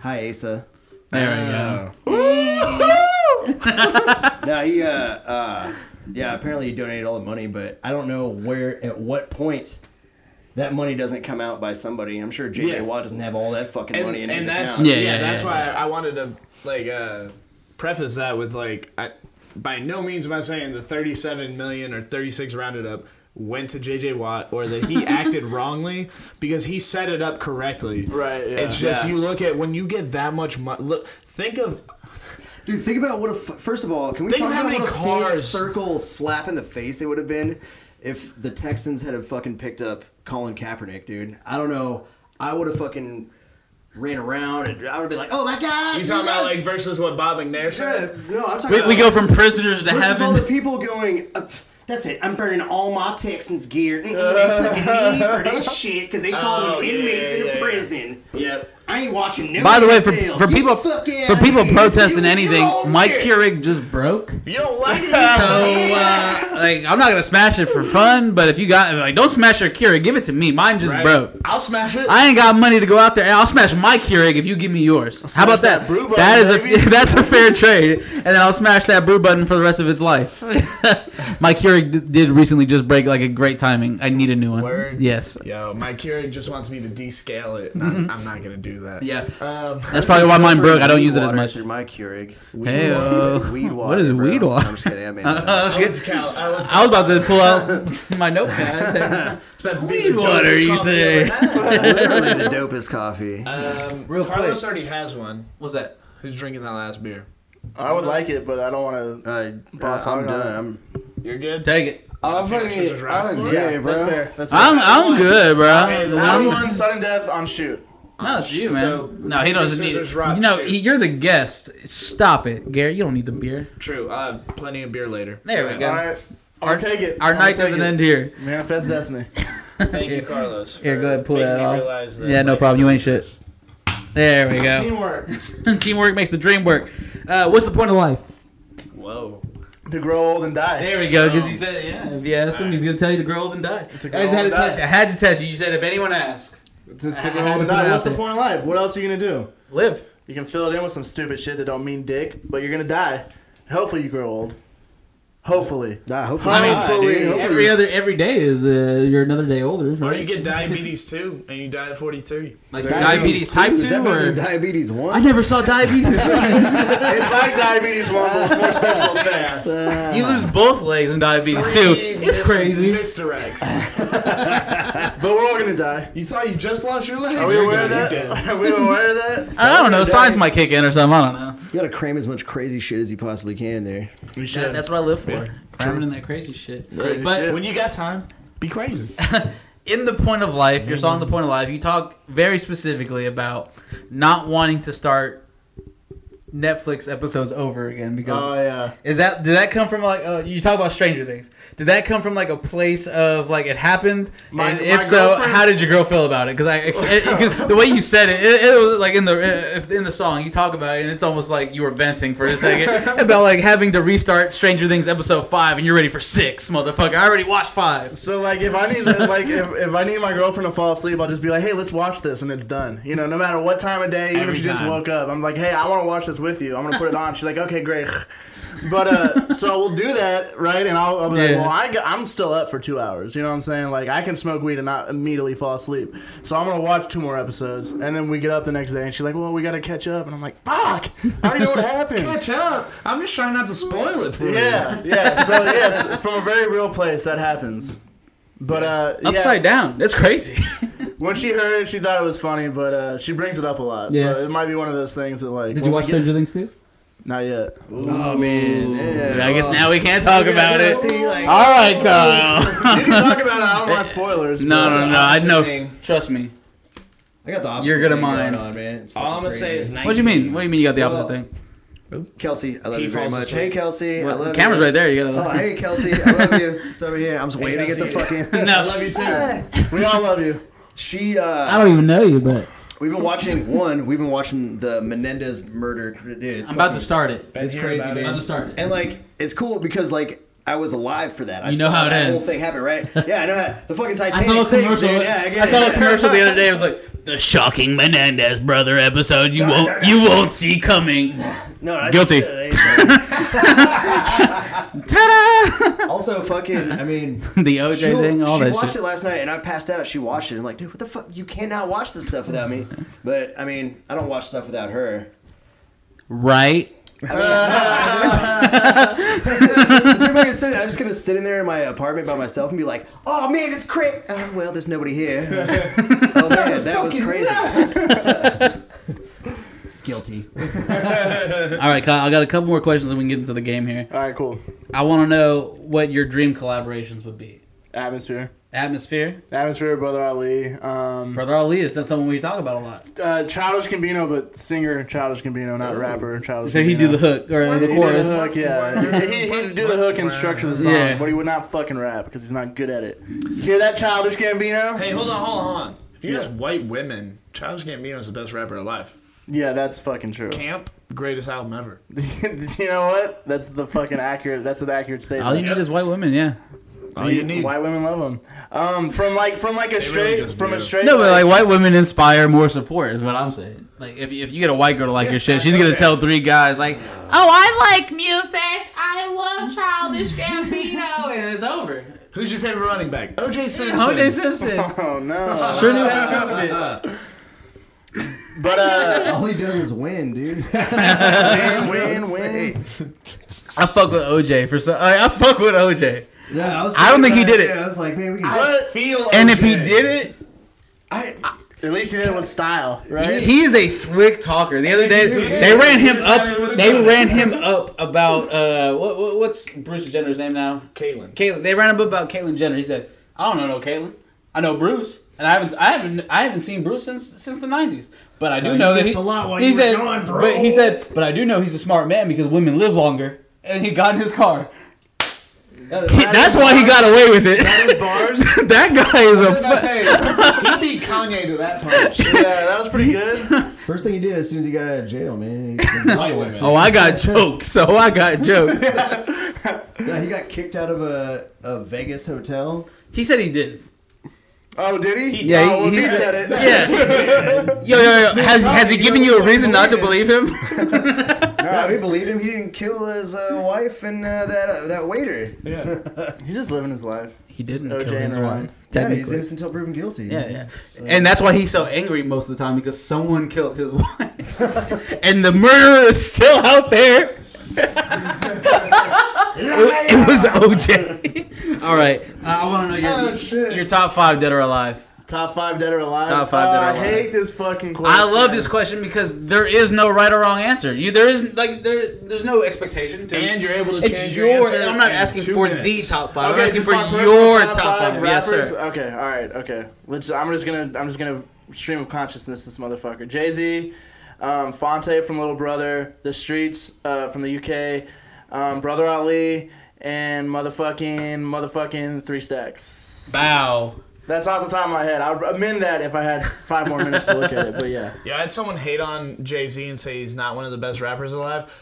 [SPEAKER 6] hi, Asa.
[SPEAKER 3] there we go.
[SPEAKER 6] No, he. Uh, uh, yeah, apparently he donated all the money, but I don't know where, at what point. That money doesn't come out by somebody. I'm sure J.J.
[SPEAKER 2] Yeah.
[SPEAKER 6] Watt doesn't have all that fucking
[SPEAKER 2] and,
[SPEAKER 6] money in his
[SPEAKER 2] and that's
[SPEAKER 6] account.
[SPEAKER 2] yeah,
[SPEAKER 3] Yeah, yeah,
[SPEAKER 2] that's
[SPEAKER 3] yeah.
[SPEAKER 2] why I wanted to like uh, preface that with like I, by no means am I saying the 37 million or 36 rounded up went to JJ Watt or that he acted wrongly because he set it up correctly.
[SPEAKER 5] Right, yeah.
[SPEAKER 2] It's just
[SPEAKER 5] Yeah.
[SPEAKER 2] you look at when you get that much money. Look, think of
[SPEAKER 6] Dude, think about what a. f- First of all, can we
[SPEAKER 2] Think
[SPEAKER 6] talk
[SPEAKER 2] of how
[SPEAKER 6] about
[SPEAKER 2] many
[SPEAKER 6] what a full
[SPEAKER 2] cars-
[SPEAKER 6] circle slap in the face it would have been if the Texans had have fucking picked up Colin Kaepernick, dude? I don't know. I would have fucking ran around and I would have been like, oh my god.
[SPEAKER 2] you talking about
[SPEAKER 6] guys-
[SPEAKER 2] like versus what Bob McNair said.
[SPEAKER 6] Yeah, no, I'm talking
[SPEAKER 3] We,
[SPEAKER 6] about
[SPEAKER 3] we go from prisoners to
[SPEAKER 6] versus all
[SPEAKER 3] heaven.
[SPEAKER 6] the people going. "Uh, pff, that's it. I'm burning all my Texans gear. Mm-mm, they took a knee for this shit because they called
[SPEAKER 2] Oh,
[SPEAKER 6] them
[SPEAKER 2] yeah,
[SPEAKER 6] inmates
[SPEAKER 2] yeah,
[SPEAKER 6] in a
[SPEAKER 2] yeah.
[SPEAKER 6] prison.
[SPEAKER 2] Yep.
[SPEAKER 6] I ain't watching. No
[SPEAKER 3] By the way, for,
[SPEAKER 6] NFL.
[SPEAKER 3] for
[SPEAKER 6] Get
[SPEAKER 3] people
[SPEAKER 6] the fuck
[SPEAKER 3] for
[SPEAKER 6] outta
[SPEAKER 3] people
[SPEAKER 6] here.
[SPEAKER 3] protesting
[SPEAKER 6] You-
[SPEAKER 3] anything,
[SPEAKER 6] you're all
[SPEAKER 3] Mike
[SPEAKER 6] weird.
[SPEAKER 3] Keurig just broke.
[SPEAKER 2] If you don't like it,
[SPEAKER 3] So uh, like, I'm not gonna smash it for fun, but if you got like, don't smash your Keurig, give it to me. Mine just
[SPEAKER 2] right?
[SPEAKER 3] broke.
[SPEAKER 2] I'll smash it.
[SPEAKER 3] I ain't got money to go out there. and I'll smash my Keurig if you give me yours. How about that?
[SPEAKER 5] that brew button,
[SPEAKER 3] that is a
[SPEAKER 5] baby.
[SPEAKER 3] that's a fair trade, and then I'll smash that brew button for the rest of its life. my Keurig d- did recently just break like a great timing. I need a new one.
[SPEAKER 2] Word.
[SPEAKER 3] Yes.
[SPEAKER 2] Yo, my Keurig just wants me to descale it. and I'm,
[SPEAKER 5] Mm-hmm.
[SPEAKER 2] I'm not gonna do that.
[SPEAKER 3] Yeah.
[SPEAKER 2] Um,
[SPEAKER 3] That's probably why mine broke. I don't use it as
[SPEAKER 6] Water
[SPEAKER 3] much.
[SPEAKER 6] Through my Keurig.
[SPEAKER 3] Hey. uh,
[SPEAKER 6] Weed water.
[SPEAKER 3] is
[SPEAKER 6] bro.
[SPEAKER 3] weed water?
[SPEAKER 6] I'm just kidding. I made that up.
[SPEAKER 2] I went to Cal. I went to
[SPEAKER 3] Uh, I was about to pull out my notepad.
[SPEAKER 2] It's about to be
[SPEAKER 3] Weed
[SPEAKER 2] the
[SPEAKER 3] water,
[SPEAKER 2] dopest
[SPEAKER 3] you
[SPEAKER 2] coffee
[SPEAKER 3] say?
[SPEAKER 2] ever had.
[SPEAKER 6] Literally the dopest coffee.
[SPEAKER 2] Um,
[SPEAKER 3] Real
[SPEAKER 2] Carlos
[SPEAKER 3] quick.
[SPEAKER 2] already has one.
[SPEAKER 3] What's that?
[SPEAKER 2] Who's drinking that last beer?
[SPEAKER 5] I would like it, but I don't want to.
[SPEAKER 6] Uh, boss, I'm done. I'm.
[SPEAKER 2] You're good.
[SPEAKER 3] Take it.
[SPEAKER 6] I'm
[SPEAKER 2] fucking- scissors, rock, I'm
[SPEAKER 6] good,
[SPEAKER 5] That's fair. That's fair.
[SPEAKER 3] I'm I'm good, bro.
[SPEAKER 5] Round
[SPEAKER 3] I'm-
[SPEAKER 5] one, sudden death on shoot.
[SPEAKER 3] No, it's you, man.
[SPEAKER 2] So,
[SPEAKER 3] no, he doesn't need
[SPEAKER 2] scissors,
[SPEAKER 3] it.
[SPEAKER 2] rock,
[SPEAKER 3] You know,
[SPEAKER 2] shoot.
[SPEAKER 3] he, you're the guest. Stop it, Gary. You don't need the beer.
[SPEAKER 2] True. I have plenty of beer later.
[SPEAKER 3] There we go.
[SPEAKER 5] All right, I'll
[SPEAKER 3] Our-
[SPEAKER 5] take it.
[SPEAKER 3] Our
[SPEAKER 5] I'll
[SPEAKER 3] night
[SPEAKER 5] take
[SPEAKER 3] doesn't
[SPEAKER 5] it.
[SPEAKER 3] end here.
[SPEAKER 5] Manifest destiny.
[SPEAKER 2] Thank you, Carlos.
[SPEAKER 3] Here,
[SPEAKER 2] for
[SPEAKER 3] go ahead, pull
[SPEAKER 2] making
[SPEAKER 3] that
[SPEAKER 2] me
[SPEAKER 3] off.
[SPEAKER 2] realize that
[SPEAKER 3] Yeah, no
[SPEAKER 2] life
[SPEAKER 3] problem. You
[SPEAKER 2] is
[SPEAKER 3] ain't shit. There we go.
[SPEAKER 5] Teamwork
[SPEAKER 3] Teamwork makes the dream work. Uh, what's the point of life?
[SPEAKER 2] a- Whoa.
[SPEAKER 5] to grow old and die.
[SPEAKER 3] There we go. Because he said, yeah, if you ask him, he's gonna tell you to grow old and die.
[SPEAKER 5] to
[SPEAKER 3] I
[SPEAKER 5] grow
[SPEAKER 3] just had to
[SPEAKER 5] old and
[SPEAKER 3] test. you. I had to test you. You said, if anyone asks,
[SPEAKER 5] Just to
[SPEAKER 3] I
[SPEAKER 5] grow
[SPEAKER 3] had
[SPEAKER 5] old
[SPEAKER 3] to
[SPEAKER 5] and
[SPEAKER 3] put it
[SPEAKER 5] die.
[SPEAKER 3] out
[SPEAKER 5] What's the
[SPEAKER 3] there.
[SPEAKER 5] point of life? What else are you gonna do?
[SPEAKER 3] live.
[SPEAKER 5] You can fill it in with some stupid shit that don't mean dick, but you're gonna die. Hopefully, you grow old. Hopefully.
[SPEAKER 6] Nah, hopefully.
[SPEAKER 5] I mean, fully.
[SPEAKER 3] Every other every day is uh, you're another day older,
[SPEAKER 2] Or you
[SPEAKER 3] right?
[SPEAKER 2] get diabetes too, and you die at 43.
[SPEAKER 3] Like diabetes type
[SPEAKER 6] Is that
[SPEAKER 3] two,
[SPEAKER 6] better
[SPEAKER 3] or
[SPEAKER 6] than diabetes one?
[SPEAKER 3] I never saw diabetes.
[SPEAKER 5] it's like diabetes one, but with more special effects.
[SPEAKER 6] Uh,
[SPEAKER 3] you lose both legs in diabetes too. It's crazy.
[SPEAKER 2] Misdirects.
[SPEAKER 5] But we're all gonna die.
[SPEAKER 2] You thought you just lost your leg.
[SPEAKER 5] Are we
[SPEAKER 2] You're
[SPEAKER 5] aware of
[SPEAKER 2] good. You're
[SPEAKER 5] that?
[SPEAKER 2] dead.
[SPEAKER 5] Are we aware of that?
[SPEAKER 3] I don't know. Science might kick in or something. I don't know.
[SPEAKER 6] You gotta cram as much crazy shit as you possibly can in there.
[SPEAKER 5] We
[SPEAKER 3] That,
[SPEAKER 5] should.
[SPEAKER 3] that's what I live for. Cramming in that crazy shit.
[SPEAKER 5] Crazy
[SPEAKER 3] but
[SPEAKER 5] shit.
[SPEAKER 2] When you got time, be crazy.
[SPEAKER 3] in the point of life, your song "The Point of Life," you talk very specifically about not wanting to start Netflix episodes over again because
[SPEAKER 5] Oh yeah.
[SPEAKER 3] Is that did that come from like uh, you talk about Stranger Things? Did that come from like a place of like it happened?
[SPEAKER 5] My-
[SPEAKER 3] and
[SPEAKER 5] my
[SPEAKER 3] if so,
[SPEAKER 5] girlfriend-
[SPEAKER 3] how did your girl feel about it? Because I because the way you said it, it, it was like in the in the song you talk about it, and it's almost like you were venting for a second about like having to restart Stranger Things episode five, and you're ready for six, motherfucker. I already watched five.
[SPEAKER 5] So like if I need to, like if, if I need my girlfriend to fall asleep, I'll just be like, hey, let's watch this, and it's done. You know, no matter what time of day, even
[SPEAKER 3] Every
[SPEAKER 5] if she just
[SPEAKER 3] time.
[SPEAKER 5] woke up, I'm like, hey, I want to watch this with you. I'm gonna put it on. She's like, okay, great. But uh, so we'll do that, right? And I'll, I'll be like,
[SPEAKER 3] Yeah.
[SPEAKER 5] well, I, am still up for two hours. You know what I'm saying? Like I can smoke weed and not immediately fall asleep. So I'm gonna watch two more episodes, and then we get up the next day, and she's like, well, we gotta catch up, and I'm like, fuck, I already know what happens.
[SPEAKER 2] Catch up. I'm just trying not to spoil it for you.
[SPEAKER 5] Yeah, yeah. So yes, from a very real place that happens. But uh,
[SPEAKER 3] Upside
[SPEAKER 5] yeah,
[SPEAKER 3] down. That's crazy.
[SPEAKER 5] when she heard it, she thought it was funny, but uh, she brings it up a lot. So
[SPEAKER 3] Yeah.
[SPEAKER 5] it might be one of those things that like. when we get-
[SPEAKER 3] Things too?
[SPEAKER 5] Not yet.
[SPEAKER 6] Oh man, yeah.
[SPEAKER 3] I guess now we can't talk about
[SPEAKER 6] yeah,
[SPEAKER 3] it.
[SPEAKER 6] see, like-
[SPEAKER 3] All right, Kyle.
[SPEAKER 5] you can talk about it. I don't want spoilers.
[SPEAKER 3] Eh, No, no, no. I
[SPEAKER 6] Opposite
[SPEAKER 3] know.
[SPEAKER 6] thing.
[SPEAKER 3] Trust me.
[SPEAKER 6] I got the opposite.
[SPEAKER 3] You're gonna
[SPEAKER 6] thing going
[SPEAKER 3] mind.
[SPEAKER 6] on, man. It's
[SPEAKER 9] All I'm
[SPEAKER 6] fucking
[SPEAKER 9] gonna say
[SPEAKER 6] crazy.
[SPEAKER 9] is 19.
[SPEAKER 3] What do you mean? What do you mean you got the opposite
[SPEAKER 6] Well,
[SPEAKER 3] thing?
[SPEAKER 6] Kelsey, I love
[SPEAKER 9] He
[SPEAKER 6] you very
[SPEAKER 9] falls
[SPEAKER 6] much.
[SPEAKER 9] asleep.
[SPEAKER 6] Hey, Kelsey, I love
[SPEAKER 3] The camera's
[SPEAKER 6] you.
[SPEAKER 3] right there. You gotta.
[SPEAKER 6] Oh, hey, Kelsey, I love you. It's over here. I'm just waving at the fucking.
[SPEAKER 3] No.
[SPEAKER 2] I love you too.
[SPEAKER 5] We all love you.
[SPEAKER 6] She, uh,
[SPEAKER 10] I don't even know you, but
[SPEAKER 6] we've been watching one. We've been watching the Menendez murder. Dude, it's
[SPEAKER 3] I'm about
[SPEAKER 6] fucking-
[SPEAKER 3] to start it.
[SPEAKER 6] It's crazy, man.
[SPEAKER 3] About to start it.
[SPEAKER 6] And like, it's cool because like I was alive for that. I
[SPEAKER 3] You know
[SPEAKER 6] saw
[SPEAKER 3] how it
[SPEAKER 6] that whole
[SPEAKER 3] ends.
[SPEAKER 6] thing happen, right? Yeah, I know that. The fucking
[SPEAKER 3] I
[SPEAKER 6] Titanic
[SPEAKER 3] saw a
[SPEAKER 6] sinks,
[SPEAKER 3] commercial.
[SPEAKER 6] dude. Yeah, I, get
[SPEAKER 3] I saw a
[SPEAKER 6] it.
[SPEAKER 3] commercial the other day. It was like the shocking Menendez brother episode. You won't you won't see coming.
[SPEAKER 6] No, I
[SPEAKER 3] Guilty.
[SPEAKER 6] it's-
[SPEAKER 3] Ta-da!
[SPEAKER 6] also, fucking. I mean,
[SPEAKER 3] The OJ
[SPEAKER 6] she,
[SPEAKER 3] thing, all
[SPEAKER 6] she
[SPEAKER 3] that
[SPEAKER 6] watched
[SPEAKER 3] shit.
[SPEAKER 6] it last night, and I passed out. She watched it. I'm like, dude, what the fuck? You cannot watch this stuff without me. But I mean, I don't watch stuff without her.
[SPEAKER 3] Right?
[SPEAKER 6] Is everybody gonna say that? I'm just gonna sit in there in my apartment by myself and be like, "Oh man, it's crazy." Oh, well, there's nobody here. oh man, that was crazy. Guilty.
[SPEAKER 3] All right, Kyle. I got a couple more questions, and we can get into the game here.
[SPEAKER 5] All right, cool.
[SPEAKER 3] I want to know what your dream collaborations would be.
[SPEAKER 5] Atmosphere,
[SPEAKER 3] Atmosphere,
[SPEAKER 5] atmosphere, brother Ali, um,
[SPEAKER 3] brother Ali is not someone we talk about a lot.
[SPEAKER 5] uh, Childish Gambino, but singer Childish Gambino, not rapper Childish.
[SPEAKER 3] Oh. So he
[SPEAKER 5] Gambino.
[SPEAKER 3] do the hook or the
[SPEAKER 5] He did the
[SPEAKER 3] chorus.
[SPEAKER 5] hook, yeah. he, he'd do the hook and structure the song,
[SPEAKER 3] Yeah.
[SPEAKER 5] but he would not fucking rap because he's not good at it. You hear that, Childish Gambino?
[SPEAKER 2] Hey, hold on, hold on, hold on. If you
[SPEAKER 5] Yeah.
[SPEAKER 2] ask white women, Childish Gambino is the best rapper alive.
[SPEAKER 5] Yeah, that's fucking true.
[SPEAKER 2] Camp, greatest album ever.
[SPEAKER 5] you know what? That's the fucking accurate. That's an accurate statement.
[SPEAKER 3] All Oh, you need is white women. Yeah.
[SPEAKER 2] All you need.
[SPEAKER 5] White women love him. Um, from like from like a straight
[SPEAKER 2] just
[SPEAKER 5] from a
[SPEAKER 2] do.
[SPEAKER 5] straight.
[SPEAKER 3] No, but like white women inspire more support is what I'm saying. Like if, if you get a white girl to like your shit, she's gonna tell three guys like, "Oh, I like music. I love Childish Gambino," and "Oh, it's over.
[SPEAKER 2] Who's your favorite running back? OJ Simpson.
[SPEAKER 3] OJ Simpson.
[SPEAKER 5] oh no.
[SPEAKER 3] Sure knew what happened.
[SPEAKER 5] But uh,
[SPEAKER 11] all he does is win, dude.
[SPEAKER 5] win, win, win.
[SPEAKER 3] I fuck with OJ for some. I, I fuck with OJ.
[SPEAKER 11] Yeah, I, was
[SPEAKER 3] I don't think he
[SPEAKER 11] thinking
[SPEAKER 3] did
[SPEAKER 11] about
[SPEAKER 3] it.
[SPEAKER 11] I was like, man, we can.
[SPEAKER 5] But
[SPEAKER 2] Feel
[SPEAKER 3] And if
[SPEAKER 2] OJ.
[SPEAKER 3] he did it,
[SPEAKER 5] at least he did it with style, right?
[SPEAKER 3] he is a slick talker. The other day, they ran him up. They ran him up about uh, what, what, what's Bruce Jenner's name now?
[SPEAKER 2] Caitlyn.
[SPEAKER 3] Caitlyn. They ran him up about Caitlyn Jenner. He said, "I don't know no Caitlyn. I know Bruce, and I haven't, I haven't, I haven't seen Bruce since since the '90s. But I do
[SPEAKER 11] Oh, you
[SPEAKER 3] know that
[SPEAKER 11] missed a
[SPEAKER 3] he,
[SPEAKER 11] lot while
[SPEAKER 3] he
[SPEAKER 11] you were
[SPEAKER 3] said,
[SPEAKER 11] gone, bro.
[SPEAKER 3] but he said, but I do know he's a smart man because women live longer." And he got in his car. That's why he got away with it.
[SPEAKER 5] Bars.
[SPEAKER 3] that guy is a.
[SPEAKER 2] What did I say? he beat Kanye to that punch.
[SPEAKER 5] Yeah, that was pretty good.
[SPEAKER 11] First thing he did as soon as he got out of jail, man. He,
[SPEAKER 3] oh, I got jokes. So I got jokes.
[SPEAKER 11] yeah, he got kicked out of a, a Vegas hotel.
[SPEAKER 3] he said he did.
[SPEAKER 5] Oh, did he?
[SPEAKER 3] Yeah,
[SPEAKER 5] Oh,
[SPEAKER 3] he-
[SPEAKER 5] if he,
[SPEAKER 3] he-
[SPEAKER 5] said it.
[SPEAKER 3] Yeah. Yo, yo, yo. Has has he given you a reason not to believe him?
[SPEAKER 6] No, we believed him. He didn't kill his uh, wife and uh, that uh, that waiter.
[SPEAKER 5] He's just living his life.
[SPEAKER 3] He didn't
[SPEAKER 5] OJ
[SPEAKER 3] kill
[SPEAKER 5] and
[SPEAKER 3] his
[SPEAKER 5] her
[SPEAKER 3] wife.
[SPEAKER 11] Yeah, he's
[SPEAKER 3] technically.
[SPEAKER 11] innocent until proven guilty.
[SPEAKER 3] Yeah, yeah. And that's why he's so angry most of the time because someone killed his wife. and the murderer is still out there. it, it was OJ. All right. Uh, I want to know your, your top five dead or alive.
[SPEAKER 5] Top five dead or alive.
[SPEAKER 3] Top five dead or
[SPEAKER 5] Oh,
[SPEAKER 3] alive.
[SPEAKER 5] I hate this fucking question.
[SPEAKER 3] I love this question because there is no right or wrong answer. You there is like there there's no expectation to
[SPEAKER 2] And you're able to
[SPEAKER 3] it's
[SPEAKER 2] change
[SPEAKER 3] your,
[SPEAKER 2] your answer
[SPEAKER 3] I'm not
[SPEAKER 2] in
[SPEAKER 3] asking
[SPEAKER 2] two
[SPEAKER 3] for the
[SPEAKER 2] minutes.
[SPEAKER 3] top five.
[SPEAKER 5] Okay,
[SPEAKER 3] I'm asking
[SPEAKER 5] just
[SPEAKER 3] for
[SPEAKER 5] my personal
[SPEAKER 3] your top, five. Yes,
[SPEAKER 5] rappers?
[SPEAKER 3] sir.
[SPEAKER 5] Okay, all right, okay. Let's. I'm just gonna. I'm just gonna stream of consciousness this motherfucker. Jay Z, um, Fonte from Little Brother, The Streets uh, from the UK, um, Brother Ali, and motherfucking motherfucking Three Stacks.
[SPEAKER 3] Bow.
[SPEAKER 5] That's off the top of my head. I would amend that if I had five more minutes to look at it. But yeah,
[SPEAKER 7] Yeah, I had someone hate on Jay Z and say he's not one of the best rappers alive.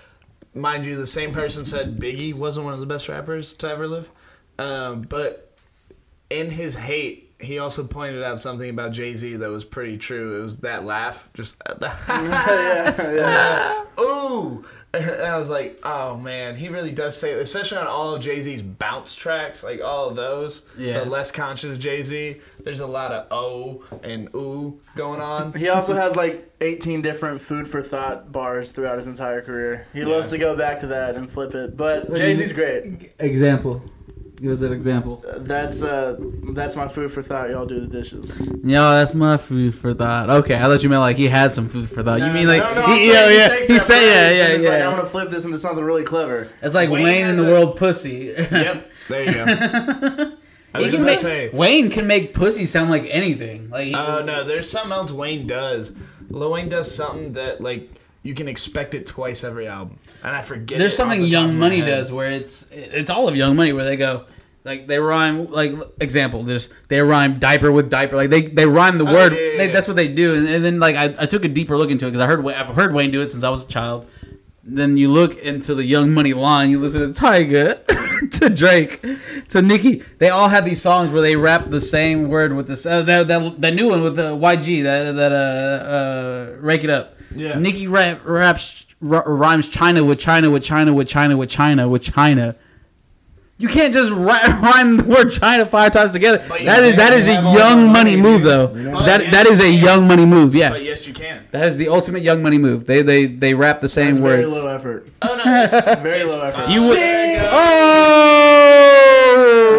[SPEAKER 7] Mind you, the same person said Biggie wasn't one of the best rappers to ever live. Um, but in his hate, he also pointed out something about Jay Z that was pretty true. It was that laugh, just
[SPEAKER 5] yeah, yeah.
[SPEAKER 7] ooh. And I was like, oh man, he really does say, especially on all of Jay Z's bounce tracks, like all of those.
[SPEAKER 3] Yeah.
[SPEAKER 7] The less conscious Jay Z, there's a lot of oh and ooh going on.
[SPEAKER 5] He also has like 18 different food for thought bars throughout his entire career. He loves to go back to that and flip it. But
[SPEAKER 3] do
[SPEAKER 5] Jay
[SPEAKER 3] you-
[SPEAKER 5] Z's great.
[SPEAKER 3] Example. Give us an example.
[SPEAKER 5] That's uh, that's my food for thought. Y'all do the dishes.
[SPEAKER 3] Yeah, that's my food for thought. Okay, I thought you meant like he had some food for thought. you mean like
[SPEAKER 5] no, no,
[SPEAKER 3] he,
[SPEAKER 5] I'm
[SPEAKER 3] yeah,
[SPEAKER 5] saying he
[SPEAKER 3] yeah,
[SPEAKER 5] takes
[SPEAKER 3] he
[SPEAKER 5] that
[SPEAKER 3] said
[SPEAKER 5] phrase
[SPEAKER 3] yeah,
[SPEAKER 5] and
[SPEAKER 3] yeah,
[SPEAKER 5] it's
[SPEAKER 3] yeah.
[SPEAKER 5] Like, I'm gonna flip this into something really clever.
[SPEAKER 3] it's like
[SPEAKER 7] Wayne
[SPEAKER 3] Wayne, in
[SPEAKER 7] has
[SPEAKER 3] the
[SPEAKER 7] a-
[SPEAKER 3] world pussy.
[SPEAKER 7] Yep. There you go. I
[SPEAKER 3] He
[SPEAKER 7] was
[SPEAKER 3] can
[SPEAKER 7] gonna
[SPEAKER 3] make-
[SPEAKER 7] say.
[SPEAKER 3] Wayne can make pussy sound like anything. Like he-
[SPEAKER 7] Oh no, there's something else Wayne does. Lil Wayne does something that like you can expect it twice every album, and I forget.
[SPEAKER 3] there's
[SPEAKER 7] it off
[SPEAKER 3] something
[SPEAKER 7] the top of
[SPEAKER 3] Young
[SPEAKER 7] my
[SPEAKER 3] Money
[SPEAKER 7] head.
[SPEAKER 3] does where it's it's all of Young Money where they go like they rhyme like example there's they rhyme diaper with diaper like they they rhyme the word
[SPEAKER 7] Oh, yeah, yeah,
[SPEAKER 3] they,
[SPEAKER 7] yeah.
[SPEAKER 3] that's what they do and, and then like I, I took a deeper look into it because I heard Wa- I've heard Wayne do it since I was a child. Then you look into the Young Money line, you listen to Tyga, to Drake, to Nicki. They all have these songs where they rap the same word with this uh, that, that that new one with the YG that that uh, uh rake it up.
[SPEAKER 7] Yeah.
[SPEAKER 3] Nicki rap, raps r- rhymes China with China with China with China with China with China. You can't just ri- rhyme the word China five times together.
[SPEAKER 7] But you
[SPEAKER 3] That is that
[SPEAKER 7] can
[SPEAKER 3] is a
[SPEAKER 7] have all
[SPEAKER 3] young
[SPEAKER 7] the
[SPEAKER 3] money
[SPEAKER 7] money,
[SPEAKER 3] move
[SPEAKER 7] dude.
[SPEAKER 3] though.
[SPEAKER 7] know.
[SPEAKER 3] That
[SPEAKER 7] But
[SPEAKER 3] that
[SPEAKER 7] yes,
[SPEAKER 3] is a
[SPEAKER 7] you can.
[SPEAKER 3] young money move. Yeah.
[SPEAKER 7] But Oh, yes, you can.
[SPEAKER 3] That is the ultimate young money move. They they they rap the same
[SPEAKER 5] It's very
[SPEAKER 3] words.
[SPEAKER 5] low effort.
[SPEAKER 7] Oh no.
[SPEAKER 5] Very low effort.
[SPEAKER 3] You would.
[SPEAKER 5] What
[SPEAKER 3] Oh!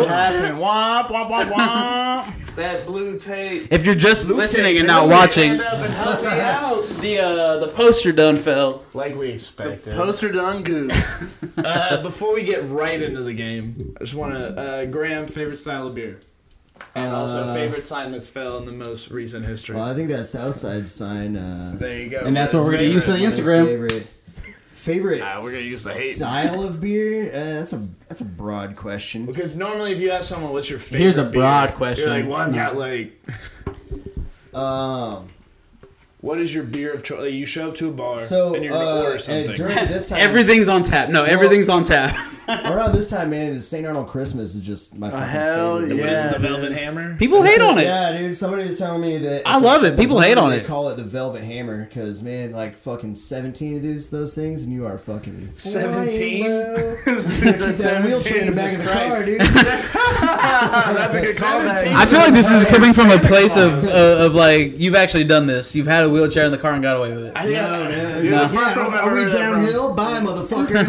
[SPEAKER 5] happened? Womp, womp, womp, womp.
[SPEAKER 7] that blue tape.
[SPEAKER 3] If you're just listening and not
[SPEAKER 7] Stand
[SPEAKER 3] watching,
[SPEAKER 7] up and help me out.
[SPEAKER 3] the uh, the poster done fell.
[SPEAKER 7] Like we expected.
[SPEAKER 5] Poster done goofed.
[SPEAKER 2] Uh, before we get right into the game, I just want to uh, Graham favorite style of beer, and also
[SPEAKER 6] Uh,
[SPEAKER 2] favorite sign that's fell in the most recent history.
[SPEAKER 6] Well, I think that Southside sign. Uh,
[SPEAKER 2] There you go.
[SPEAKER 3] And that's what we're gonna
[SPEAKER 2] Favorite.
[SPEAKER 3] use for the
[SPEAKER 6] my
[SPEAKER 3] Instagram.
[SPEAKER 6] favorite. Favorite
[SPEAKER 7] Ah, we're gonna use the hate.
[SPEAKER 6] style of beer. Uh, that's a that's a broad question.
[SPEAKER 2] Because normally, if you ask someone, "What's your favorite?"
[SPEAKER 3] Here's a broad
[SPEAKER 2] beer?"
[SPEAKER 3] question.
[SPEAKER 2] You're like, "Well, I've got like,
[SPEAKER 6] Um,
[SPEAKER 2] what is your beer of choice?" Like, you show up to a bar
[SPEAKER 6] so
[SPEAKER 2] and you're gonna
[SPEAKER 6] uh,
[SPEAKER 2] order something.
[SPEAKER 6] and during this time,
[SPEAKER 3] Everything's on tap. No, everything's on tap.
[SPEAKER 6] around this time, man, St. Arnold Christmas is just my fucking
[SPEAKER 5] hell
[SPEAKER 6] favorite.
[SPEAKER 5] yeah.
[SPEAKER 2] what is it, the
[SPEAKER 5] dude.
[SPEAKER 2] Velvet Hammer?
[SPEAKER 3] Oh, People hate on it.
[SPEAKER 6] Yeah, dude. Somebody was telling me that.
[SPEAKER 3] I love it. People hate on
[SPEAKER 6] they
[SPEAKER 3] it.
[SPEAKER 6] Call it the Velvet Hammer because man, like fucking seventeen of these those things, and you are fucking flying
[SPEAKER 2] 17?
[SPEAKER 6] low.
[SPEAKER 5] It's
[SPEAKER 6] Keep
[SPEAKER 5] at
[SPEAKER 6] that
[SPEAKER 5] 17,
[SPEAKER 6] wheelchair in the back
[SPEAKER 5] Jesus
[SPEAKER 6] of the
[SPEAKER 5] Christ.
[SPEAKER 6] car, dude. Ah,
[SPEAKER 5] That's a good callback.
[SPEAKER 3] I feel like this is coming from a place of uh, of like you've actually done this. You've had a wheelchair in the car and got away with it.
[SPEAKER 6] No, no,
[SPEAKER 5] You're
[SPEAKER 6] yeah,
[SPEAKER 5] the first person I've
[SPEAKER 6] are
[SPEAKER 5] ever
[SPEAKER 6] we
[SPEAKER 5] heard that from.
[SPEAKER 6] downhill? Bye, motherfucker.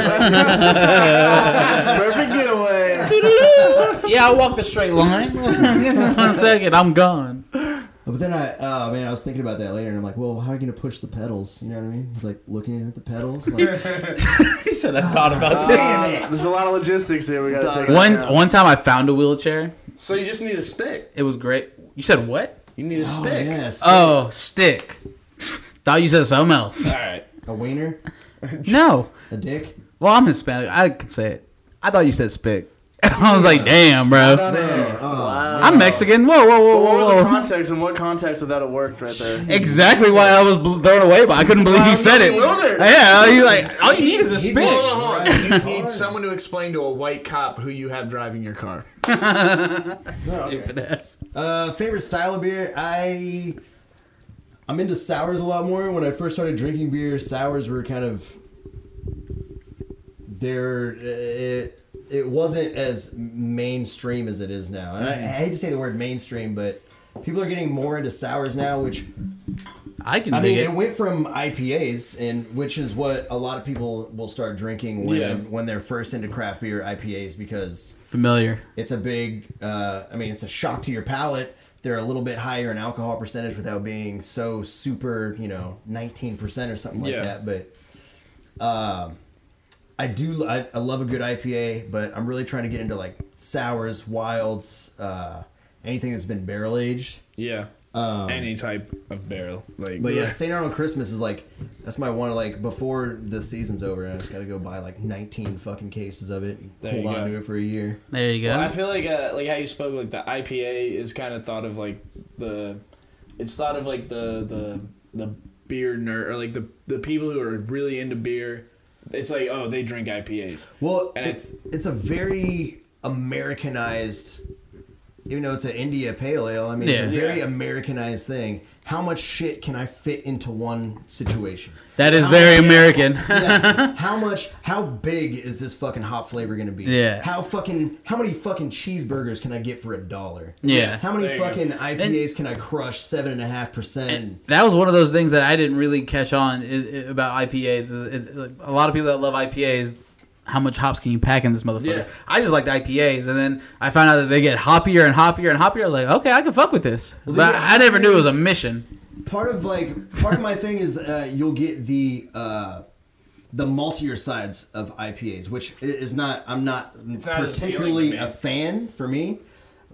[SPEAKER 5] Perfect getaway.
[SPEAKER 3] yeah, I walked the straight line. One second, I'm gone.
[SPEAKER 6] but then I, oh man, I was thinking about that later, and I'm like, well, how are you gonna push the pedals? You know what I mean? It's like looking at the pedals. Like,
[SPEAKER 3] He said I thought about this.
[SPEAKER 5] There's a lot of logistics here. We gotta take.
[SPEAKER 3] One
[SPEAKER 5] into account.
[SPEAKER 3] one time I found a wheelchair.
[SPEAKER 2] So you just need a stick.
[SPEAKER 3] It was great. You said what?
[SPEAKER 2] You need a
[SPEAKER 6] oh,
[SPEAKER 2] stick.
[SPEAKER 6] yes,
[SPEAKER 3] Oh, stick. Thought you said something else.
[SPEAKER 2] All right.
[SPEAKER 6] a wiener,
[SPEAKER 3] No.
[SPEAKER 6] a dick.
[SPEAKER 3] Well, I'm Hispanic. I can say it. I thought you said spick. I was like, damn, bro.
[SPEAKER 6] Oh,
[SPEAKER 3] I'm Mexican. Whoa, whoa, whoa,
[SPEAKER 5] What was
[SPEAKER 3] whoa,
[SPEAKER 5] the
[SPEAKER 3] whoa.
[SPEAKER 5] context and what context without it worked right there?
[SPEAKER 3] Exactly why I was bl- thrown away, but I couldn't believe he said it.
[SPEAKER 5] bewildered.
[SPEAKER 3] Yeah, you like all you need is a spick.
[SPEAKER 7] Hold on, hold on. You need someone to explain to a white cop who you have driving your car.
[SPEAKER 3] Stupid ass.
[SPEAKER 6] Uh, favorite style of beer? I I'm into sours a lot more. When I first started drinking beer, sours were kind of they're it, it wasn't as mainstream as it is now. And I, I hate to say the word mainstream, but people are getting more into sours now, which
[SPEAKER 3] I can
[SPEAKER 6] I mean,
[SPEAKER 3] dig
[SPEAKER 6] it
[SPEAKER 3] it.
[SPEAKER 6] went from IPAs, and which is what a lot of people will start drinking when when they're first into craft beer IPAs because
[SPEAKER 3] Familiar.
[SPEAKER 6] it's a big uh, i mean it's a shock to your palate they're a little bit higher in alcohol percentage without being so super you know 19% or something like
[SPEAKER 2] Yeah.
[SPEAKER 6] that but um, i do I, I love a good ipa but i'm really trying to get into like sours wilds uh, anything that's been barrel aged
[SPEAKER 2] Yeah. any type of barrel. Like,
[SPEAKER 6] But yeah, St. Arnold Christmas is like that's my one. Like before the season's over, and I just gotta go buy like 19 fucking cases of it. And
[SPEAKER 2] There you
[SPEAKER 6] hold on
[SPEAKER 2] go.
[SPEAKER 6] to it for a year.
[SPEAKER 3] There you go.
[SPEAKER 2] Well, I feel like uh, like how you spoke like the IPA is kind of thought of like the it's thought of like the the the beer nerd or like the the people who are really into beer. It's like oh they drink IPAs.
[SPEAKER 6] Well,
[SPEAKER 2] And
[SPEAKER 6] it, it's a very Americanized. Even though it's an India Pale Ale, I mean, it's a
[SPEAKER 3] Yeah.
[SPEAKER 6] very
[SPEAKER 2] Yeah.
[SPEAKER 6] Americanized thing. How much shit can I fit into one situation?
[SPEAKER 3] that is very American.
[SPEAKER 6] Yeah. how much? How big is this fucking hot flavor gonna be?
[SPEAKER 3] Yeah.
[SPEAKER 6] How fucking? How many fucking cheeseburgers can I get for a dollar?
[SPEAKER 3] Yeah.
[SPEAKER 6] How many
[SPEAKER 2] you go.
[SPEAKER 6] fucking IPAs can I crush seven and a half percent?
[SPEAKER 3] that was one of those things that I didn't really catch on i i about IPAs. Is, is, like, a lot of people that love IPAs, how much hops can you pack in this motherfucker?
[SPEAKER 2] Yeah.
[SPEAKER 3] I just liked IPAs, and then I found out that they get hoppier and hoppier and hoppier. Like, okay, I can fuck with this,
[SPEAKER 6] Well, they
[SPEAKER 3] but
[SPEAKER 6] get
[SPEAKER 3] I, I never knew it was a mission.
[SPEAKER 6] Part of like part of my thing is uh, you'll get the uh, the maltier sides of IPAs, which i- is not I'm not,
[SPEAKER 2] not as
[SPEAKER 6] particularly
[SPEAKER 2] appealing to
[SPEAKER 6] a
[SPEAKER 2] me.
[SPEAKER 6] fan for me.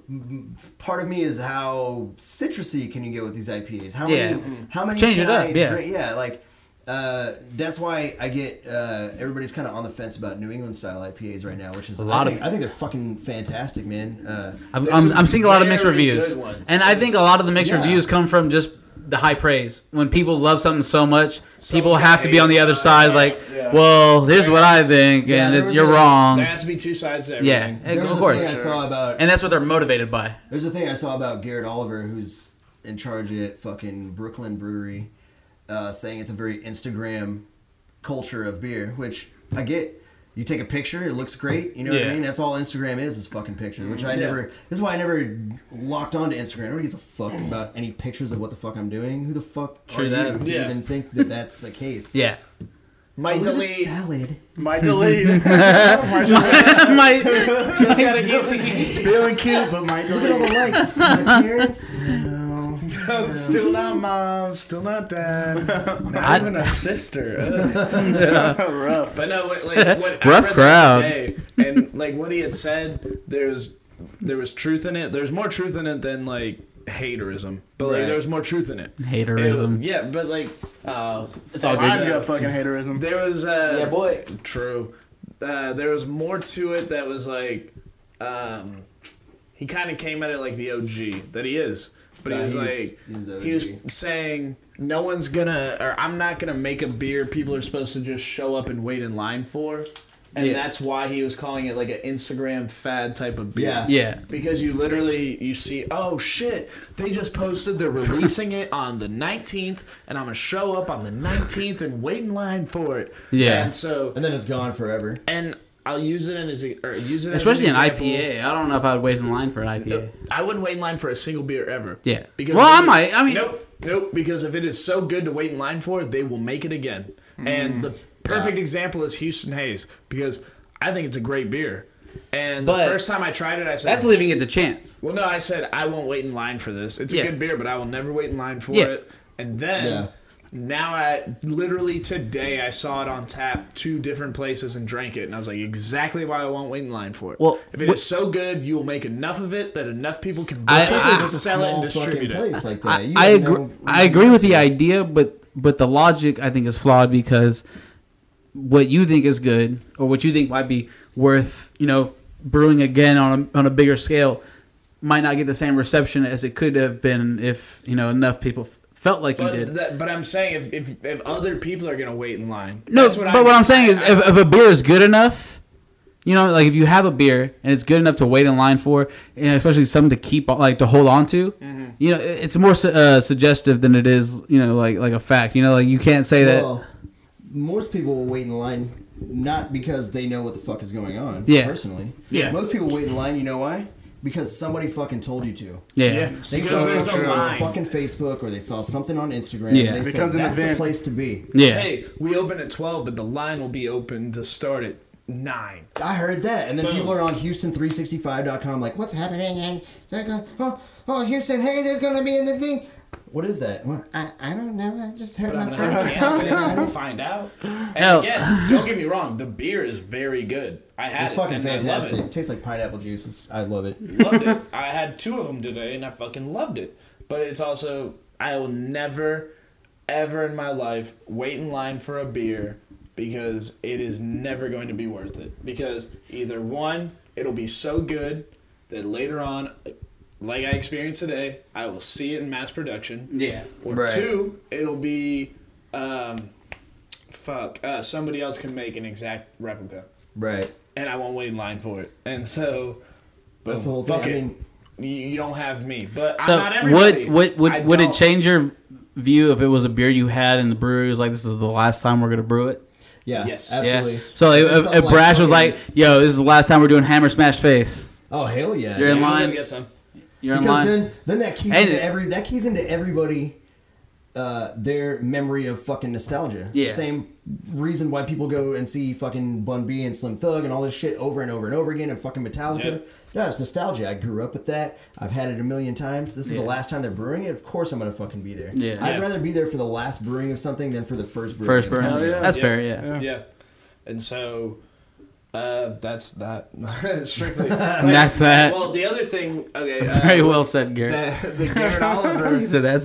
[SPEAKER 6] M- Part of me is how citrusy can you get with these IPAs? How
[SPEAKER 3] Yeah.
[SPEAKER 6] many? How many?
[SPEAKER 3] Change it
[SPEAKER 6] can I
[SPEAKER 3] up, yeah.
[SPEAKER 6] drink? yeah, like. Uh, that's why I get uh, everybody's kind of on the fence about New England style IPAs right now, which is a
[SPEAKER 3] lot
[SPEAKER 6] I
[SPEAKER 3] of-
[SPEAKER 6] think, I think they're fucking fantastic, man. Uh,
[SPEAKER 3] I've, I'm, I'm seeing a lot of mixed
[SPEAKER 2] very
[SPEAKER 3] reviews,
[SPEAKER 2] good ones.
[SPEAKER 3] and I think a lot of the mixed
[SPEAKER 6] Yeah.
[SPEAKER 3] reviews come from just the high praise. When people love something so much, people
[SPEAKER 2] Someone's
[SPEAKER 3] have to
[SPEAKER 2] gonna
[SPEAKER 3] be
[SPEAKER 2] hate
[SPEAKER 3] on the
[SPEAKER 2] it.
[SPEAKER 3] other side. Like,
[SPEAKER 2] Yeah.
[SPEAKER 3] well, here's what I think,
[SPEAKER 6] Yeah,
[SPEAKER 3] and
[SPEAKER 6] there
[SPEAKER 3] it-
[SPEAKER 6] was
[SPEAKER 3] you're
[SPEAKER 6] a-
[SPEAKER 3] wrong.
[SPEAKER 2] There has to be two sides to
[SPEAKER 3] Yeah,
[SPEAKER 2] everything.
[SPEAKER 3] and
[SPEAKER 6] there was
[SPEAKER 3] of
[SPEAKER 6] a
[SPEAKER 3] course,
[SPEAKER 6] thing I saw about
[SPEAKER 3] and that's what they're motivated by.
[SPEAKER 6] There's a thing I saw about Garrett Oliver, who's in charge at fucking Brooklyn Brewery, uh, saying it's a very Instagram culture of beer, which I get. You take a picture, it looks great. You know what I
[SPEAKER 3] Yeah.
[SPEAKER 6] mean? That's all Instagram is, is fucking pictures, which I never, this is why I never locked onto Instagram. Nobody gives a fuck about any pictures of what the fuck I'm doing. Who the fuck
[SPEAKER 3] True
[SPEAKER 6] are you
[SPEAKER 3] that.
[SPEAKER 6] to
[SPEAKER 2] Yeah.
[SPEAKER 6] even think that that's the case?
[SPEAKER 3] Yeah.
[SPEAKER 6] I
[SPEAKER 7] Might
[SPEAKER 6] love a
[SPEAKER 7] delete.
[SPEAKER 6] salad.
[SPEAKER 7] Might delete.
[SPEAKER 3] My-
[SPEAKER 2] Just gotta keep seeking-
[SPEAKER 5] Feeling cute, but might
[SPEAKER 6] Look at all the likes. My parents? No.
[SPEAKER 7] still not mom. Still not dad. Not
[SPEAKER 3] I-
[SPEAKER 7] even a sister. Ugh.
[SPEAKER 2] rough. But no, what- like what, I read
[SPEAKER 3] Rough
[SPEAKER 2] that
[SPEAKER 3] crowd.
[SPEAKER 2] today, and like what he had said, there's there was truth in it. There's more truth in it than like haterism, but like
[SPEAKER 6] Right.
[SPEAKER 2] there was more truth in it.
[SPEAKER 3] Haterism.
[SPEAKER 2] It- yeah, but like uh, it's
[SPEAKER 3] all good.
[SPEAKER 7] Mine's got fucking haterism.
[SPEAKER 2] There was uh,
[SPEAKER 3] Yeah, boy.
[SPEAKER 2] True. Uh, there was more to it that was like, um, he kind of came at it like the OG that he is, but he
[SPEAKER 6] Nah,
[SPEAKER 2] was
[SPEAKER 6] he's-
[SPEAKER 2] like,
[SPEAKER 6] he's the
[SPEAKER 2] he was
[SPEAKER 6] OG.
[SPEAKER 2] saying no one's gonna or I'm not gonna make a beer people are supposed to just show up and wait in line for, and
[SPEAKER 3] Yeah.
[SPEAKER 2] that's why he was calling it like an Instagram fad type of beer.
[SPEAKER 6] Yeah.
[SPEAKER 3] Yeah.
[SPEAKER 2] Because you literally you see, oh shit, they just posted they're releasing it on the 19th, and I'm gonna show up on the 19th and wait in line for it.
[SPEAKER 3] Yeah.
[SPEAKER 2] And so
[SPEAKER 6] And then it's gone forever.
[SPEAKER 2] and I'll use it in as a, or use it as
[SPEAKER 3] Especially an
[SPEAKER 2] example.
[SPEAKER 3] IPA. I don't know if I would wait in line for an IPA.
[SPEAKER 2] I wouldn't wait in line for a single beer ever.
[SPEAKER 3] Yeah. Well, I
[SPEAKER 2] if it-
[SPEAKER 3] might. I mean-
[SPEAKER 2] nope, nope. Because if it is so good to wait in line for, they will make it again.
[SPEAKER 3] Mm.
[SPEAKER 2] And the perfect example is Houston Hayes because I think it's a great beer. And
[SPEAKER 3] But-
[SPEAKER 2] the first time I tried it, I said,
[SPEAKER 3] That's leaving it to chance.
[SPEAKER 2] Well, no, I said I won't wait in line for this. It's a
[SPEAKER 3] Yeah.
[SPEAKER 2] good beer, but I will never wait in line for
[SPEAKER 3] Yeah.
[SPEAKER 2] it. And then
[SPEAKER 6] Yeah.
[SPEAKER 2] now I literally today I saw it on tap two different places and drank it, and I was like, exactly why I won't wait in line for it.
[SPEAKER 3] Well,
[SPEAKER 2] if it is
[SPEAKER 3] wh-
[SPEAKER 2] so good, you will make enough of it that enough people can
[SPEAKER 3] I-
[SPEAKER 2] buy it,
[SPEAKER 3] I-
[SPEAKER 2] and
[SPEAKER 6] It's a
[SPEAKER 2] sell it and
[SPEAKER 6] Ah, small
[SPEAKER 2] distribute
[SPEAKER 6] fucking
[SPEAKER 2] it.
[SPEAKER 6] place like
[SPEAKER 3] I,
[SPEAKER 6] that. You
[SPEAKER 3] I
[SPEAKER 6] have
[SPEAKER 3] agree.
[SPEAKER 6] no-
[SPEAKER 3] I agree with the idea, but but the logic I think is flawed because what you think is good or what you think might be worth, you know, brewing again on a, on a bigger scale might not get the same reception as it could have been if you know enough people f- felt like you did.
[SPEAKER 2] But, that, but I'm saying if, if if other people are gonna wait in line,
[SPEAKER 3] No,
[SPEAKER 2] that's
[SPEAKER 3] but what
[SPEAKER 2] mean.
[SPEAKER 3] I'm saying is,
[SPEAKER 2] I-
[SPEAKER 3] if, if a beer is good enough, you know, like if you have a beer and it's good enough to wait in line for, and especially something to keep, like to hold on to,
[SPEAKER 2] Mm-hmm.
[SPEAKER 3] you know, it- it's more su- uh, suggestive than it is, you know, like like a fact. You know, like you can't say that.
[SPEAKER 6] Well, most people will wait in line not because they know what the fuck is going on.
[SPEAKER 3] Yeah.
[SPEAKER 6] Personally.
[SPEAKER 3] Yeah.
[SPEAKER 6] Most people wait in line. You know why? Because somebody fucking told you to.
[SPEAKER 3] yeah.
[SPEAKER 2] yeah,
[SPEAKER 6] They
[SPEAKER 2] because
[SPEAKER 6] saw
[SPEAKER 2] there's
[SPEAKER 6] something
[SPEAKER 2] a
[SPEAKER 6] on
[SPEAKER 2] line.
[SPEAKER 6] fucking Facebook or they saw something on Instagram.
[SPEAKER 3] Yeah.
[SPEAKER 6] And
[SPEAKER 3] It
[SPEAKER 6] they said
[SPEAKER 5] becomes an
[SPEAKER 6] that's the
[SPEAKER 5] event."
[SPEAKER 6] place to be.
[SPEAKER 3] Yeah.
[SPEAKER 2] Hey, we open at twelve, but the line will be open to start at nine.
[SPEAKER 6] I heard that, and then
[SPEAKER 2] Boom.
[SPEAKER 6] people are on oh, Houston365.com like, "What's happening?" And they're going, "Oh, oh, Houston, hey, there's gonna be in the thing." What is that? What? I, I don't know. I just heard
[SPEAKER 2] But I'm
[SPEAKER 6] my
[SPEAKER 2] gonna
[SPEAKER 6] friend.
[SPEAKER 2] have to have it and I will find out. And
[SPEAKER 3] Hell.
[SPEAKER 2] again, don't get me wrong, the beer is very good. I had
[SPEAKER 6] It's
[SPEAKER 2] it,
[SPEAKER 6] fucking
[SPEAKER 2] and
[SPEAKER 6] fantastic.
[SPEAKER 2] I
[SPEAKER 6] It tastes like pineapple juice. It's- I love it.
[SPEAKER 2] loved it. loved it. I had two of them today, and I fucking loved it. But it's also I will never, ever in my life wait in line for a beer because it is never going to be worth it. Because either one, it'll be so good that later on, like I experienced today, I will see it in mass production.
[SPEAKER 3] Yeah.
[SPEAKER 2] Or
[SPEAKER 6] Right.
[SPEAKER 2] two, it'll be, um, fuck, uh, somebody else can make an exact replica,
[SPEAKER 6] Right.
[SPEAKER 2] and I won't wait in line for it. And so,
[SPEAKER 6] That's the
[SPEAKER 2] boom,
[SPEAKER 6] whole thing.
[SPEAKER 2] fuck
[SPEAKER 6] I
[SPEAKER 2] it.
[SPEAKER 6] mean,
[SPEAKER 2] you, you don't have me, but I'm not
[SPEAKER 3] So
[SPEAKER 2] everybody.
[SPEAKER 3] would would
[SPEAKER 2] I
[SPEAKER 3] would, would it
[SPEAKER 2] don't-
[SPEAKER 3] change your view if it was a beer you had and the brewery was like, "This is the last time we're gonna brew it"?
[SPEAKER 6] yeah.
[SPEAKER 2] Yes.
[SPEAKER 6] Absolutely.
[SPEAKER 3] Yeah. So
[SPEAKER 6] If it's
[SPEAKER 3] if,
[SPEAKER 6] something
[SPEAKER 3] if Brash was
[SPEAKER 6] fucking-
[SPEAKER 3] like, "Yo, this is the last time we're doing Hammer Smash Face,"
[SPEAKER 6] oh hell yeah.
[SPEAKER 3] You're in
[SPEAKER 2] I'm gonna
[SPEAKER 3] line.
[SPEAKER 2] Get some.
[SPEAKER 3] you're in
[SPEAKER 6] because
[SPEAKER 3] line.
[SPEAKER 6] then then that keys
[SPEAKER 3] And-
[SPEAKER 6] into every that keys into everybody uh, their memory of fucking nostalgia.
[SPEAKER 3] Yeah.
[SPEAKER 6] Same reason why people go and see fucking Bun B and Slim Thug and all this shit over and over and over again and fucking Metallica.
[SPEAKER 2] Yep.
[SPEAKER 6] Yeah, it's nostalgia. I grew up with that. I've had it a million times. This is the last time they're brewing it. Of course, I'm gonna fucking be there.
[SPEAKER 3] Yeah.
[SPEAKER 6] I'd
[SPEAKER 2] Yeah.
[SPEAKER 6] rather be there for the last brewing of something than for the first brewing.
[SPEAKER 3] First
[SPEAKER 6] of
[SPEAKER 3] burn.
[SPEAKER 5] Oh,
[SPEAKER 6] something.
[SPEAKER 3] That's
[SPEAKER 2] Yeah.
[SPEAKER 3] fair. Yeah.
[SPEAKER 2] Yeah. and so uh, that's that strictly.
[SPEAKER 3] that's that.
[SPEAKER 2] Well, the other thing, okay, uh,
[SPEAKER 3] Very well said, Garrett.
[SPEAKER 2] the, the Garrett Oliver
[SPEAKER 3] He said, "That's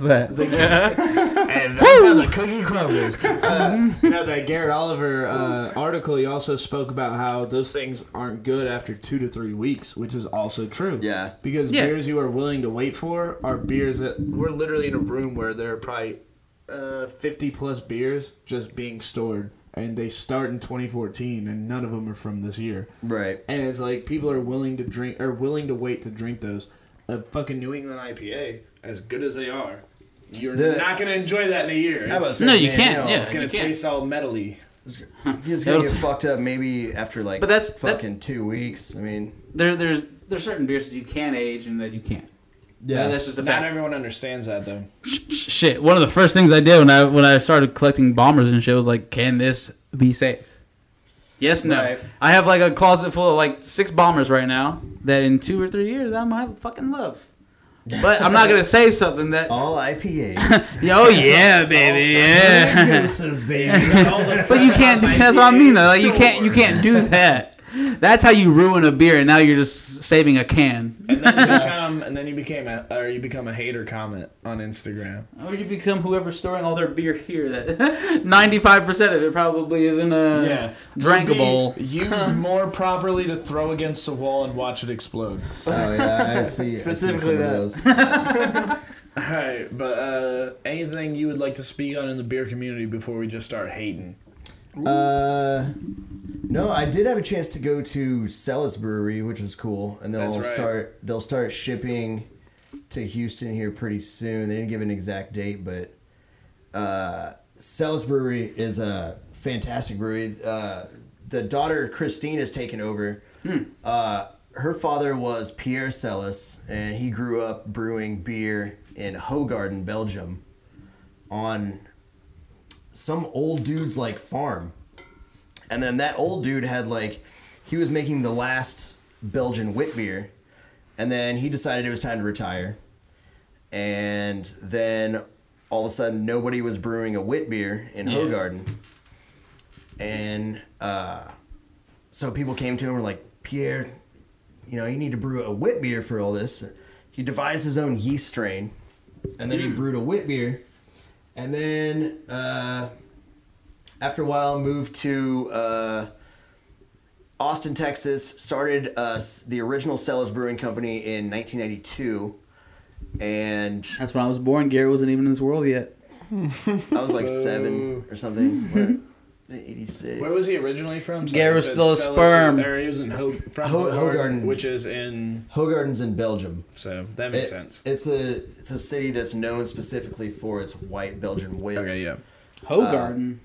[SPEAKER 3] that."
[SPEAKER 7] And that's how the cookie crumbles.
[SPEAKER 2] uh, no, that Garrett Oliver uh, article, he also spoke about how those things aren't good after two to three weeks, which is also true.
[SPEAKER 4] Yeah.
[SPEAKER 2] Because
[SPEAKER 3] Yeah.
[SPEAKER 2] beers you are willing to wait for are beers that we're literally in a room where there are probably uh, 50 plus beers just being stored. And they start in 2014, and none of them are from this year.
[SPEAKER 4] Right.
[SPEAKER 2] And it's like people are willing to drink or willing to wait to drink those. A fucking New England IPA, as good as they are, you're
[SPEAKER 4] The-
[SPEAKER 2] not gonna enjoy that in a year.
[SPEAKER 4] I
[SPEAKER 2] It's-
[SPEAKER 4] was-
[SPEAKER 3] No, you
[SPEAKER 4] Man,
[SPEAKER 3] can't.
[SPEAKER 4] no,
[SPEAKER 3] yeah,
[SPEAKER 2] it's gonna
[SPEAKER 3] you can't.
[SPEAKER 2] taste all metally.
[SPEAKER 4] He's gonna
[SPEAKER 3] That
[SPEAKER 4] get
[SPEAKER 3] was-
[SPEAKER 4] fucked up maybe after like
[SPEAKER 3] But that's- that-
[SPEAKER 4] fucking two weeks. I mean,
[SPEAKER 3] There, there's there's certain beers that you can age and that you can't.
[SPEAKER 6] Yeah.
[SPEAKER 3] that's just a
[SPEAKER 2] Not
[SPEAKER 3] fact.
[SPEAKER 2] everyone understands that though.
[SPEAKER 3] Shit, one of the first things I did when I when I started collecting bombers and shit was like, can this be safe? Yes, no.
[SPEAKER 4] Right.
[SPEAKER 3] I have like a closet full of like six bombers right now that in two or three years I might fucking love. But I'm not gonna save something that.
[SPEAKER 6] All IPAs.
[SPEAKER 3] Oh yeah, baby,
[SPEAKER 2] Oh,
[SPEAKER 3] yeah.
[SPEAKER 6] Gooses, baby.
[SPEAKER 3] But you can't. Do, that's what I mean. Though. Like you can't. You can't do that. That's how you ruin a beer, and now you're just saving a can.
[SPEAKER 2] And then you become, and then you became a, or you become a hater comment on Instagram.
[SPEAKER 3] Or you become whoever's storing all their beer here. That ninety-five percent of it probably isn't uh, drinkable.
[SPEAKER 2] Be used more properly to throw against the wall and watch it explode.
[SPEAKER 6] oh yeah, I see.
[SPEAKER 5] Specifically that.
[SPEAKER 6] I see some of
[SPEAKER 2] All right, but uh, anything you would like to speak on in the beer community before we just start hating?
[SPEAKER 6] those. Uh, no, I did have a chance to go to Celis Brewery, which was cool, and they'll
[SPEAKER 2] That's right.
[SPEAKER 6] start they'll start shipping to Houston here pretty soon. They didn't give an exact date, but uh, Celis Brewery is a fantastic brewery. Uh, the daughter Christina's taken over.
[SPEAKER 2] Hmm.
[SPEAKER 6] Uh, her father was Pierre Celis, and he grew up brewing beer in Hogarden, Belgium, on some old dude's like farm. And then that old dude had like he was making the last Belgian wit beer. And then he decided it was time to retire. And then all of a sudden nobody was brewing a wit beer in Hogarden. And uh, so people came to him and were like, Pierre, you know, you need to brew a wit beer for all this. He devised his own yeast strain. And then
[SPEAKER 2] Mm.
[SPEAKER 6] he brewed a wit beer. And then uh, after a while, moved to uh, Austin, Texas. Started uh, s- the original Sellers Brewing Company in 1992, and
[SPEAKER 3] That's when I was born. Garrett wasn't even in this world yet.
[SPEAKER 6] I was like seven or something. Where- 86.
[SPEAKER 2] Where was he originally from? Sorry,
[SPEAKER 3] Gareth
[SPEAKER 2] you said
[SPEAKER 3] still a
[SPEAKER 2] Celis-
[SPEAKER 3] sperm.
[SPEAKER 2] Or he was in Ho- from
[SPEAKER 6] Ho-
[SPEAKER 2] Hogarden,
[SPEAKER 6] Hogarden.
[SPEAKER 2] which is in.
[SPEAKER 6] Hogarden's in Belgium.
[SPEAKER 2] So that makes
[SPEAKER 6] It-
[SPEAKER 2] sense.
[SPEAKER 6] It's a it's a city that's known specifically for its white Belgian wits.
[SPEAKER 2] Okay, yeah.
[SPEAKER 3] Hogarden.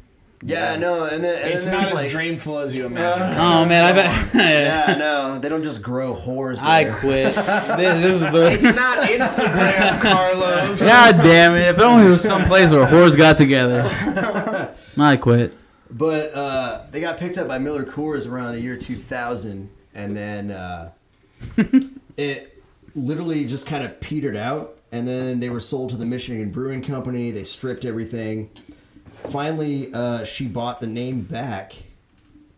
[SPEAKER 6] Yeah, no, and then and
[SPEAKER 2] It's
[SPEAKER 6] then
[SPEAKER 2] not
[SPEAKER 6] there's,
[SPEAKER 2] as
[SPEAKER 6] like, Uh,
[SPEAKER 2] dreamful as you imagine.
[SPEAKER 3] oh man, I bet.
[SPEAKER 6] Yeah, no, they don't just grow whores.
[SPEAKER 3] I
[SPEAKER 6] there.
[SPEAKER 3] quit. this, this is the.
[SPEAKER 7] It's not Instagram, Carlos.
[SPEAKER 3] God damn it! If only there was some place where whores got together. I quit.
[SPEAKER 6] But uh, they got picked up by Miller Coors around the year 2000, and then uh, it literally just kind of petered out. and then they were sold to the Michigan Brewing Company. They stripped everything. Finally, uh, she bought the name back.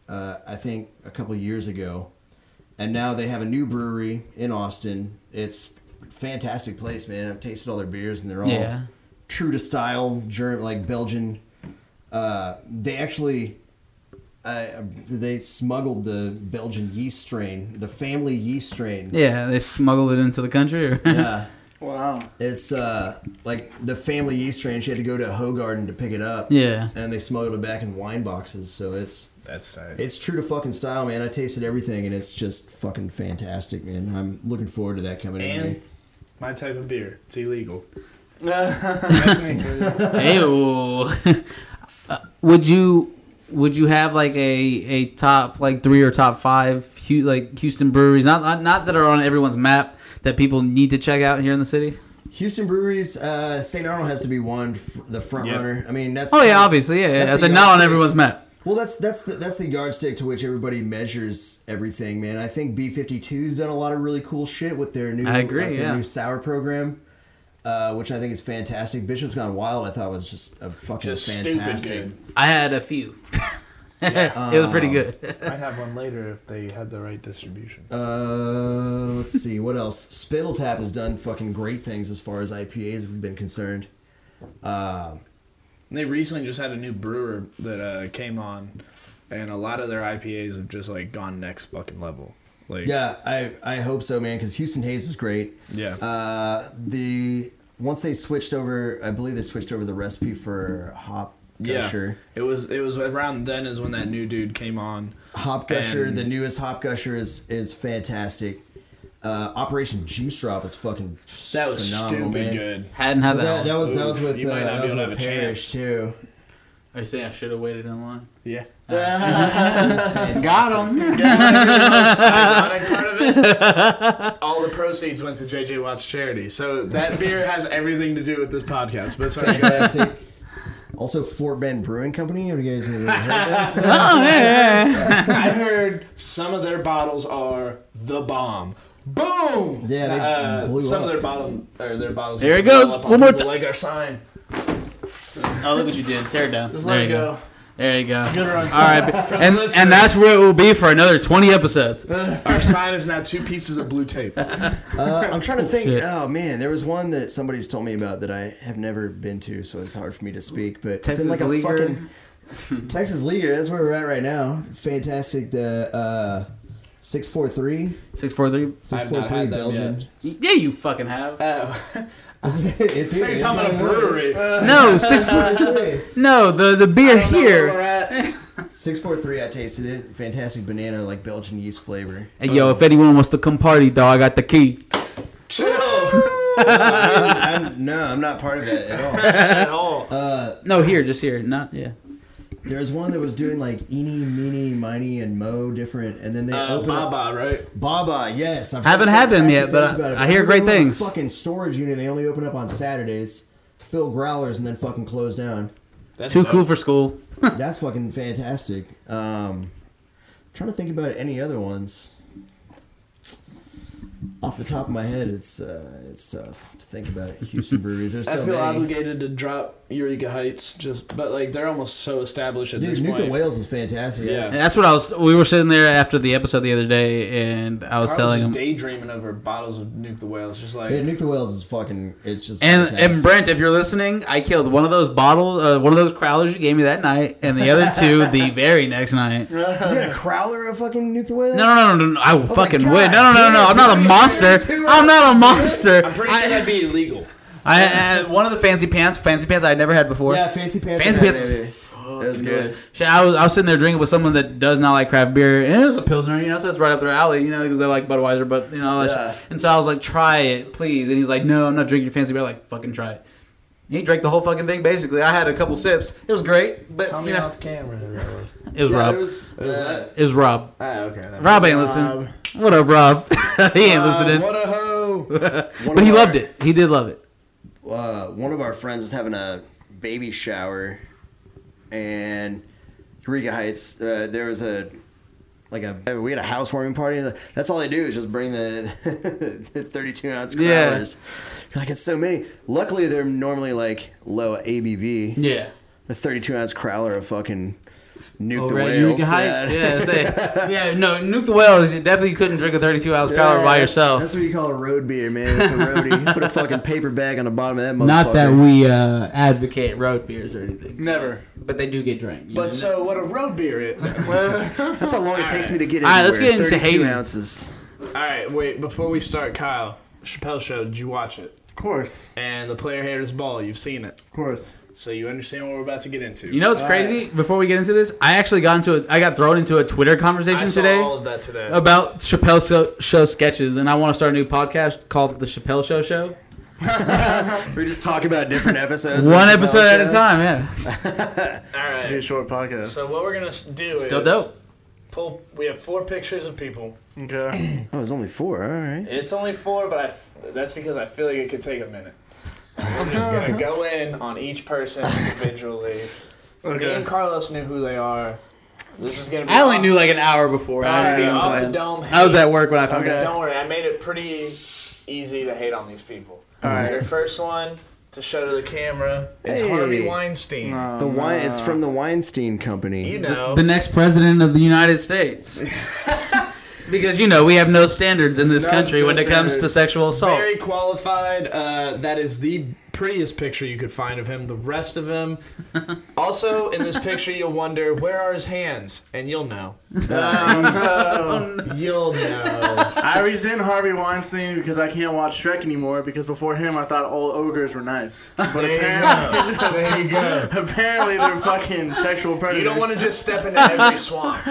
[SPEAKER 6] Uh, I think a couple years ago, and now they have a new brewery in Austin. It's a fantastic place, man. I've tasted all their beers, and they're all
[SPEAKER 3] Yeah.
[SPEAKER 6] true to style, German like Belgian. Uh, they actually uh, they smuggled the Belgian yeast strain, the family yeast strain.
[SPEAKER 3] Yeah, they smuggled it into the country. Or
[SPEAKER 6] Yeah.
[SPEAKER 5] Wow.
[SPEAKER 6] It's uh like the family yeast strain. She had to go to Hoe Garden to pick it up.
[SPEAKER 3] Yeah.
[SPEAKER 6] And they smuggled it back in wine boxes. So it's
[SPEAKER 7] That's tight.
[SPEAKER 6] it's true to fucking style, man. I tasted everything, and it's just fucking fantastic, man. I'm looking forward to that coming in.
[SPEAKER 2] And my type of beer. It's illegal.
[SPEAKER 3] Ayo. Uh, would you would you have like a, a top like three or top five Hu- like Houston breweries? Not not- not that are on everyone's map that people need to check out here in the city.
[SPEAKER 6] Houston breweries, uh, St. Arnold has to be one, f- the front runner. I mean, that's
[SPEAKER 3] Oh yeah, obviously, yeah. yeah. I
[SPEAKER 6] That's the
[SPEAKER 3] said not on
[SPEAKER 6] yardstick.
[SPEAKER 3] everyone's map.
[SPEAKER 6] Well, that's that's the that's the yardstick to which everybody measures everything, man. I think B 52s done a lot of really cool shit with their new
[SPEAKER 3] I agree,
[SPEAKER 6] like, their
[SPEAKER 3] yeah.
[SPEAKER 6] new sour program, uh, which I think is fantastic. Bishop's Gone Wild, I thought was just a fucking
[SPEAKER 2] Just stupid
[SPEAKER 6] fantastic.
[SPEAKER 3] I had a few. it was pretty good.
[SPEAKER 2] I'd have one later if they had the right distribution.
[SPEAKER 6] Uh, let's see what else. Spittle Tap has done fucking great things as far as IPAs have been concerned.
[SPEAKER 2] They recently just had a new brewer that uh, came on, and a lot of their IPAs have just like gone next fucking level. Like
[SPEAKER 6] Yeah, I I hope so, man. Because Houston Hayes is great.
[SPEAKER 2] yeah.
[SPEAKER 6] Uh, the once they switched over, I believe they switched over the recipe for hop
[SPEAKER 2] yeah.
[SPEAKER 6] gusher.
[SPEAKER 2] It was it was around then is when that new dude came on.
[SPEAKER 6] Hop gusher,
[SPEAKER 2] And-
[SPEAKER 6] the newest hop gusher is is fantastic. Uh, Operation Juice Drop is fucking
[SPEAKER 2] That was
[SPEAKER 6] phenomenal,
[SPEAKER 2] stupid
[SPEAKER 6] man.
[SPEAKER 2] good.
[SPEAKER 3] Hadn't had
[SPEAKER 6] But
[SPEAKER 3] that.
[SPEAKER 6] That, that
[SPEAKER 3] one.
[SPEAKER 6] was that was
[SPEAKER 2] Oof,
[SPEAKER 6] with
[SPEAKER 2] you
[SPEAKER 6] uh,
[SPEAKER 2] might not
[SPEAKER 6] that
[SPEAKER 2] be
[SPEAKER 6] was
[SPEAKER 2] able to
[SPEAKER 6] with
[SPEAKER 2] have a
[SPEAKER 6] Parrish too.
[SPEAKER 3] Are you saying I should have waited in line?
[SPEAKER 2] Yeah.
[SPEAKER 3] Got him.
[SPEAKER 2] Iconic part of it. All the proceeds went to JJ Watt's charity, so that beer has everything to do with this podcast. But it's fine.
[SPEAKER 6] Fantastic. also, Fort Bend Brewing Company. Have you guys ever heard of that?
[SPEAKER 2] I heard some of their bottles are the bomb. Boom!
[SPEAKER 6] Yeah, they
[SPEAKER 2] uh,
[SPEAKER 6] blew
[SPEAKER 2] some
[SPEAKER 6] up.
[SPEAKER 2] of their bottom or their bottles.
[SPEAKER 3] There it
[SPEAKER 2] blow
[SPEAKER 3] goes.
[SPEAKER 2] up on
[SPEAKER 3] One more
[SPEAKER 2] people
[SPEAKER 3] ti-
[SPEAKER 2] Like our sign.
[SPEAKER 3] Oh, look what you did. Tear it down.
[SPEAKER 5] Just
[SPEAKER 3] there
[SPEAKER 5] let
[SPEAKER 3] you
[SPEAKER 5] it
[SPEAKER 3] go.
[SPEAKER 5] go.
[SPEAKER 3] There you go.
[SPEAKER 5] Good run.
[SPEAKER 3] All right, and and that's where it will be for another twenty episodes.
[SPEAKER 2] Our sign is now two pieces of blue tape.
[SPEAKER 6] Uh, I'm trying to think.
[SPEAKER 3] Shit.
[SPEAKER 6] Oh man, there was one that somebody's told me about that I have never been to, so it's hard for me to speak. But
[SPEAKER 3] Texas
[SPEAKER 6] it's in like
[SPEAKER 3] Leaguer.
[SPEAKER 6] a fucking Texas Leaguer. That's where we're at right now. Fantastic. The uh, six four three.
[SPEAKER 3] Six four three.
[SPEAKER 6] Six
[SPEAKER 2] I've
[SPEAKER 6] four
[SPEAKER 2] not
[SPEAKER 6] three
[SPEAKER 2] had them
[SPEAKER 6] Belgian.
[SPEAKER 3] Yeah, you fucking have.
[SPEAKER 6] it's here.
[SPEAKER 2] He's
[SPEAKER 6] It's
[SPEAKER 2] talking about a
[SPEAKER 6] on the-
[SPEAKER 2] brewery.
[SPEAKER 3] No, six four.
[SPEAKER 6] 643.
[SPEAKER 3] No, the the beer
[SPEAKER 2] I don't know where we're
[SPEAKER 3] here.
[SPEAKER 2] at.
[SPEAKER 6] 643, I tasted it. Fantastic banana, like Belgian yeast flavor.
[SPEAKER 3] Hey, yo, if anyone wants to come party, though, I got the key.
[SPEAKER 6] Uh, I'm, no, I'm not part of that at all.
[SPEAKER 2] At all.
[SPEAKER 6] uh,
[SPEAKER 3] No, here, just here. Not yeah.
[SPEAKER 6] There was one that was doing like eeny, meeny, miny, and mo different, and then they
[SPEAKER 2] Uh,
[SPEAKER 6] opened up
[SPEAKER 2] Baba, right?
[SPEAKER 6] Baba, yes. I've
[SPEAKER 3] Haven't had them yet,
[SPEAKER 6] fantastic
[SPEAKER 3] but
[SPEAKER 6] things
[SPEAKER 3] I-
[SPEAKER 6] about it.
[SPEAKER 3] I hear
[SPEAKER 6] They're
[SPEAKER 3] great
[SPEAKER 6] in a
[SPEAKER 3] things.
[SPEAKER 6] Fucking storage unit. They only open up on Saturdays. Fill growlers and then fucking close down.
[SPEAKER 2] That's
[SPEAKER 3] Too
[SPEAKER 2] dope.
[SPEAKER 3] cool for school.
[SPEAKER 6] That's fucking fantastic. Um, trying to think about any other ones. Off the top of my head, it's uh, it's tough to think about it. Houston breweries. There's
[SPEAKER 2] I
[SPEAKER 6] so
[SPEAKER 2] feel
[SPEAKER 6] many.
[SPEAKER 2] obligated to drop Eureka Heights, just but like they're almost so established at
[SPEAKER 6] Dude,
[SPEAKER 2] this
[SPEAKER 6] Nuka
[SPEAKER 2] point.
[SPEAKER 6] Wales is fantastic.
[SPEAKER 2] Yeah.
[SPEAKER 3] And that's what I was. We were sitting there after the episode the other day, and I
[SPEAKER 2] I
[SPEAKER 3] was
[SPEAKER 2] was
[SPEAKER 3] telling
[SPEAKER 2] just
[SPEAKER 3] him.
[SPEAKER 2] daydreaming over bottles of Nuke the Whales, just like
[SPEAKER 6] Dude, Nuka Wales is fucking. It's just
[SPEAKER 3] And and
[SPEAKER 6] fantastic.
[SPEAKER 3] Brent, if you're listening, I killed one of those bottles, uh, one of those crowlers you gave me that night, and the other two the very next night. No,
[SPEAKER 6] you got a crowler of fucking Nuka Wales.
[SPEAKER 3] no, no, no! no I
[SPEAKER 2] Oh
[SPEAKER 3] will fucking
[SPEAKER 6] God
[SPEAKER 3] win. No, no, no, no!
[SPEAKER 6] damn,
[SPEAKER 3] I'm not a
[SPEAKER 6] dude.
[SPEAKER 3] monster.
[SPEAKER 6] Two
[SPEAKER 3] I'm not a
[SPEAKER 6] hours, dude.
[SPEAKER 3] monster.
[SPEAKER 2] I'm pretty
[SPEAKER 3] I-
[SPEAKER 2] sure that'd be illegal.
[SPEAKER 3] I had one of the fancy pants, fancy pants I had never had before.
[SPEAKER 6] Yeah, fancy pants.
[SPEAKER 3] Fancy
[SPEAKER 6] Yeah,
[SPEAKER 3] pants.
[SPEAKER 6] yeah, yeah. That was good.
[SPEAKER 3] Shit, I was I was sitting there drinking with someone that does not like craft beer, and it was a pilsner, you know, so it's right up their alley, you know, because they like Budweiser, but you know, all that
[SPEAKER 6] Yeah.
[SPEAKER 3] shit. and so I was like, try it, please, and he's like, no, I'm not drinking your fancy beer, I'm like, fucking try it. And He drank the whole fucking thing. Basically, I had a couple sips. It was great, but
[SPEAKER 2] Tell me
[SPEAKER 3] you know,
[SPEAKER 2] off camera. who that was.
[SPEAKER 3] it was Rob. It
[SPEAKER 6] It
[SPEAKER 3] was,
[SPEAKER 6] was,
[SPEAKER 2] Who's
[SPEAKER 6] uh,
[SPEAKER 2] that?
[SPEAKER 3] Rob.
[SPEAKER 2] Ah, okay. that-
[SPEAKER 3] Rob ain't listening. What up, Rob? he ain't listening,
[SPEAKER 2] Uh, What a hoe!
[SPEAKER 3] but he loved it. He did love it.
[SPEAKER 6] uh, one of our friends is having a baby shower, and Eureka Heights. Uh, there was a like a we had a housewarming party. That's all they do is just bring the, the 32 ounce
[SPEAKER 3] Yeah.
[SPEAKER 6] growlers. You're like it's so many. Luckily, they're normally like low ABV.
[SPEAKER 3] Yeah.
[SPEAKER 6] The 32 ounce crowler of fucking nuke the
[SPEAKER 3] Already
[SPEAKER 6] whales.
[SPEAKER 3] hyped? Yeah, say, yeah, no, nuke the whale is you definitely couldn't drink a 32 ounce growler by yourself.
[SPEAKER 6] That's what you call a road beer, man. It's a roadie. you put a fucking paper bag on the bottom of that motherfucker.
[SPEAKER 3] Not that we uh, advocate road beers or anything,
[SPEAKER 5] Never.
[SPEAKER 3] but they do get drank. you know?
[SPEAKER 2] But so what a road beer is.
[SPEAKER 6] That's how long it takes me to get in.
[SPEAKER 3] All right, let's get into
[SPEAKER 6] 32
[SPEAKER 3] Hayden.
[SPEAKER 6] ounces.
[SPEAKER 2] All right, wait. Before we start, Kyle, Chappelle Show. Did you watch it?
[SPEAKER 5] Of course.
[SPEAKER 2] And the player haters ball. You've seen it,
[SPEAKER 5] Of course.
[SPEAKER 2] so you understand what we're about to get into.
[SPEAKER 3] You know what's crazy? Before we get into this, I actually got into a, I got thrown into a Twitter
[SPEAKER 2] I
[SPEAKER 3] conversation
[SPEAKER 2] saw
[SPEAKER 3] today Uh,
[SPEAKER 2] all of that today.
[SPEAKER 3] about Chappelle show, show sketches, and I want to start a new podcast called The Chappelle Show Show.
[SPEAKER 6] We just talk about different episodes. of
[SPEAKER 3] One
[SPEAKER 6] the
[SPEAKER 3] episode at a
[SPEAKER 6] podcast.
[SPEAKER 3] time, yeah.
[SPEAKER 2] all right.
[SPEAKER 5] Do a short podcast.
[SPEAKER 2] So what we're gonna s- do
[SPEAKER 3] Still
[SPEAKER 2] is
[SPEAKER 3] dope.
[SPEAKER 2] pull. We have four pictures of people.
[SPEAKER 5] okay.
[SPEAKER 6] Oh, it's only four. All right.
[SPEAKER 2] It's only four, but I. f- That's because I feel like it could take a minute. And We're just gonna go in on each person individually. Me and Carlos knew who they are. This is gonna be.
[SPEAKER 3] I only
[SPEAKER 2] off-
[SPEAKER 3] knew like an hour before. I,
[SPEAKER 2] Sorry,
[SPEAKER 3] already
[SPEAKER 2] off the
[SPEAKER 3] unplanned.
[SPEAKER 2] dome.
[SPEAKER 3] I was
[SPEAKER 2] hate.
[SPEAKER 3] at work when I found
[SPEAKER 2] Okay,
[SPEAKER 3] out.
[SPEAKER 2] Don't worry, I made it pretty easy to hate on these people.
[SPEAKER 5] Alright.
[SPEAKER 2] Your first one to show to the camera is Harvey
[SPEAKER 6] Hey.
[SPEAKER 2] Weinstein.
[SPEAKER 6] The wine.
[SPEAKER 3] Oh,
[SPEAKER 6] It's from the Weinstein Company.
[SPEAKER 2] You know,
[SPEAKER 3] The next president of the United States. because you know we have no standards in this
[SPEAKER 2] No-
[SPEAKER 3] country
[SPEAKER 2] no
[SPEAKER 3] when it comes to
[SPEAKER 2] standards.
[SPEAKER 3] sexual
[SPEAKER 7] Oh.
[SPEAKER 3] assault.
[SPEAKER 2] very qualified. Uh, that is the prettiest picture you could find of him. The rest of him. also, in this picture, you'll wonder where are his hands, and you'll know. Um, you'll know.
[SPEAKER 5] I resent Harvey Weinstein because I can't watch Shrek anymore because before him I thought all ogres were nice. But apparently,
[SPEAKER 7] There you go.
[SPEAKER 5] apparently they're fucking sexual predators.
[SPEAKER 2] You don't want to just step into every swamp.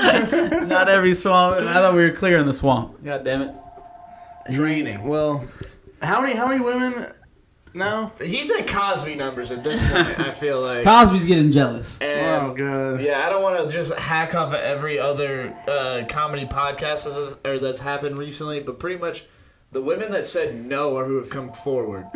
[SPEAKER 3] Not every swamp. I thought we were clear in the swamp. God damn it.
[SPEAKER 2] Draining.
[SPEAKER 6] Well,
[SPEAKER 5] How many how many women now?
[SPEAKER 2] He's at Cosby numbers at this point. I feel like.
[SPEAKER 3] Cosby's getting jealous.
[SPEAKER 2] And
[SPEAKER 5] Oh god.
[SPEAKER 2] Yeah, I don't want to just hack off of every other uh, comedy podcast that's, or that's happened recently, but pretty much the women that said no are who have come forward.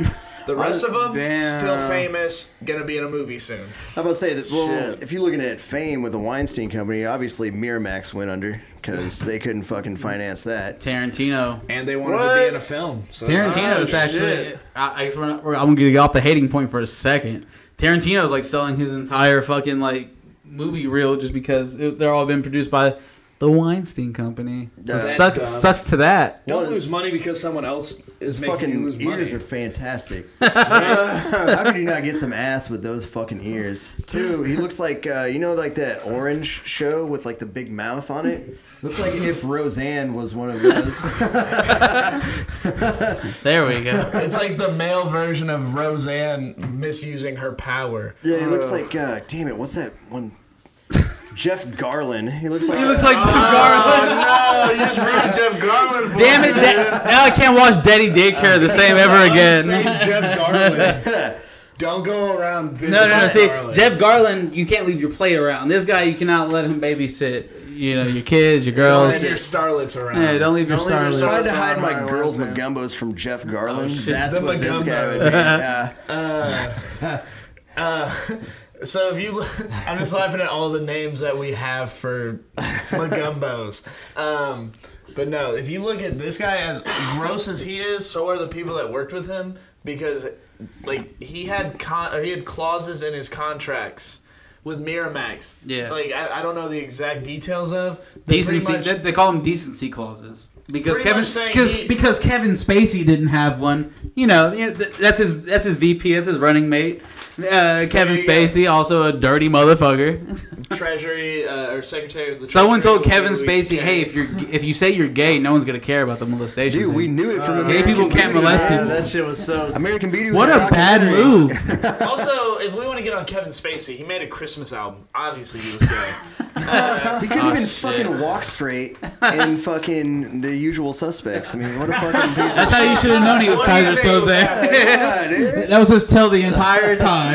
[SPEAKER 2] The rest of them
[SPEAKER 5] Damn.
[SPEAKER 2] still famous, gonna be in a movie soon.
[SPEAKER 6] I'm about to say that. Well,
[SPEAKER 5] Shit.
[SPEAKER 6] if you're looking at fame with the Weinstein Company, obviously Miramax went under because they couldn't fucking finance that.
[SPEAKER 3] Tarantino.
[SPEAKER 2] And they wanted to
[SPEAKER 5] What?
[SPEAKER 2] be in a film. So
[SPEAKER 3] Tarantino's
[SPEAKER 5] Oh,
[SPEAKER 3] actually.
[SPEAKER 5] shit.
[SPEAKER 3] I, I guess we're not, we're, I'm gonna get off the hating point for a second. Tarantino's like selling his entire fucking like movie reel just because it, they're all been produced by the Weinstein Company. So
[SPEAKER 6] That's
[SPEAKER 3] sucks
[SPEAKER 2] dumb.
[SPEAKER 3] sucks to that.
[SPEAKER 2] don't lose money because someone else is making you lose
[SPEAKER 6] Fucking
[SPEAKER 2] money.
[SPEAKER 6] ears are fantastic. How could you not get some ass with those fucking ears? Two, he looks like uh, you know, like that orange show with like the big mouth on it. Looks like if Roseanne was one of those.
[SPEAKER 3] There we go.
[SPEAKER 2] it's like the male version of Roseanne misusing her power.
[SPEAKER 6] Yeah, he looks like. Uh, damn it, what's that one? Jeff Garland. He looks like.
[SPEAKER 3] he looks like Jim Garland.
[SPEAKER 5] Oh, you just ruined Jeff
[SPEAKER 2] Oh,
[SPEAKER 5] Garland for
[SPEAKER 3] Damn it! Da- now I can't watch Daddy Daycare the same ever
[SPEAKER 2] Save
[SPEAKER 3] again.
[SPEAKER 2] Jeff Garland. don't go around. bitching
[SPEAKER 3] No, no, no.
[SPEAKER 2] about
[SPEAKER 3] See,
[SPEAKER 2] Garland.
[SPEAKER 3] Jeff Garland, you can't leave your plate around. This guy, you cannot let him babysit. You know your kids, your girls.
[SPEAKER 2] Don't have your starlets around.
[SPEAKER 3] Yeah, don't leave your
[SPEAKER 5] Don't leave your
[SPEAKER 3] starlets.
[SPEAKER 6] If I
[SPEAKER 5] starlets.
[SPEAKER 6] had to
[SPEAKER 5] That's
[SPEAKER 6] hide
[SPEAKER 5] not
[SPEAKER 6] my
[SPEAKER 5] my
[SPEAKER 6] girls'
[SPEAKER 5] Roseanne.
[SPEAKER 6] Magumbos from Jeff Garland,
[SPEAKER 3] Oh, shit.
[SPEAKER 6] that's
[SPEAKER 2] The
[SPEAKER 6] what this guy would be.
[SPEAKER 2] Magumbos.
[SPEAKER 6] Yeah.
[SPEAKER 2] So if you, I'm just laughing at all the names that we have for Magumbos. Um, but no, if you look at this guy, as gross as he is, so are the people that worked with him because, like, he had con- or he had clauses in his contracts with Miramax.
[SPEAKER 3] Yeah.
[SPEAKER 2] Like I, I don't know the exact details of but pretty
[SPEAKER 3] decency.
[SPEAKER 2] much-
[SPEAKER 3] they, they call them decency clauses because
[SPEAKER 2] Pretty
[SPEAKER 3] Kevin
[SPEAKER 2] much saying
[SPEAKER 3] because-
[SPEAKER 2] he-
[SPEAKER 3] because Kevin Spacey didn't have one. You know, you know, th- that's his that's his VP. That's his running mate. Uh, Kevin
[SPEAKER 2] you go.
[SPEAKER 3] Spacey, also a dirty motherfucker.
[SPEAKER 2] Treasury uh, or Secretary of the.
[SPEAKER 3] Someone
[SPEAKER 2] Treasury
[SPEAKER 3] told Kevin
[SPEAKER 2] Louis
[SPEAKER 3] Spacey,
[SPEAKER 2] Carey.
[SPEAKER 3] "Hey, if you're if you say you're gay, no one's gonna care about the molestation."
[SPEAKER 6] Dude,
[SPEAKER 3] thing."
[SPEAKER 6] we knew it from the
[SPEAKER 3] Uh, gay people can't molest
[SPEAKER 5] Yeah,
[SPEAKER 3] people.
[SPEAKER 5] that shit was so
[SPEAKER 6] American Beauty. was
[SPEAKER 3] What a bad
[SPEAKER 6] documentary.
[SPEAKER 3] move!
[SPEAKER 2] Also, if we want to get on Kevin Spacey, he made a Christmas album. Obviously, he was gay.
[SPEAKER 6] He couldn't even
[SPEAKER 3] Oh, shit.
[SPEAKER 6] fucking walk straight in fucking the usual suspects. I mean, what a fucking piece of
[SPEAKER 3] That's how you should have known he was
[SPEAKER 2] What do you
[SPEAKER 3] Kaiser
[SPEAKER 2] think was
[SPEAKER 3] Soze.
[SPEAKER 6] God, dude.
[SPEAKER 3] That was his tell the entire time.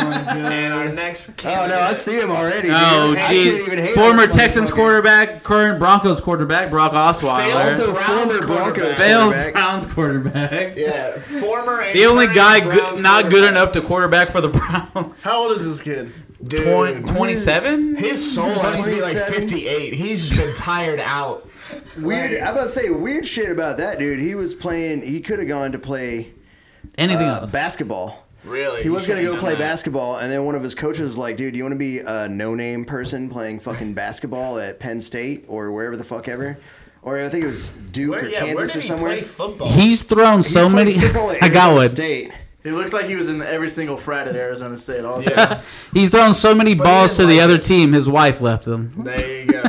[SPEAKER 12] And our next
[SPEAKER 6] Oh no, I see him already.
[SPEAKER 3] oh,
[SPEAKER 6] dude. I can't even
[SPEAKER 3] geez.
[SPEAKER 6] hate
[SPEAKER 3] Former
[SPEAKER 6] on this
[SPEAKER 3] Texans
[SPEAKER 6] motherfucker.
[SPEAKER 3] quarterback, current Broncos quarterback, Brock Osweiler.
[SPEAKER 6] Also,
[SPEAKER 12] Browns
[SPEAKER 6] former Broncos
[SPEAKER 12] quarterback.
[SPEAKER 3] Failed
[SPEAKER 6] quarterback.
[SPEAKER 3] Browns quarterback.
[SPEAKER 12] Yeah, former. and
[SPEAKER 3] The only
[SPEAKER 12] current
[SPEAKER 3] guy
[SPEAKER 12] Browns
[SPEAKER 3] good, not good
[SPEAKER 12] quarterback.
[SPEAKER 3] enough to quarterback for the Browns.
[SPEAKER 5] How old is this kid?
[SPEAKER 3] Twen-
[SPEAKER 2] Dude,
[SPEAKER 3] 27?
[SPEAKER 2] his soul has to be like
[SPEAKER 6] 27.
[SPEAKER 2] 58. He's just been tired out.
[SPEAKER 6] Weird. I'm about to say weird shit about that dude. He was playing. He could have gone to play
[SPEAKER 3] Anything
[SPEAKER 6] uh,
[SPEAKER 3] else?
[SPEAKER 6] basketball.
[SPEAKER 12] Really,
[SPEAKER 6] He was gonna go
[SPEAKER 12] should've
[SPEAKER 6] play
[SPEAKER 12] done that.
[SPEAKER 6] basketball, and then one of his coaches was like, "Dude, you want to be a no-name person playing fucking basketball at Penn State or wherever the fuck ever, or I think it was Duke
[SPEAKER 12] Where,
[SPEAKER 6] or
[SPEAKER 12] yeah, where
[SPEAKER 6] Kansas
[SPEAKER 12] did
[SPEAKER 6] or
[SPEAKER 12] he
[SPEAKER 6] somewhere."
[SPEAKER 12] play football?
[SPEAKER 3] He's thrown
[SPEAKER 6] He
[SPEAKER 3] so
[SPEAKER 6] played
[SPEAKER 3] many.
[SPEAKER 6] football at
[SPEAKER 3] I got
[SPEAKER 6] Arizona
[SPEAKER 3] one.
[SPEAKER 6] State.
[SPEAKER 5] He looks like he was in every single frat at Arizona State. Also,
[SPEAKER 3] He's thrown so many
[SPEAKER 2] he
[SPEAKER 3] balls
[SPEAKER 2] is
[SPEAKER 3] to the
[SPEAKER 2] like
[SPEAKER 3] other
[SPEAKER 2] it.
[SPEAKER 3] team. His wife left him.
[SPEAKER 2] There you go.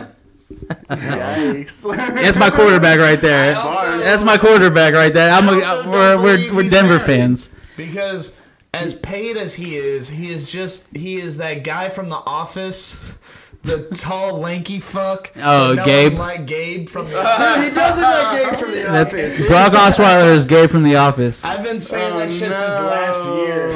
[SPEAKER 5] Yikes.
[SPEAKER 3] That's my quarterback right there. That's my quarterback right there. I'm
[SPEAKER 2] I also
[SPEAKER 3] a,
[SPEAKER 2] don't
[SPEAKER 3] we're,
[SPEAKER 2] believe
[SPEAKER 3] we're, we're
[SPEAKER 2] he's
[SPEAKER 3] Denver
[SPEAKER 2] married.
[SPEAKER 3] fans.
[SPEAKER 2] Because as paid as he is, he is just he is that guy from the office. The tall, lanky fuck.
[SPEAKER 3] Oh,
[SPEAKER 2] that no
[SPEAKER 3] Gabe.
[SPEAKER 2] one Like Gabe from the.
[SPEAKER 6] he doesn't like game from the
[SPEAKER 3] That's-
[SPEAKER 6] office. dude.
[SPEAKER 3] Brock Osweiler is gay from The Office.
[SPEAKER 2] I've been saying
[SPEAKER 12] Oh,
[SPEAKER 2] that shit since last year.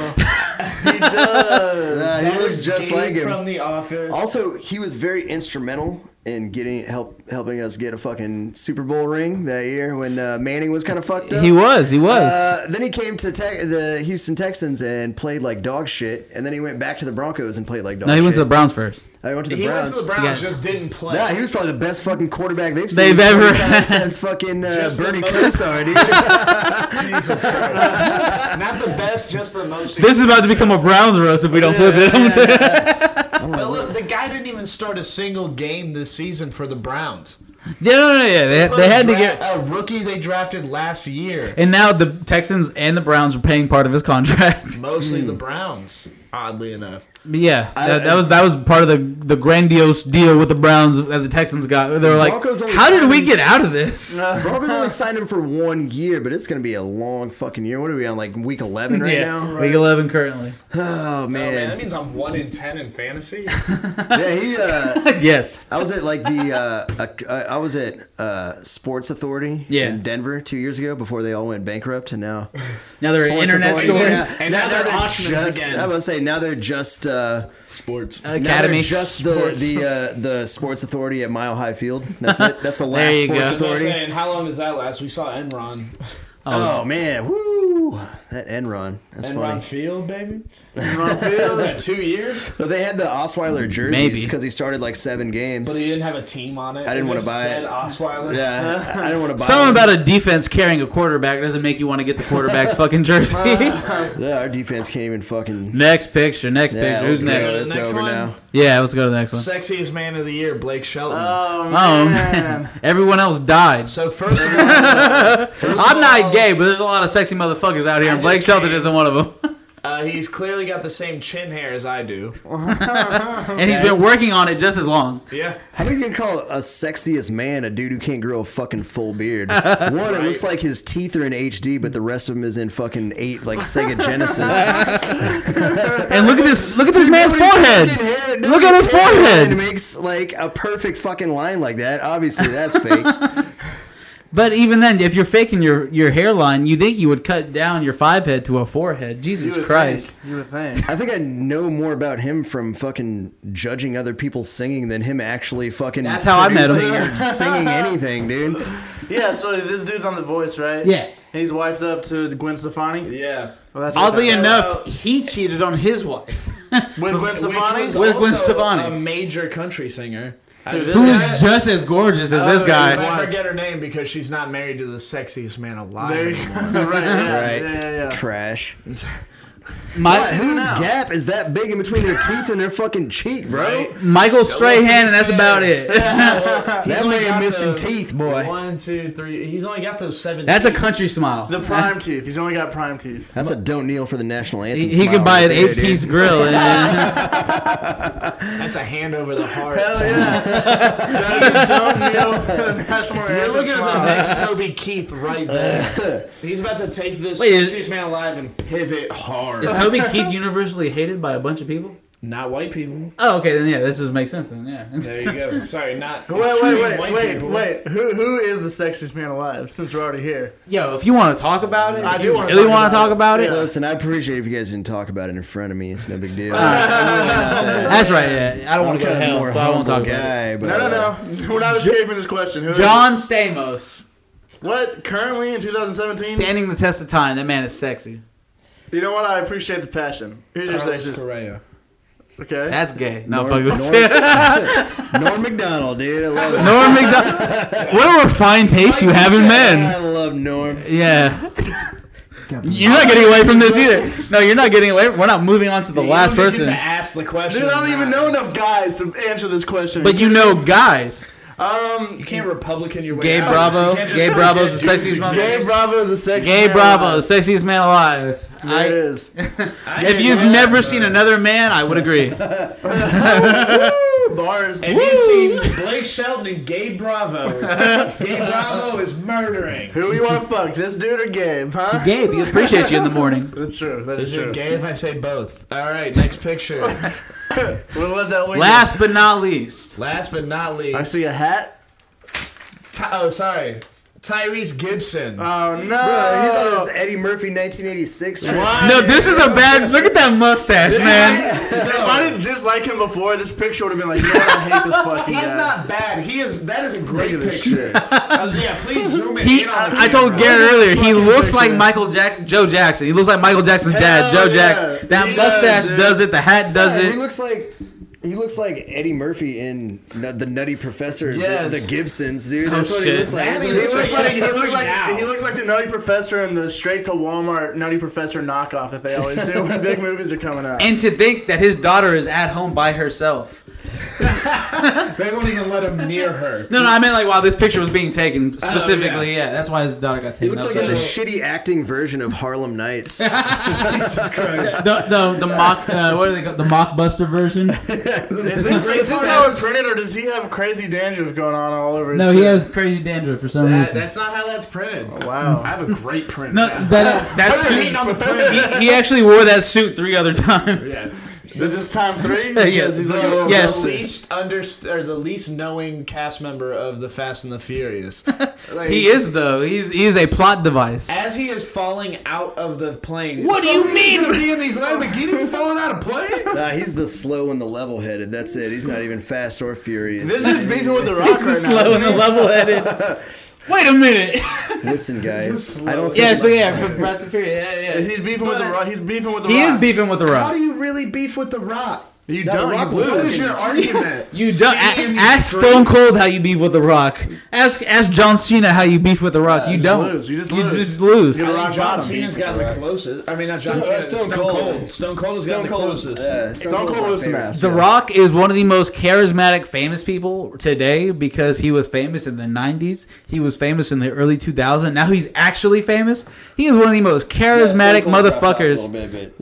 [SPEAKER 5] he does.
[SPEAKER 6] Uh, he
[SPEAKER 2] That
[SPEAKER 6] looks
[SPEAKER 2] was
[SPEAKER 6] just
[SPEAKER 2] Gabe
[SPEAKER 6] like him.
[SPEAKER 2] from the office.
[SPEAKER 6] Also, he was very instrumental in getting help helping us get a fucking Super Bowl ring that year when uh, Manning was kind of fucked up.
[SPEAKER 3] He was. He was.
[SPEAKER 6] Uh, then he came to te- the Houston Texans and played like dog shit, and then he went back to the Broncos and played like dog
[SPEAKER 3] no, he
[SPEAKER 6] shit.
[SPEAKER 3] went to the Browns first.
[SPEAKER 6] I went to the
[SPEAKER 2] he
[SPEAKER 6] Browns.
[SPEAKER 2] went to the Browns,
[SPEAKER 3] Yeah.
[SPEAKER 2] just didn't play.
[SPEAKER 6] Nah, he was probably the best fucking quarterback they've seen
[SPEAKER 3] They've ever-
[SPEAKER 6] 25 since fucking uh,
[SPEAKER 2] Just the
[SPEAKER 6] Bernie
[SPEAKER 2] most-
[SPEAKER 6] Kosar, dude.
[SPEAKER 2] Jesus Christ. Not the best, just the most.
[SPEAKER 3] This is about to become a Browns roast if we don't flip it.
[SPEAKER 2] But look, the guy didn't even start a single game this season for the Browns.
[SPEAKER 3] yeah, no, no, yeah. They, they had to
[SPEAKER 2] Dra-
[SPEAKER 3] get.
[SPEAKER 2] a rookie they drafted last year.
[SPEAKER 3] And now the Texans and the Browns are paying part of his contract.
[SPEAKER 2] Mostly the Browns, oddly enough.
[SPEAKER 3] But yeah, that, that was that was part of the the grandiose deal with the Browns that the Texans got. They were like,
[SPEAKER 6] Broncos only
[SPEAKER 3] "How did we
[SPEAKER 6] signed-
[SPEAKER 3] get out of this?"
[SPEAKER 6] Broncos only signed him for one year, but it's going to be a long fucking year. What are we on, like week 11 right
[SPEAKER 3] yeah,
[SPEAKER 6] now?
[SPEAKER 3] week eleven currently.
[SPEAKER 6] Oh, man.
[SPEAKER 2] means I'm one in ten in fantasy.
[SPEAKER 6] yeah, he, uh,
[SPEAKER 3] yes,
[SPEAKER 6] I was at like the uh, uh, I was at uh, Sports Authority
[SPEAKER 3] Yeah.
[SPEAKER 6] in Denver two years ago before they all went bankrupt, and now
[SPEAKER 3] now they're an
[SPEAKER 6] Sports
[SPEAKER 3] internet
[SPEAKER 6] Authority-
[SPEAKER 3] store
[SPEAKER 6] Yeah,
[SPEAKER 12] And now they're auctioners
[SPEAKER 6] just,
[SPEAKER 12] again.
[SPEAKER 6] I was gonna say now they're just uh,
[SPEAKER 12] Sports.
[SPEAKER 6] now
[SPEAKER 3] academy.
[SPEAKER 6] they're just the the uh, the Sports Authority at Mile High Field. That's it. That's the last
[SPEAKER 3] you
[SPEAKER 6] Sports
[SPEAKER 3] go.
[SPEAKER 6] Authority.
[SPEAKER 12] And how long does that last? We saw Enron.
[SPEAKER 6] Oh man, woo! That Enron. That's
[SPEAKER 12] Enron
[SPEAKER 6] funny.
[SPEAKER 12] Field, baby. Enron Field was that two years?
[SPEAKER 6] So they had the Osweiler jerseys
[SPEAKER 3] Maybe.
[SPEAKER 6] because he started like seven games.
[SPEAKER 12] But he didn't have a team on it.
[SPEAKER 6] I didn't
[SPEAKER 12] It
[SPEAKER 6] wanna
[SPEAKER 12] just
[SPEAKER 6] buy
[SPEAKER 12] said
[SPEAKER 6] it.
[SPEAKER 12] Osweiler.
[SPEAKER 6] yeah, I didn't want to buy
[SPEAKER 3] Something
[SPEAKER 6] one.
[SPEAKER 3] about a defense carrying a quarterback doesn't make you want to get the quarterback's fucking jersey.
[SPEAKER 6] Yeah, our defense can't even fucking.
[SPEAKER 3] next picture. Next
[SPEAKER 6] Yeah,
[SPEAKER 3] picture. Who's
[SPEAKER 6] let's
[SPEAKER 3] next?
[SPEAKER 6] go.
[SPEAKER 2] the
[SPEAKER 6] That's
[SPEAKER 2] next
[SPEAKER 6] over
[SPEAKER 2] one?
[SPEAKER 6] now.
[SPEAKER 3] Yeah, let's go to the next one.
[SPEAKER 2] Sexiest man of the year, Blake Shelton.
[SPEAKER 5] Oh
[SPEAKER 3] Oh
[SPEAKER 5] man.
[SPEAKER 3] man, everyone else died.
[SPEAKER 2] so first of all,
[SPEAKER 3] I'm not gay, but there's a lot of sexy motherfuckers out here, and
[SPEAKER 2] just
[SPEAKER 3] Blake Shelton
[SPEAKER 2] can't.
[SPEAKER 3] isn't one of them.
[SPEAKER 2] uh, he's clearly got the same chin hair as I do.
[SPEAKER 3] And he's been working on it just as long.
[SPEAKER 2] Yeah.
[SPEAKER 6] How do you gonna call a sexiest man a dude who can't grow a fucking full beard? One, it looks like his teeth are in HD, but the rest of him is in fucking eight, like Sega Genesis.
[SPEAKER 3] And look at this, look at this man's forehead. Look at his
[SPEAKER 6] It
[SPEAKER 3] forehead.
[SPEAKER 6] makes like a perfect fucking line like that. Obviously, that's fake.
[SPEAKER 3] But even then, if you're faking your your hairline, you think you would cut down your five head to a forehead?
[SPEAKER 5] You
[SPEAKER 3] Jesus
[SPEAKER 5] would
[SPEAKER 3] Christ!
[SPEAKER 5] think. You would think.
[SPEAKER 6] I think I know more about him from fucking judging other people singing than him actually fucking.
[SPEAKER 3] That's how I met him.
[SPEAKER 6] producing or singing anything, dude.
[SPEAKER 5] Yeah. So this dude's on The Voice, right?
[SPEAKER 3] Yeah.
[SPEAKER 5] And he's wifed up to Gwen Stefani.
[SPEAKER 12] Yeah.
[SPEAKER 5] Well, that's
[SPEAKER 3] Oddly
[SPEAKER 5] what's up.
[SPEAKER 3] enough, he cheated on his wife.
[SPEAKER 5] with Gwen Stefani.
[SPEAKER 2] Which one's
[SPEAKER 3] With Gwen
[SPEAKER 2] also
[SPEAKER 3] Stefani.
[SPEAKER 2] a major country singer.
[SPEAKER 5] Dude, this
[SPEAKER 3] Who
[SPEAKER 5] guy-
[SPEAKER 3] is just as gorgeous
[SPEAKER 2] Oh,
[SPEAKER 3] as this guy?
[SPEAKER 2] I forget her name because she's not married to the sexiest man alive.
[SPEAKER 5] There you
[SPEAKER 2] anymore.
[SPEAKER 5] go. right, yeah,
[SPEAKER 6] Right.
[SPEAKER 5] yeah, yeah, yeah.
[SPEAKER 6] Trash.
[SPEAKER 3] My,
[SPEAKER 6] Whose
[SPEAKER 5] know.
[SPEAKER 6] gap is that big in between their teeth and their fucking cheek, bro?
[SPEAKER 2] Right?
[SPEAKER 3] Michael Strahan, and that's
[SPEAKER 2] fair.
[SPEAKER 3] about it.
[SPEAKER 2] He's
[SPEAKER 6] That
[SPEAKER 2] only
[SPEAKER 6] man
[SPEAKER 2] got
[SPEAKER 6] missing
[SPEAKER 2] the-
[SPEAKER 6] teeth, boy.
[SPEAKER 2] One, two, three. He's only got those seven.
[SPEAKER 3] That's a country smile.
[SPEAKER 5] The prime teeth. He's only got prime teeth.
[SPEAKER 6] That's a don't kneel for the national anthem.
[SPEAKER 3] He, he could
[SPEAKER 6] smile
[SPEAKER 3] buy an
[SPEAKER 6] right there,
[SPEAKER 3] eight
[SPEAKER 6] dude.
[SPEAKER 3] piece grill and
[SPEAKER 2] That's a hand over the heart.
[SPEAKER 5] Hell yeah. That's a don't kneel for the national
[SPEAKER 2] You're
[SPEAKER 5] anthem
[SPEAKER 2] looking at the
[SPEAKER 5] smile.
[SPEAKER 2] next Toby Keith right there. He's about to take this
[SPEAKER 3] Wait, is-
[SPEAKER 2] sexiest man alive and pivot hard.
[SPEAKER 3] Is Toby Keith universally hated by a bunch of people?
[SPEAKER 13] Not white people.
[SPEAKER 3] Oh, okay, then yeah, this is makes sense then. Yeah.
[SPEAKER 13] There you go. Sorry, not
[SPEAKER 5] Wait,
[SPEAKER 13] extreme
[SPEAKER 5] wait, wait,
[SPEAKER 13] white
[SPEAKER 5] wait,
[SPEAKER 13] people.
[SPEAKER 5] wait. Who who is the sexiest man alive? Since we're already here,
[SPEAKER 3] Yo, if you want to talk about it,
[SPEAKER 5] I
[SPEAKER 3] if
[SPEAKER 5] do
[SPEAKER 3] you
[SPEAKER 5] wanna
[SPEAKER 3] really
[SPEAKER 5] talk
[SPEAKER 3] want to
[SPEAKER 5] about
[SPEAKER 3] talk
[SPEAKER 5] it.
[SPEAKER 3] about it.
[SPEAKER 6] Listen, I appreciate if you guys didn't talk about it in front of me. It's no big deal.
[SPEAKER 3] That's right. Yeah, I Ah, don't want to go to hell, so I won't talk about it.
[SPEAKER 6] guy, but
[SPEAKER 5] no, no, no. We're not escaping this question. Who is
[SPEAKER 3] John Stamos,
[SPEAKER 5] it? What currently in 2017?
[SPEAKER 3] standing the test of time. That man is sexy.
[SPEAKER 5] you know what? I appreciate the passion. Here's your
[SPEAKER 13] Carlos
[SPEAKER 5] sexiest.
[SPEAKER 13] Correa.
[SPEAKER 5] Okay.
[SPEAKER 3] That's gay. No,
[SPEAKER 6] Norm,
[SPEAKER 3] fuck
[SPEAKER 6] Norm,
[SPEAKER 3] this.
[SPEAKER 6] Norm McDonald, dude. I love it.
[SPEAKER 3] Norm McDonald. What a refined taste you have in men.
[SPEAKER 6] I love Norm.
[SPEAKER 3] Yeah. You're not getting away from this either. No, you're not getting away. We're not moving on to the last
[SPEAKER 13] You don't get
[SPEAKER 3] person.
[SPEAKER 13] to ask the question.
[SPEAKER 5] Dude, I don't even know enough guys to answer this question.
[SPEAKER 3] But you know, guys,
[SPEAKER 5] um,
[SPEAKER 13] You can't Republican your way
[SPEAKER 3] Gay
[SPEAKER 13] out.
[SPEAKER 3] Bravo.
[SPEAKER 13] You can't just
[SPEAKER 3] Gay
[SPEAKER 13] say
[SPEAKER 3] Bravo's the
[SPEAKER 13] gay dudes
[SPEAKER 3] sexiest one.
[SPEAKER 5] Gay
[SPEAKER 13] exist.
[SPEAKER 5] Bravo is a sexy.
[SPEAKER 3] Gay
[SPEAKER 5] man
[SPEAKER 3] Bravo, the
[SPEAKER 5] alive.
[SPEAKER 3] sexiest man alive.
[SPEAKER 5] There it
[SPEAKER 3] I,
[SPEAKER 5] is.
[SPEAKER 13] I
[SPEAKER 3] if
[SPEAKER 13] ain't
[SPEAKER 3] you've
[SPEAKER 13] gonna lie,
[SPEAKER 3] never
[SPEAKER 13] bro.
[SPEAKER 3] seen another man, I would agree.
[SPEAKER 5] Bars.
[SPEAKER 13] Have you seen Blake Shelton and Gay Bravo? Gay Bravo is murdering.
[SPEAKER 5] Who you want to fuck? This dude or Gabe? Huh?
[SPEAKER 3] Gabe, we appreciate you in the morning.
[SPEAKER 5] That's true. That is
[SPEAKER 2] Is
[SPEAKER 5] true.
[SPEAKER 2] it gay if I say both? All right, next picture.
[SPEAKER 5] We'll let that linger.
[SPEAKER 3] Last but not least,
[SPEAKER 2] Last but not least.
[SPEAKER 5] I see a hat.
[SPEAKER 2] Ty- oh, sorry. Tyrese Gibson.
[SPEAKER 5] Oh no!
[SPEAKER 6] He's on his Eddie Murphy 1986 trip.
[SPEAKER 3] no, this is a bad. Look at that mustache, man.
[SPEAKER 5] if I didn't dislike him before, this picture would have been like, you know what, I hate this fucking
[SPEAKER 2] He's
[SPEAKER 5] guy.
[SPEAKER 2] not bad. He is. That is a great picture. Uh, yeah, please zoom in.
[SPEAKER 3] He,
[SPEAKER 2] in on the
[SPEAKER 3] I, I told
[SPEAKER 2] camera.
[SPEAKER 3] Garrett earlier, he looks like Michael Jackson, Joe Jackson. He looks like Michael Jackson's dad, Joe
[SPEAKER 5] Hell yeah.
[SPEAKER 3] Jackson. That
[SPEAKER 5] He does,
[SPEAKER 3] mustache
[SPEAKER 5] dude.
[SPEAKER 3] does it. The hat does
[SPEAKER 6] He
[SPEAKER 3] it.
[SPEAKER 6] looks like he looks like Eddie Murphy in N- the Nutty Professor,
[SPEAKER 2] Yes.
[SPEAKER 6] the, the Gibsons, dude. That's what
[SPEAKER 3] Oh, shit.
[SPEAKER 6] he looks like. That's
[SPEAKER 5] He
[SPEAKER 6] what he looks
[SPEAKER 5] looks
[SPEAKER 6] like.
[SPEAKER 5] like he looks
[SPEAKER 2] Now.
[SPEAKER 5] like he looks like the Nutty Professor and the straight to Walmart Nutty Professor knockoff that they always do when big movies are coming out.
[SPEAKER 3] And to think that his daughter is at home by herself.
[SPEAKER 2] They won't even let him near her.
[SPEAKER 3] No, no, I meant like while this picture was being taken specifically. Oh, yeah. that's why his daughter got
[SPEAKER 6] He
[SPEAKER 3] taken.
[SPEAKER 6] looks
[SPEAKER 3] up.
[SPEAKER 6] like the shitty acting version of Harlem Nights.
[SPEAKER 3] the, the, the mock uh, what do they call the mockbuster version?
[SPEAKER 5] Is this, is this how it's printed, or does he have crazy dandruff going on all over his
[SPEAKER 3] No,
[SPEAKER 5] shit?
[SPEAKER 3] he has crazy dandruff for some
[SPEAKER 2] That,
[SPEAKER 3] reason.
[SPEAKER 2] that's not how that's printed. I
[SPEAKER 5] Wow.
[SPEAKER 2] have a great print.
[SPEAKER 3] no,
[SPEAKER 2] now.
[SPEAKER 3] that, that's
[SPEAKER 2] They're hating on the print.
[SPEAKER 3] he, he actually wore that suit three other times.
[SPEAKER 5] Is this time three? Because he's like,
[SPEAKER 3] yes.
[SPEAKER 5] oh,
[SPEAKER 3] yes.
[SPEAKER 2] The least underst- or the least knowing cast member of the Fast and the Furious. Like,
[SPEAKER 3] He is though. He's he's a plot device.
[SPEAKER 2] As he is falling out of the plane.
[SPEAKER 3] What do you mean?
[SPEAKER 2] He in these Lamborghinis falling out of plane?
[SPEAKER 6] nah, he's the slow and the level headed. That's it. He's not even fast or furious.
[SPEAKER 5] this dude's beefing with the rock right now.
[SPEAKER 3] Slow and level-headed. Wait a minute.
[SPEAKER 6] Listen, guys, I don't. Think
[SPEAKER 3] yes,
[SPEAKER 6] it's-
[SPEAKER 3] yeah, for Fast and Furious. Yeah, yeah.
[SPEAKER 5] He's beefing with the rock. He's beefing with the
[SPEAKER 3] He
[SPEAKER 5] rock.
[SPEAKER 3] is beefing with the
[SPEAKER 2] How
[SPEAKER 3] Rock.
[SPEAKER 2] do you really beef with The Rock?
[SPEAKER 5] You
[SPEAKER 6] That
[SPEAKER 5] don't.
[SPEAKER 6] rock
[SPEAKER 5] You
[SPEAKER 6] was
[SPEAKER 5] lose.
[SPEAKER 2] What is your argument?
[SPEAKER 3] You don't
[SPEAKER 2] Standing in
[SPEAKER 3] a-
[SPEAKER 2] the
[SPEAKER 3] ask
[SPEAKER 2] streets?
[SPEAKER 3] Stone Cold how you beef with the Rock. Ask ask John Cena how you beef with the Rock. you
[SPEAKER 5] just
[SPEAKER 3] don't.
[SPEAKER 5] lose. You just
[SPEAKER 3] you
[SPEAKER 5] lose.
[SPEAKER 3] just lose.
[SPEAKER 5] You're the rock
[SPEAKER 2] John
[SPEAKER 5] bottom.
[SPEAKER 2] Cena's gotten the closest. I mean, not John
[SPEAKER 6] Stone-
[SPEAKER 2] Cena.
[SPEAKER 6] uh,
[SPEAKER 2] Stone,
[SPEAKER 6] Stone Cold.
[SPEAKER 2] Cold. Stone Cold has gotten the
[SPEAKER 6] Stone Cold.
[SPEAKER 2] closest.
[SPEAKER 6] Uh,
[SPEAKER 5] Stone Cold
[SPEAKER 6] my
[SPEAKER 5] was
[SPEAKER 6] favorite.
[SPEAKER 5] smashed.
[SPEAKER 3] The Rock is one of the most charismatic famous people today because he was famous in the 90s. He was famous in the early 2000s. Now he's actually famous. He is one of the most charismatic motherfuckers.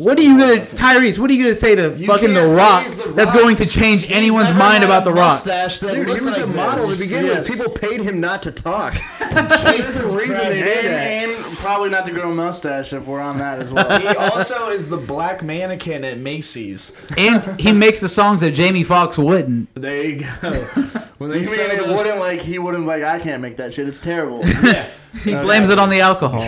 [SPEAKER 3] what are you going to Tyrese, what are you going to say to fucking the
[SPEAKER 2] can't
[SPEAKER 3] rock,
[SPEAKER 2] praise The
[SPEAKER 3] that's
[SPEAKER 2] Rock.
[SPEAKER 3] going to change anyone's mind about the rock?
[SPEAKER 6] Dude, he was a model to begin
[SPEAKER 5] Yes.
[SPEAKER 6] with. People paid him not to talk. There's a reason they did that.
[SPEAKER 5] And, and probably not to grow a mustache if we're on that as well.
[SPEAKER 2] He also is the black mannequin at Macy's.
[SPEAKER 3] And he makes the songs that Jamie Foxx wouldn't.
[SPEAKER 2] There you go. When they
[SPEAKER 5] You mean
[SPEAKER 2] say
[SPEAKER 5] it
[SPEAKER 2] those,
[SPEAKER 5] wouldn't like he wouldn't like I can't make that shit. It's terrible.
[SPEAKER 2] yeah.
[SPEAKER 3] He blames it on the alcohol.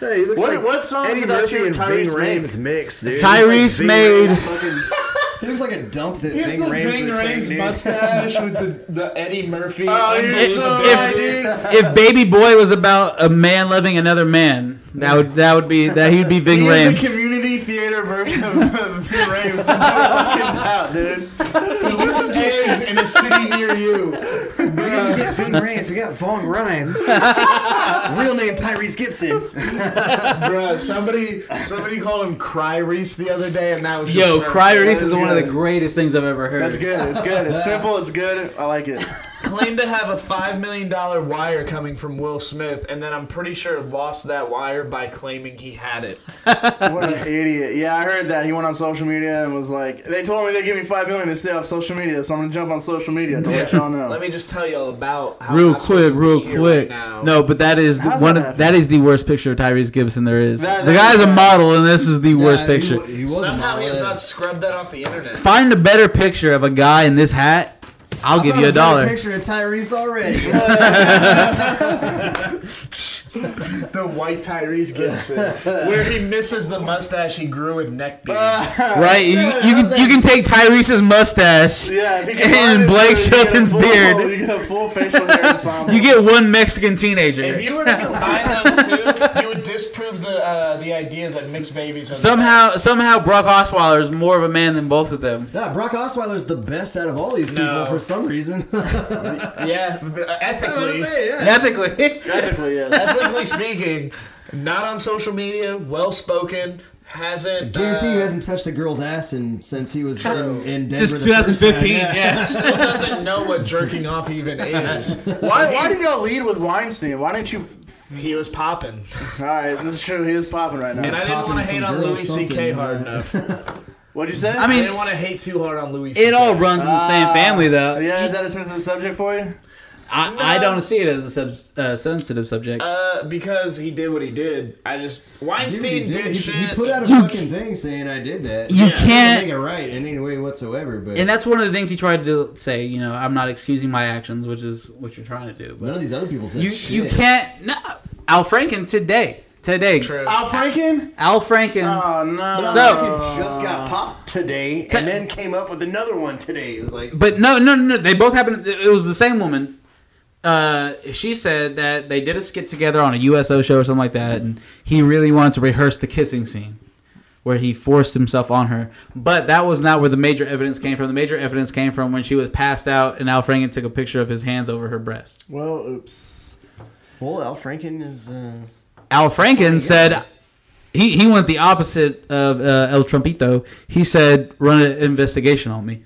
[SPEAKER 6] Hey, he looks
[SPEAKER 5] What-
[SPEAKER 6] like
[SPEAKER 5] what songs
[SPEAKER 6] Eddie
[SPEAKER 5] about you
[SPEAKER 6] Murphy and
[SPEAKER 5] and
[SPEAKER 6] Ving
[SPEAKER 5] Tyrese
[SPEAKER 6] Rhames mix, dude.
[SPEAKER 3] Tyrese made-
[SPEAKER 6] He looks like a dump that
[SPEAKER 2] He has
[SPEAKER 6] Ving
[SPEAKER 2] the
[SPEAKER 6] Rhames
[SPEAKER 2] Ving
[SPEAKER 6] would take,
[SPEAKER 2] Rhames
[SPEAKER 6] dude.
[SPEAKER 2] mustache with the, the Eddie Murphy.
[SPEAKER 5] Oh,
[SPEAKER 2] and
[SPEAKER 5] you're
[SPEAKER 2] the-
[SPEAKER 5] so
[SPEAKER 2] the-
[SPEAKER 5] right, dude.
[SPEAKER 3] if Baby Boy was about a man loving another man, that would that would be that he'd be Ving
[SPEAKER 5] He is the
[SPEAKER 3] Rhames.
[SPEAKER 5] community theater version of of Ving Rhames. No fucking doubt, dude.
[SPEAKER 2] It's eggs in a city near you.
[SPEAKER 6] We didn't get Ving Rhames. We got Vong Rhymes. Real name Tyrese Gibson.
[SPEAKER 2] Bruh, somebody somebody called him Cry Reese the other day, and that was just
[SPEAKER 3] Yo,
[SPEAKER 2] perfect.
[SPEAKER 3] Cry Reese is
[SPEAKER 5] That's
[SPEAKER 3] one of the
[SPEAKER 5] good.
[SPEAKER 3] greatest things I've ever heard.
[SPEAKER 5] That's good. It's good. It's simple. It's good. I like it.
[SPEAKER 2] claimed to have a five million dollar wire coming from Will Smith, and then I'm pretty sure lost that wire by claiming he had it.
[SPEAKER 5] What an idiot! Yeah, I heard that. He went on social media and was like, "They told me they give me five million to stay off social media, so I'm gonna jump on social media to let y'all know."
[SPEAKER 2] Let me just tell y'all about how I'm
[SPEAKER 3] real
[SPEAKER 2] not supposed
[SPEAKER 3] quick,
[SPEAKER 2] to
[SPEAKER 3] real
[SPEAKER 2] be here
[SPEAKER 3] quick.
[SPEAKER 2] right now.
[SPEAKER 3] no, but that is the,
[SPEAKER 5] How's
[SPEAKER 3] one.
[SPEAKER 5] that
[SPEAKER 3] Of, that is the worst picture of Tyrese Gibson there is.
[SPEAKER 5] That-
[SPEAKER 3] the
[SPEAKER 5] that-
[SPEAKER 3] guy's a model, and this is the worst
[SPEAKER 6] Nah, he
[SPEAKER 3] picture.
[SPEAKER 6] wa- He, was
[SPEAKER 2] Somehow he has not scrubbed that off the internet.
[SPEAKER 3] Find a better picture of a guy in this hat. I'll give you a dollar.
[SPEAKER 6] Picture of Tyrese already.
[SPEAKER 2] The white Tyrese Gibson, where he misses the mustache he grew in neck beard.
[SPEAKER 3] Right? You, you can you can take Tyrese's mustache.
[SPEAKER 5] yeah, if you
[SPEAKER 3] And
[SPEAKER 5] find
[SPEAKER 3] Blake Shelton's
[SPEAKER 5] this dude, you get a full-
[SPEAKER 3] beard.
[SPEAKER 5] You get a full facial hair ensemble.
[SPEAKER 3] You get one Mexican teenager.
[SPEAKER 2] If you were to combine those two, you would disprove the uh, the idea that mixed babies are the
[SPEAKER 3] somehow
[SPEAKER 2] best.
[SPEAKER 3] somehow Brock Osweiler is more of a man than both of them.
[SPEAKER 6] nah, Brock Osweiler's the best out of all these people
[SPEAKER 2] No.
[SPEAKER 6] for some reason.
[SPEAKER 2] yeah, v- ethically,
[SPEAKER 3] Ethically.
[SPEAKER 5] Ethically, yes.
[SPEAKER 2] ethically speaking, not on social media, well spoken, hasn't.
[SPEAKER 6] Guarantee
[SPEAKER 2] uh,
[SPEAKER 6] he hasn't touched a girl's ass in, since he was in, in Denver.
[SPEAKER 3] Since
[SPEAKER 6] the first time.
[SPEAKER 3] 2015.
[SPEAKER 6] Yeah.
[SPEAKER 3] Yes.
[SPEAKER 2] still doesn't know what jerking off even is.
[SPEAKER 5] Why, why did y'all lead with Weinstein? Why didn't you? f-
[SPEAKER 2] He was popping,
[SPEAKER 5] All right, that's true. He is popping right
[SPEAKER 2] and
[SPEAKER 5] now.
[SPEAKER 2] I didn't
[SPEAKER 6] popping
[SPEAKER 2] want to
[SPEAKER 6] some
[SPEAKER 2] hate on
[SPEAKER 6] girl
[SPEAKER 2] Louis C.K.
[SPEAKER 6] something,
[SPEAKER 2] hard
[SPEAKER 6] uh,
[SPEAKER 2] enough.
[SPEAKER 5] What'd you say? Uh,
[SPEAKER 3] I
[SPEAKER 2] I
[SPEAKER 3] mean,
[SPEAKER 2] didn't want to hate too hard on Louis.
[SPEAKER 3] it
[SPEAKER 2] C.K..
[SPEAKER 3] all runs in the same family, though.
[SPEAKER 5] Ah, yeah, is that a sensitive subject for you?
[SPEAKER 3] I, I don't see it as a sub, uh, sensitive subject.
[SPEAKER 2] Uh, because he did what he did. I just
[SPEAKER 6] Dude,
[SPEAKER 2] Weinstein
[SPEAKER 6] he, did.
[SPEAKER 2] did,
[SPEAKER 6] He-
[SPEAKER 2] shit.
[SPEAKER 6] he put out a fucking thing saying I did that.
[SPEAKER 3] you
[SPEAKER 2] yeah,
[SPEAKER 6] Doesn't
[SPEAKER 3] can't
[SPEAKER 6] make it right in any way whatsoever. But
[SPEAKER 3] and that's one of the things he tried to say. You know, I'm not excusing my actions, which is what you're trying to do.
[SPEAKER 6] none
[SPEAKER 3] But
[SPEAKER 6] of these other people said
[SPEAKER 3] you
[SPEAKER 6] Oh, shit.
[SPEAKER 3] you can't. No, Al Franken today, today.
[SPEAKER 2] True.
[SPEAKER 5] Al Franken?
[SPEAKER 3] Al Franken.
[SPEAKER 5] Oh no.
[SPEAKER 3] So-
[SPEAKER 14] just got popped today,
[SPEAKER 3] Te-
[SPEAKER 14] and then came up with another one today. It was like
[SPEAKER 3] but no, no, no, no. They both happened. It was the same woman. Uh, she said that they did a skit together on a USO show or something like that, and he really wanted to rehearse the kissing scene where he forced himself on her. But that was not where the major evidence came from. The major evidence came from when she was passed out, and Al Franken took a picture of his hands over her breast.
[SPEAKER 5] Well, oops.
[SPEAKER 14] well, Al Franken is. Uh,
[SPEAKER 3] Al Franken said he, he went the opposite of uh, El Trumpito. He said, run an investigation on me.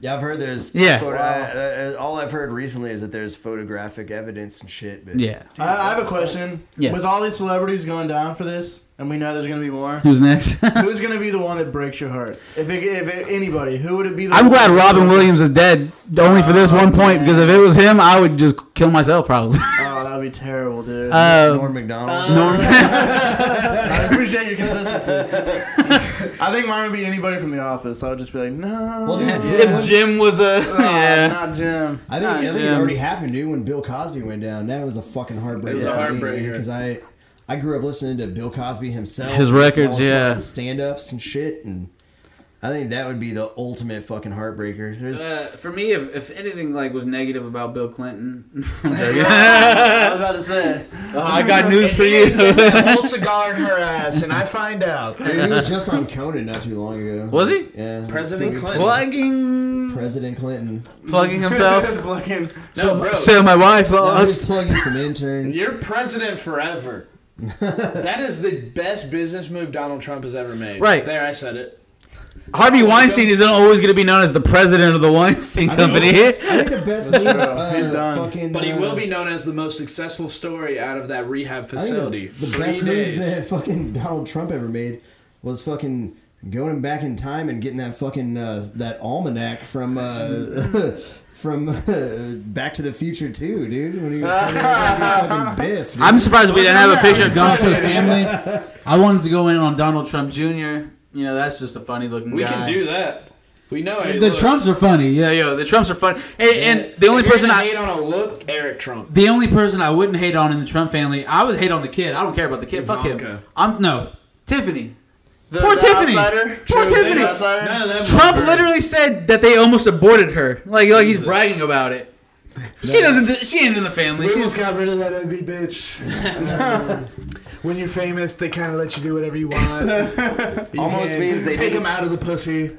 [SPEAKER 14] yeah, I've heard there's.
[SPEAKER 3] Yeah.
[SPEAKER 14] photo- uh, uh, all I've heard recently is that there's photographic evidence and shit. But
[SPEAKER 3] Yeah.
[SPEAKER 5] I, I have a question.
[SPEAKER 3] Yes.
[SPEAKER 5] With all these celebrities going down for this, and we know there's gonna be more.
[SPEAKER 3] Who's next?
[SPEAKER 5] Who's gonna be the one that breaks your heart? If it, if it, anybody, who would it be? The
[SPEAKER 3] I'm
[SPEAKER 5] one
[SPEAKER 3] glad
[SPEAKER 5] that-
[SPEAKER 3] Robin Williams is dead, only for this one point, because if it was him, I would just kill myself probably.
[SPEAKER 5] Oh, that'd be terrible, dude.
[SPEAKER 3] Uh,
[SPEAKER 14] Norm Macdonald.
[SPEAKER 5] I appreciate your consistency. I think mine would be anybody from The Office. I would just be like, no.
[SPEAKER 6] Well, dude,
[SPEAKER 5] yeah.
[SPEAKER 3] if Jim was a.
[SPEAKER 5] Oh,
[SPEAKER 3] Yeah.
[SPEAKER 5] Not Jim.
[SPEAKER 6] I think, I think it
[SPEAKER 3] Goddamn.
[SPEAKER 6] already happened, dude. When Bill Cosby went down, that was a fucking heartbreaker.
[SPEAKER 2] It was a heartbreaker.
[SPEAKER 6] because I, I grew up listening to Bill Cosby himself,
[SPEAKER 3] His records, yeah.
[SPEAKER 6] stand ups and shit, and I think that would be the ultimate fucking heartbreaker. There's
[SPEAKER 3] Uh, for me, if, if anything like was negative about Bill Clinton,
[SPEAKER 5] I was about to say.
[SPEAKER 3] Oh, I got news for
[SPEAKER 2] He
[SPEAKER 3] you.
[SPEAKER 2] did that whole cigar in her ass, and I find out.
[SPEAKER 6] Dude, he was just on Conan not too long ago.
[SPEAKER 3] Was he?
[SPEAKER 6] Yeah, like
[SPEAKER 2] President
[SPEAKER 6] two weeks
[SPEAKER 2] Clinton.
[SPEAKER 6] ago.
[SPEAKER 3] Plugging,
[SPEAKER 6] President Clinton.
[SPEAKER 3] plugging himself.
[SPEAKER 5] Fucking-
[SPEAKER 3] so, so my wife
[SPEAKER 6] I was
[SPEAKER 3] lost.
[SPEAKER 6] plugging some interns.
[SPEAKER 2] You're president forever. that is the best business move Donald Trump has ever made.
[SPEAKER 3] Right.
[SPEAKER 2] There, I said it.
[SPEAKER 3] Harvey Weinstein isn't always going to be known as the president of the Weinstein Company.
[SPEAKER 6] I think the best move, uh,
[SPEAKER 5] He's done.
[SPEAKER 6] fucking,
[SPEAKER 2] But he
[SPEAKER 6] uh,
[SPEAKER 2] will be known as the most successful story out of that rehab
[SPEAKER 6] I think
[SPEAKER 2] facility.
[SPEAKER 6] The, the
[SPEAKER 2] Three
[SPEAKER 6] best move
[SPEAKER 2] days.
[SPEAKER 6] that fucking Donald Trump ever made was fucking going back in time and getting that fucking uh, that almanac from uh, from uh, Back to the Future too, dude. When he was trying to be fucking Biff. Dude.
[SPEAKER 3] I'm surprised we didn't have a picture of Donald Trump's family. I wanted to go in on Donald Trump Jr. You know, that's just a funny looking
[SPEAKER 2] we
[SPEAKER 3] guy.
[SPEAKER 2] can do that. We know it.
[SPEAKER 3] The Trumps are funny. Yeah, yo, the Trumps are funny. And, and the only person I
[SPEAKER 2] hate on a look, Eric Trump.
[SPEAKER 3] the only person I wouldn't hate on in the Trump family, I would hate on the kid. I don't care about the kid. Fuck him.
[SPEAKER 2] Ivanka.
[SPEAKER 3] I'm no Tiffany.
[SPEAKER 5] The,
[SPEAKER 3] Poor
[SPEAKER 5] the
[SPEAKER 3] Tiffany.
[SPEAKER 5] Outsider.
[SPEAKER 3] Poor
[SPEAKER 5] True, the
[SPEAKER 3] Tiffany.
[SPEAKER 5] Outsider.
[SPEAKER 2] None of them
[SPEAKER 3] Trump
[SPEAKER 2] were-
[SPEAKER 3] literally said that they almost aborted her. Like, like he's bragging about it. She doesn't. She ain't in the family.
[SPEAKER 2] We
[SPEAKER 3] She's
[SPEAKER 2] almost got rid of that ugly bitch. when you're famous, they kind of let you do whatever you want. You
[SPEAKER 14] Almost
[SPEAKER 2] can
[SPEAKER 14] means they
[SPEAKER 2] take
[SPEAKER 14] didn't-
[SPEAKER 2] him out of the pussy.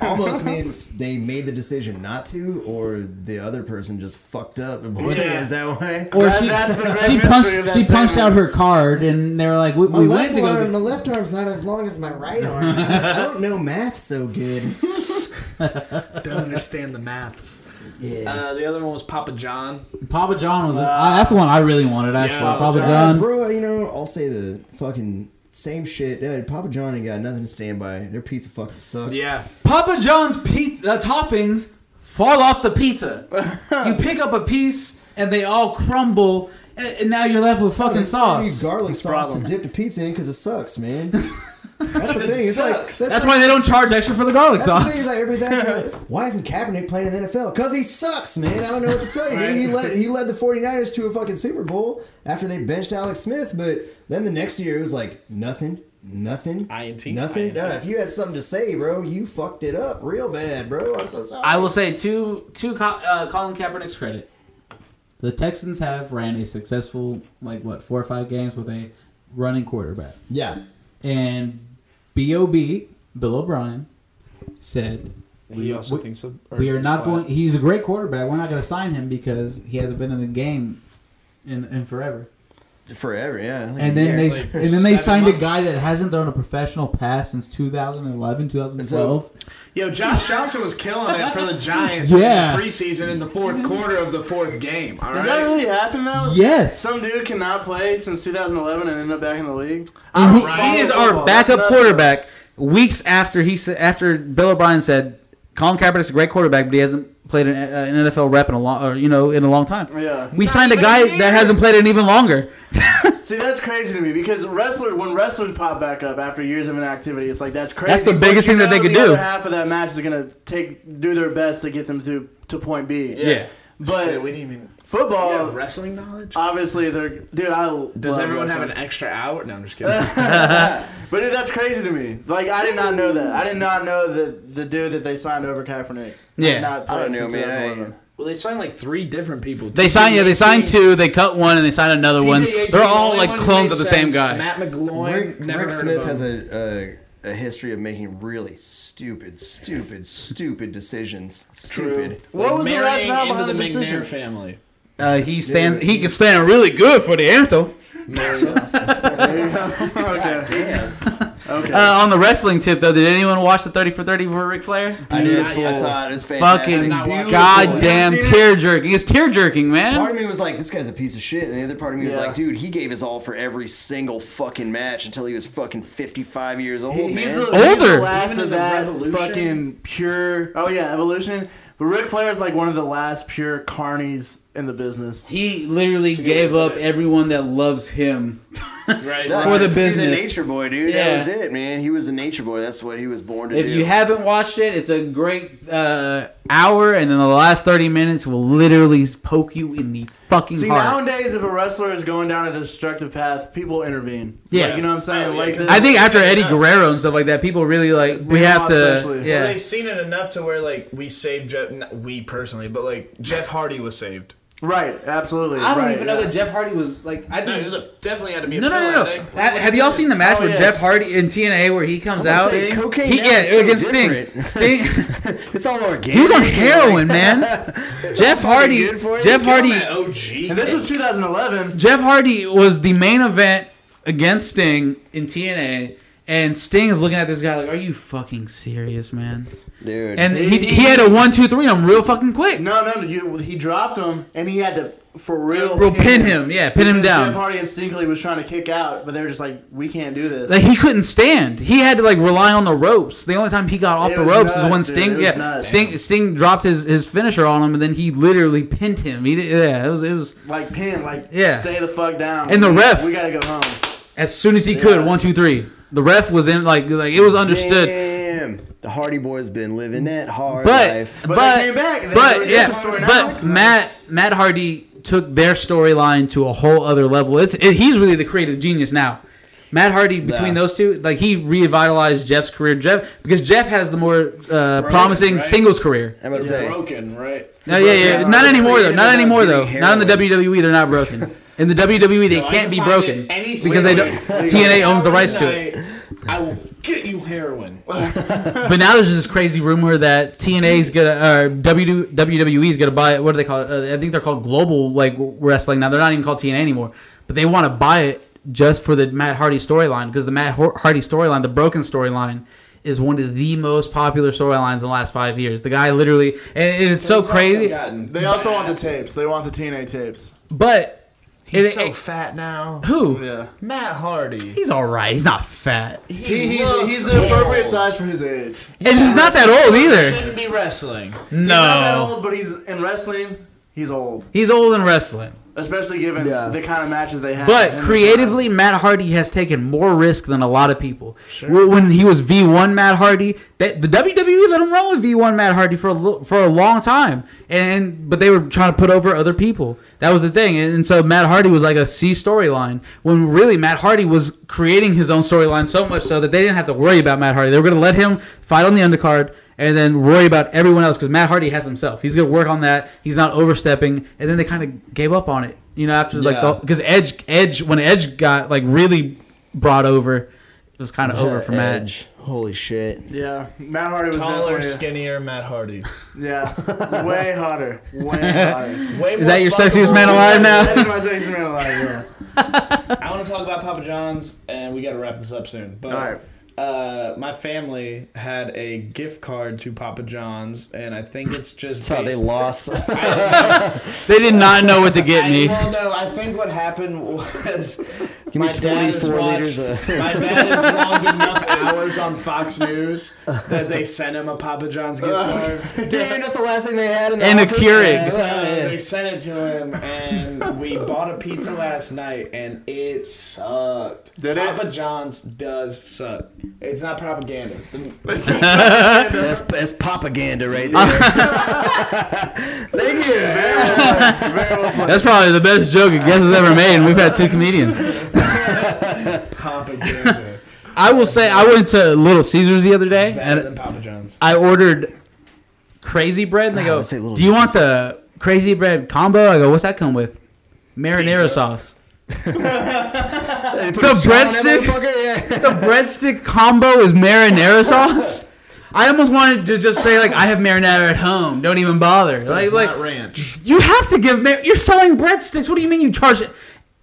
[SPEAKER 6] Almost means they made the decision not to, or the other person just fucked up. And boy,
[SPEAKER 2] Yeah.
[SPEAKER 6] is that why?
[SPEAKER 3] or
[SPEAKER 5] That-
[SPEAKER 3] she,
[SPEAKER 5] that's the grand
[SPEAKER 3] she
[SPEAKER 5] mystery
[SPEAKER 3] punched
[SPEAKER 5] of that
[SPEAKER 3] she punched
[SPEAKER 5] segment.
[SPEAKER 3] out her card and they were like we,
[SPEAKER 6] My
[SPEAKER 3] we went
[SPEAKER 6] left
[SPEAKER 3] to go
[SPEAKER 6] arm,
[SPEAKER 3] get-
[SPEAKER 6] my left arm's not as long as my right arm. I don't know math so good.
[SPEAKER 7] Don't understand the maths.
[SPEAKER 6] Yeah.
[SPEAKER 2] Uh, the other one was Papa John.
[SPEAKER 3] Papa John was I that's the one I really wanted actually.
[SPEAKER 2] yeah,
[SPEAKER 3] Papa
[SPEAKER 6] Uh,
[SPEAKER 3] John.
[SPEAKER 6] bro, you know, I'll say the fucking same shit. Dude, Papa John ain't got nothing to stand by. Their pizza fucking sucks.
[SPEAKER 2] Yeah,
[SPEAKER 3] Papa John's pizza uh, toppings fall off the pizza. you pick up a piece and they all crumble, and, and now you're left with fucking
[SPEAKER 6] They still need
[SPEAKER 3] sauce.
[SPEAKER 6] garlic sauce to dip the pizza in because it sucks, man. That's the thing. It's like that's,
[SPEAKER 3] That's
[SPEAKER 6] like,
[SPEAKER 3] why they don't charge extra for the garlic
[SPEAKER 6] That's the
[SPEAKER 3] sauce.
[SPEAKER 6] thing is like everybody's asking, like, why isn't Kaepernick playing in the NFL? Because he sucks, man. I don't know what to tell you, dude. He led, he led the 49ers to a fucking Super Bowl after they benched Alex Smith, but then the next year it was like nothing, nothing,
[SPEAKER 2] INT,
[SPEAKER 6] nothing.
[SPEAKER 2] INT.
[SPEAKER 6] Uh, if you had something to say, bro, you fucked it up real bad, bro. I'm so sorry.
[SPEAKER 3] I will say to to Co- uh, Colin Kaepernick's credit, the Texans have ran a successful like what four or five games with a running quarterback,
[SPEAKER 6] yeah.
[SPEAKER 3] and Bob Bill O'Brien said
[SPEAKER 2] he also
[SPEAKER 3] we-
[SPEAKER 2] thinks of,
[SPEAKER 3] we are not going. He's a great quarterback. We're not going to sign him because he hasn't been in the game in, in forever.
[SPEAKER 4] Forever, yeah.
[SPEAKER 3] And then they
[SPEAKER 2] like,
[SPEAKER 3] and then they
[SPEAKER 2] seven
[SPEAKER 3] signed a
[SPEAKER 2] months.
[SPEAKER 3] guy that hasn't thrown a professional pass since 2011, 2012.
[SPEAKER 7] Yo, Josh Johnson was killing it for the Giants
[SPEAKER 3] Yeah.
[SPEAKER 7] in the preseason in the fourth quarter of the fourth game. All right.
[SPEAKER 5] Does that really happen though?
[SPEAKER 3] Yes.
[SPEAKER 5] Some dude cannot play since 2011 and end up back in the league.
[SPEAKER 3] And he,
[SPEAKER 7] Alright.
[SPEAKER 3] he is
[SPEAKER 5] Football,
[SPEAKER 3] our
[SPEAKER 5] that's
[SPEAKER 3] backup
[SPEAKER 5] nuts.
[SPEAKER 3] quarterback. Weeks after he sa- after Bill O'Brien said Colin Kaepernick's a great quarterback, but he hasn't played an, uh, an NFL rep in a long or you know in a long time.
[SPEAKER 5] Yeah.
[SPEAKER 3] We signed a guy that hasn't played an even longer.
[SPEAKER 5] See, that's crazy to me because wrestler when wrestlers pop back up after years of inactivity, it's like that's crazy.
[SPEAKER 3] That's the
[SPEAKER 5] But
[SPEAKER 3] biggest
[SPEAKER 5] you
[SPEAKER 3] thing that
[SPEAKER 5] know
[SPEAKER 3] they could
[SPEAKER 5] the
[SPEAKER 3] do.
[SPEAKER 5] Other half of that match is gonna take do their best to get them to to point B.
[SPEAKER 3] Yeah.
[SPEAKER 5] But
[SPEAKER 7] Shit, we didn't even.
[SPEAKER 5] football,
[SPEAKER 7] You have wrestling knowledge?
[SPEAKER 5] obviously, they're dude. I
[SPEAKER 7] Does
[SPEAKER 5] love
[SPEAKER 7] everyone have
[SPEAKER 5] wrestling.
[SPEAKER 7] an extra hour? No, I'm just kidding.
[SPEAKER 5] But dude, that's crazy to me. Like I did not know that. I did not know that the dude that they signed over Kaepernick.
[SPEAKER 3] Yeah.
[SPEAKER 5] did Not
[SPEAKER 4] I don't
[SPEAKER 5] play
[SPEAKER 4] know,
[SPEAKER 5] since
[SPEAKER 4] man. I-
[SPEAKER 5] 2011.
[SPEAKER 2] Well, they signed like three different people.
[SPEAKER 3] They signed yeah they signed two, they cut one, and they signed another one. They're all like clones of the same guy.
[SPEAKER 2] Matt McGloin.
[SPEAKER 4] Rick,
[SPEAKER 2] never
[SPEAKER 4] Rick
[SPEAKER 2] heard
[SPEAKER 4] Smith
[SPEAKER 2] of him.
[SPEAKER 4] has a, a a history of making really stupid, stupid, stupid decisions. Stupid.
[SPEAKER 5] What was the
[SPEAKER 2] Marrying
[SPEAKER 5] rationale
[SPEAKER 2] into
[SPEAKER 5] behind the
[SPEAKER 2] the
[SPEAKER 5] decision?
[SPEAKER 2] McNair family.
[SPEAKER 3] Uh, he stands. He can stand really good for the anthem.
[SPEAKER 5] okay.
[SPEAKER 4] Damn.
[SPEAKER 5] Okay.
[SPEAKER 3] Uh, on the wrestling tip, though, did anyone watch the thirty for thirty for Ric Flair?
[SPEAKER 4] I did. I saw it. It was fantastic.
[SPEAKER 3] Fucking
[SPEAKER 4] Beautiful.
[SPEAKER 3] goddamn tear jerking! It's tear jerking,
[SPEAKER 4] Part
[SPEAKER 3] man.
[SPEAKER 4] of me was like, this guy's a piece of shit. And the other part of me
[SPEAKER 5] Yeah.
[SPEAKER 4] was like, dude, he gave his all for every single fucking match until he was fucking 55 years old,
[SPEAKER 5] He-
[SPEAKER 4] man.
[SPEAKER 5] he's the,
[SPEAKER 3] Older.
[SPEAKER 5] he's the last
[SPEAKER 2] Even
[SPEAKER 5] of
[SPEAKER 2] in the
[SPEAKER 5] that
[SPEAKER 2] Revolution?
[SPEAKER 5] fucking pure. Oh yeah, evolution. But Ric Flair is like one of the last pure carnies in the business.
[SPEAKER 3] He literally gave up everyone that loves him.
[SPEAKER 2] Right.
[SPEAKER 4] No, he
[SPEAKER 3] for the
[SPEAKER 4] used to be
[SPEAKER 3] business.
[SPEAKER 4] The nature boy, dude.
[SPEAKER 3] Yeah.
[SPEAKER 4] That was it, man. He was a nature boy. That's what he was born to
[SPEAKER 3] If
[SPEAKER 4] do.
[SPEAKER 3] you haven't watched it, it's a great uh, hour, and then the last thirty minutes will literally poke you in the fucking
[SPEAKER 5] See,
[SPEAKER 3] heart.
[SPEAKER 5] nowadays, if a wrestler is going down a destructive path, people intervene.
[SPEAKER 3] Yeah.
[SPEAKER 5] Like, you know what I'm saying?
[SPEAKER 2] Oh,
[SPEAKER 5] like
[SPEAKER 2] yeah.
[SPEAKER 5] this.
[SPEAKER 3] I think after Eddie Guerrero and stuff like that, people really like we
[SPEAKER 5] Benoit
[SPEAKER 3] have to.
[SPEAKER 5] especially.
[SPEAKER 2] Well,
[SPEAKER 3] Yeah,
[SPEAKER 2] they've seen it enough to where like we saved Jeff. Not we personally, but like Jeff Hardy was saved.
[SPEAKER 5] right, absolutely.
[SPEAKER 3] I don't
[SPEAKER 5] right,
[SPEAKER 3] even
[SPEAKER 5] yeah.
[SPEAKER 3] know that Jeff Hardy was like. I
[SPEAKER 2] No,
[SPEAKER 3] didn't.
[SPEAKER 2] it was a, definitely had to be. A
[SPEAKER 3] No, no,
[SPEAKER 2] pill,
[SPEAKER 3] no,
[SPEAKER 2] I
[SPEAKER 3] no.
[SPEAKER 2] think.
[SPEAKER 3] Ha- Have y'all seen the match
[SPEAKER 5] Oh,
[SPEAKER 3] with
[SPEAKER 5] yes.
[SPEAKER 3] Jeff Hardy in TNA where he comes out?
[SPEAKER 4] say cocaine
[SPEAKER 3] he,
[SPEAKER 4] now
[SPEAKER 3] yeah,
[SPEAKER 4] is so
[SPEAKER 3] against Sting.
[SPEAKER 4] different.
[SPEAKER 3] Sting.
[SPEAKER 4] it's all organic.
[SPEAKER 3] he was on heroin, man. Jeff Hardy.
[SPEAKER 4] good for you.
[SPEAKER 3] Jeff Hardy.
[SPEAKER 5] And
[SPEAKER 2] OG.
[SPEAKER 5] this was 2011.
[SPEAKER 3] Jeff Hardy was the main event against Sting in TNA, and Sting is looking at this guy like, "Are you fucking serious, man?"
[SPEAKER 4] Dude.
[SPEAKER 3] And he he had a one, two, three. I'm real fucking quick.
[SPEAKER 5] No, no, you, he dropped him, and he had to for real.
[SPEAKER 3] Real pin him. Yeah, pin him
[SPEAKER 5] Because
[SPEAKER 3] down.
[SPEAKER 5] Jeff Hardy instinctively was trying to kick out, but they were just like, "We can't do this."
[SPEAKER 3] Like he couldn't stand. He had to like rely on the ropes. The only time he got off
[SPEAKER 5] It
[SPEAKER 3] the
[SPEAKER 5] was
[SPEAKER 3] ropes is
[SPEAKER 5] nuts,
[SPEAKER 3] when
[SPEAKER 5] dude. It
[SPEAKER 3] Sting,
[SPEAKER 5] was
[SPEAKER 3] yeah,
[SPEAKER 5] nuts.
[SPEAKER 3] Sting, Sting dropped his, his finisher on him, and then he literally pinned him. He, did- yeah, it was it was
[SPEAKER 5] like pin, like
[SPEAKER 3] Yeah.
[SPEAKER 5] stay the fuck down.
[SPEAKER 3] And the ref-
[SPEAKER 5] we gotta go home.
[SPEAKER 3] as soon as he could.
[SPEAKER 5] Yeah.
[SPEAKER 3] One, two, three. The ref was in like like it was understood.
[SPEAKER 4] Damn. The Hardy Boy's been living that hard
[SPEAKER 3] But
[SPEAKER 4] life.
[SPEAKER 3] but
[SPEAKER 5] But they came back, and they were
[SPEAKER 3] but
[SPEAKER 5] doing
[SPEAKER 3] yeah,
[SPEAKER 5] the story now.
[SPEAKER 3] but Matt Matt Hardy took their storyline to a whole other level. It's it, he's really the creative genius now. Matt Hardy between
[SPEAKER 4] Nah.
[SPEAKER 3] those two, like he revitalized Jeff's career. Jeff because Jeff has the more uh, promising
[SPEAKER 2] right?
[SPEAKER 3] singles career.
[SPEAKER 4] I'm about to say.
[SPEAKER 2] Broken, right?
[SPEAKER 3] No, yeah, yeah. It's not anymore though. Not
[SPEAKER 4] Created
[SPEAKER 3] anymore
[SPEAKER 4] about
[SPEAKER 3] though.
[SPEAKER 4] getting
[SPEAKER 3] Not in the
[SPEAKER 4] heroin.
[SPEAKER 3] WWE, they're not broken. In the WWE, they
[SPEAKER 2] No, I
[SPEAKER 3] can't be
[SPEAKER 2] can find
[SPEAKER 3] broken
[SPEAKER 2] it any
[SPEAKER 3] because they don't. TNA owns the rights to it.
[SPEAKER 2] I will get you heroin.
[SPEAKER 3] But now there's this crazy rumor that TNA's gonna, or WW- WWE's E gonna buy. What do they call it? Uh, I think they're called Global like Wrestling now. They're not even called TNA anymore. But they want to buy it just for the Matt Hardy storyline because the Matt Har- Hardy storyline, the broken storyline, is one of the most popular storylines in the last five years. The guy literally, and it's so
[SPEAKER 2] It's also
[SPEAKER 3] crazy.
[SPEAKER 2] gotten
[SPEAKER 5] They also want the tapes. They want the TNA tapes.
[SPEAKER 3] But
[SPEAKER 7] He's
[SPEAKER 3] it-
[SPEAKER 7] so
[SPEAKER 3] it-
[SPEAKER 7] fat now.
[SPEAKER 3] who?
[SPEAKER 5] Yeah.
[SPEAKER 7] Matt Hardy.
[SPEAKER 3] He's all right. He's not fat,
[SPEAKER 5] He, he's,
[SPEAKER 7] looks
[SPEAKER 5] he's the appropriate
[SPEAKER 7] old.
[SPEAKER 5] size for his age.
[SPEAKER 3] and he's not that old either.
[SPEAKER 7] Shouldn't be wrestling.
[SPEAKER 5] He's not that
[SPEAKER 3] No,
[SPEAKER 5] old, but he's in wrestling. He's old,
[SPEAKER 3] he's old in wrestling.
[SPEAKER 5] especially given
[SPEAKER 6] Yeah.
[SPEAKER 5] the kind of matches they have.
[SPEAKER 3] But
[SPEAKER 5] and the
[SPEAKER 3] creatively, Matt Hardy has taken more risk than a lot of people. Wh- When he was V1 Matt Hardy, that the WWE let him run with V1 Matt Hardy for a, lo- for a long time, and but they were trying to put over other people. That was the thing, and, and so Matt Hardy was like a C storyline when really Matt Hardy was creating his own storyline so much so that they didn't have to worry about Matt Hardy. They were going to let him fight on the undercard. And then worry about everyone else because Matt Hardy has himself. He's gonna work on that. He's not overstepping. And then they kind of gave up on it, you know, after like
[SPEAKER 6] Yeah.
[SPEAKER 3] the because Edge, Edge, when Edge got like really brought over, it was kind of over for Matt.
[SPEAKER 6] Edge. Holy shit.
[SPEAKER 5] Yeah, Matt Hardy was
[SPEAKER 7] Taller,
[SPEAKER 5] definitely
[SPEAKER 7] skinnier Matt Hardy.
[SPEAKER 5] yeah, way hotter, way hotter.
[SPEAKER 7] Way
[SPEAKER 3] Is
[SPEAKER 7] more
[SPEAKER 3] that your sexiest
[SPEAKER 7] fuckable.
[SPEAKER 3] man alive
[SPEAKER 5] That
[SPEAKER 3] now?
[SPEAKER 5] is my sexiest man alive. Yeah.
[SPEAKER 2] I want to talk about Papa John's, and we got to wrap this up soon. But
[SPEAKER 5] All right.
[SPEAKER 2] uh, my family had a gift card to Papa John's, and I think it's just
[SPEAKER 6] That's how they
[SPEAKER 2] based-
[SPEAKER 6] lost.
[SPEAKER 3] they did not know what to get
[SPEAKER 2] I,
[SPEAKER 3] me.
[SPEAKER 2] Well, no, I think what happened was my dad has
[SPEAKER 6] 24
[SPEAKER 2] watched,
[SPEAKER 6] liters of-
[SPEAKER 2] my dad has logged enough hours on Fox News that they sent him a Papa John's gift card.
[SPEAKER 6] Dude, that's the last thing they had in the
[SPEAKER 3] And a
[SPEAKER 6] office.
[SPEAKER 3] Keurig.
[SPEAKER 2] So they sent it to him, and we bought a pizza last night, and it sucked.
[SPEAKER 5] Did it?
[SPEAKER 2] Papa John's does suck. It's not propaganda.
[SPEAKER 6] That's, that's propaganda right
[SPEAKER 3] Uh,
[SPEAKER 6] there.
[SPEAKER 3] That's probably the best joke a guest has ever made, and we've had two comedians.
[SPEAKER 2] propaganda.
[SPEAKER 3] I will say, I went to Little Caesars the other day,
[SPEAKER 2] Better
[SPEAKER 3] and
[SPEAKER 2] than Papa John's.
[SPEAKER 3] I ordered crazy bread. And they go,
[SPEAKER 6] I Ah, say Little
[SPEAKER 3] "Do you want the crazy bread combo?" I go, "What's that come with?" Marinara sauce. the breadstick. the breadstick combo is marinara sauce. I almost wanted to just say like I have marinara at home. Don't even bother. like
[SPEAKER 7] It's
[SPEAKER 3] like
[SPEAKER 7] not ranch.
[SPEAKER 3] you have to give. Mar- you're selling breadsticks. What do you mean you charge it?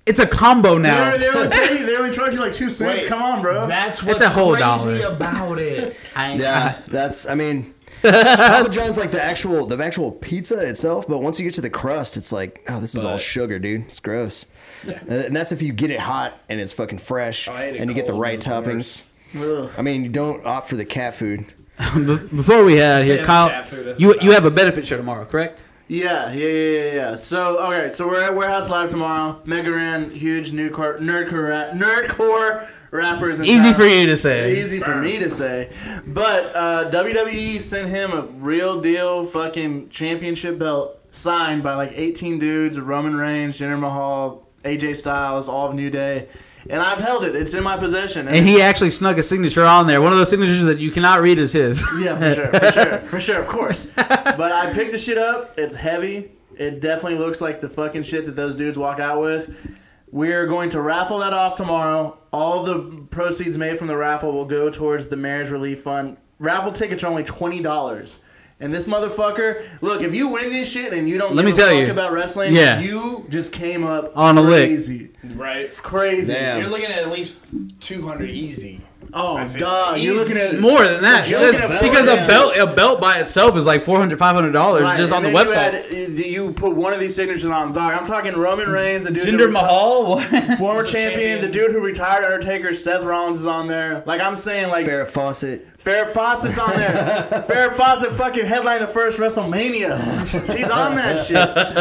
[SPEAKER 3] It's a combo now.
[SPEAKER 5] They, they, only pay, you- they only charge you like two cents.
[SPEAKER 7] Wait,
[SPEAKER 5] Come on, bro.
[SPEAKER 7] That's what's
[SPEAKER 3] It's a whole
[SPEAKER 7] crazy
[SPEAKER 3] dollar.
[SPEAKER 7] about it.
[SPEAKER 3] I-
[SPEAKER 6] Yeah, that's. I mean, Papa John's like the actual the actual pizza itself, but once you get to the crust, it's like, oh, this is all
[SPEAKER 2] But-
[SPEAKER 6] sugar, dude. It's gross. And- And that's if you get it hot and it's fucking fresh,
[SPEAKER 2] I ate
[SPEAKER 6] and
[SPEAKER 2] it
[SPEAKER 6] you get the
[SPEAKER 2] cold
[SPEAKER 6] right
[SPEAKER 2] and it was
[SPEAKER 6] toppings. I mean, you don't opt for the cat food.
[SPEAKER 3] Be- Before we head out of here,
[SPEAKER 2] Damn
[SPEAKER 3] Kyle,
[SPEAKER 2] cat food, that's
[SPEAKER 3] you
[SPEAKER 2] what
[SPEAKER 3] you have a benefit show tomorrow, correct?
[SPEAKER 5] Yeah, yeah, yeah, yeah, yeah. So, okay, so we're at Warehouse Live tomorrow. Mega Ran, huge new car, nerdcore, ra- nerdcore rappers. In
[SPEAKER 3] Easy
[SPEAKER 5] town.
[SPEAKER 3] for you to say.
[SPEAKER 5] Easy for me to say, but uh, WWE sent him a real deal fucking championship belt signed by like 18 dudes: Roman Reigns, Jinder Mahal, AJ Styles, all of New Day, and I've held it. It's in my possession.
[SPEAKER 3] And he actually snuck a signature on there. One of those signatures that you cannot read is his.
[SPEAKER 5] Yeah, for sure, for sure, for sure, of course. But I picked the shit up. It's heavy. It definitely looks like the fucking shit that those dudes walk out with. We're going to raffle that off tomorrow. All the proceeds made from the raffle will go towards the marriage relief fund. Raffle tickets are only twenty dollars. And this motherfucker, look, if you win this shit and you don't
[SPEAKER 3] Let
[SPEAKER 5] give
[SPEAKER 3] me
[SPEAKER 5] a
[SPEAKER 3] tell
[SPEAKER 5] fuck
[SPEAKER 3] you.
[SPEAKER 5] about wrestling,
[SPEAKER 3] Yeah.
[SPEAKER 5] you just came up
[SPEAKER 3] On a lick.
[SPEAKER 5] crazy,
[SPEAKER 2] Right.
[SPEAKER 5] crazy.
[SPEAKER 6] Damn.
[SPEAKER 2] You're looking at at least 200 easy.
[SPEAKER 5] Oh god, you're looking at
[SPEAKER 3] More than that,
[SPEAKER 5] You're
[SPEAKER 3] because,
[SPEAKER 5] looking at
[SPEAKER 3] because a
[SPEAKER 5] four
[SPEAKER 3] belt a belt by itself is like 400 dollars
[SPEAKER 5] Right,
[SPEAKER 3] just on the
[SPEAKER 5] and then
[SPEAKER 3] website.
[SPEAKER 5] You, add- you put one of these signatures on, dog. I'm talking Roman Reigns, the dude, that
[SPEAKER 3] Jinder
[SPEAKER 5] reti-
[SPEAKER 3] Mahal, what?
[SPEAKER 5] former
[SPEAKER 2] He's a champion.
[SPEAKER 5] champion, the dude who retired Undertaker, Seth Rollins is on there. Like I'm saying, like Fair,
[SPEAKER 6] Farrah Fawcett.
[SPEAKER 5] Fawcett's on there. Fair Fawcett fucking headlined the first WrestleMania. She's on that shit.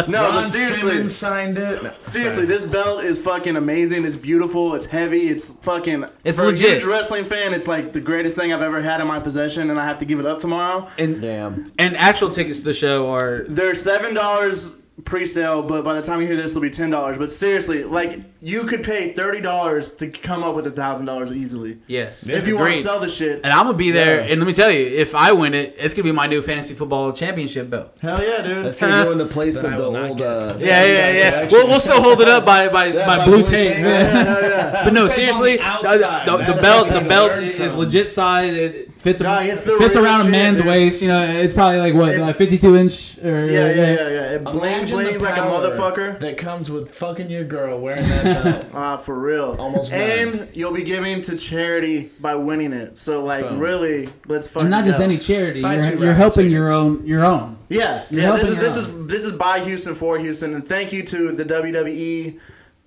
[SPEAKER 5] No, but
[SPEAKER 7] Ron
[SPEAKER 5] seriously,
[SPEAKER 7] Simmons signed it. No,
[SPEAKER 5] seriously, this belt is fucking amazing. It's beautiful. It's heavy. It's fucking.
[SPEAKER 3] It's
[SPEAKER 5] for
[SPEAKER 3] legit.
[SPEAKER 5] A huge wrestling fan. It's like the greatest thing I've ever had in my possession, and I have to give it up tomorrow.
[SPEAKER 3] And
[SPEAKER 6] Damn.
[SPEAKER 3] and actual tickets to the show are
[SPEAKER 5] They're seven dollars pre-sale, but by the time you hear this, they'll be ten dollars. But seriously, like you could pay thirty dollars to come up with a thousand dollars easily
[SPEAKER 3] yes.
[SPEAKER 5] if you want to
[SPEAKER 3] agreed.
[SPEAKER 5] sell the shit.
[SPEAKER 3] and I'm gonna be there. And let me tell you, if I win it, it's gonna be my new fantasy football championship belt.
[SPEAKER 5] Hell yeah, dude.
[SPEAKER 6] That's gonna go in the place of the old. Uh,
[SPEAKER 3] Yeah, yeah,
[SPEAKER 6] Samsung
[SPEAKER 3] yeah.
[SPEAKER 6] collection.
[SPEAKER 3] We'll, we'll still hold it up by by, by,
[SPEAKER 6] by
[SPEAKER 3] blue,
[SPEAKER 6] blue
[SPEAKER 3] tape.
[SPEAKER 6] tape.
[SPEAKER 3] man. but no,
[SPEAKER 2] Tape on
[SPEAKER 3] seriously,
[SPEAKER 2] the
[SPEAKER 3] the,
[SPEAKER 2] outside.
[SPEAKER 3] the- the
[SPEAKER 2] That's
[SPEAKER 3] belt
[SPEAKER 2] where
[SPEAKER 3] the
[SPEAKER 2] we
[SPEAKER 3] belt
[SPEAKER 2] learn
[SPEAKER 3] is
[SPEAKER 2] from.
[SPEAKER 3] legit size. It- fits a-
[SPEAKER 5] Dog, it's the
[SPEAKER 3] fits
[SPEAKER 5] real
[SPEAKER 3] around a
[SPEAKER 5] shit,
[SPEAKER 3] man's
[SPEAKER 5] dude.
[SPEAKER 3] waist. You know, it's probably like what,
[SPEAKER 5] It-
[SPEAKER 3] like fifty-two inch or
[SPEAKER 5] Yeah, yeah, yeah, yeah. It bling
[SPEAKER 2] Imagine the
[SPEAKER 5] blings like a
[SPEAKER 2] power
[SPEAKER 5] motherfucker.
[SPEAKER 2] That comes with fucking your girl wearing that belt.
[SPEAKER 5] Ah, for real.
[SPEAKER 2] Almost
[SPEAKER 5] And you'll be giving to charity by winning it. So like, really, let's fucking.
[SPEAKER 3] And not just
[SPEAKER 5] go.
[SPEAKER 3] any charity.
[SPEAKER 2] Buy
[SPEAKER 3] You're,
[SPEAKER 2] two
[SPEAKER 3] you're
[SPEAKER 2] raffle
[SPEAKER 3] helping your
[SPEAKER 2] tickets.
[SPEAKER 3] own. Your own.
[SPEAKER 5] Yeah,
[SPEAKER 3] You're
[SPEAKER 5] yeah. This is
[SPEAKER 3] helping
[SPEAKER 5] this
[SPEAKER 3] out.
[SPEAKER 5] is this is by Houston for Houston, and thank you to the WWE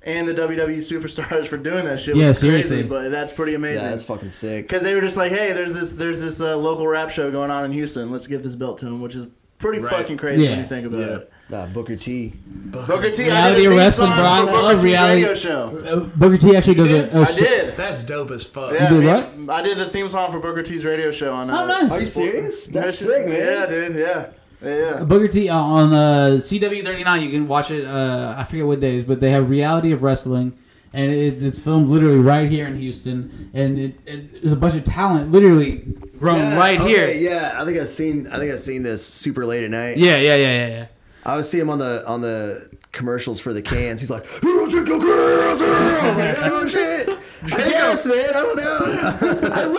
[SPEAKER 5] and the WWE superstars for doing that shit. which
[SPEAKER 3] Yeah,
[SPEAKER 5] is crazy,
[SPEAKER 3] seriously.
[SPEAKER 5] but that's pretty
[SPEAKER 6] Yeah,
[SPEAKER 5] amazing.
[SPEAKER 6] that's fucking sick.
[SPEAKER 5] because they were just like, hey, there's this there's this uh, local rap show going on in Houston. Let's give this belt to him, which is pretty
[SPEAKER 15] Right.
[SPEAKER 5] fucking crazy when
[SPEAKER 3] Yeah.
[SPEAKER 5] you think about it.
[SPEAKER 6] Nah, Booker T.
[SPEAKER 5] Booker T, I did
[SPEAKER 3] Reality
[SPEAKER 5] the theme
[SPEAKER 3] wrestling,
[SPEAKER 5] song
[SPEAKER 3] bro. I
[SPEAKER 5] for Booker
[SPEAKER 3] love
[SPEAKER 5] T's
[SPEAKER 3] reality.
[SPEAKER 5] radio show.
[SPEAKER 3] Uh, Booker T actually does a, a
[SPEAKER 5] I
[SPEAKER 3] sh-
[SPEAKER 5] did.
[SPEAKER 2] That's dope as fuck.
[SPEAKER 5] Yeah,
[SPEAKER 3] did
[SPEAKER 5] man. I did the theme song for Booker T's radio show on. Uh,
[SPEAKER 3] Oh, nice.
[SPEAKER 6] Are you serious? That's sick, man.
[SPEAKER 5] Yeah, dude. Yeah, yeah. yeah.
[SPEAKER 3] Booker T uh, on uh, CW39. You can watch it. Uh, I forget what days, but they have Reality of Wrestling, and it's, it's filmed literally right here in Houston. And it, it, there's a bunch of talent literally grown
[SPEAKER 6] Yeah,
[SPEAKER 3] right
[SPEAKER 6] okay,
[SPEAKER 3] here.
[SPEAKER 6] Yeah, I think I've seen. I think I've seen this super late at night.
[SPEAKER 3] Yeah, yeah, yeah, yeah, yeah.
[SPEAKER 6] I would see him on the on the commercials for the cans. He's like, "Who don't drink your girls?" I'm like, "Oh shit!" I guess, man. I don't know.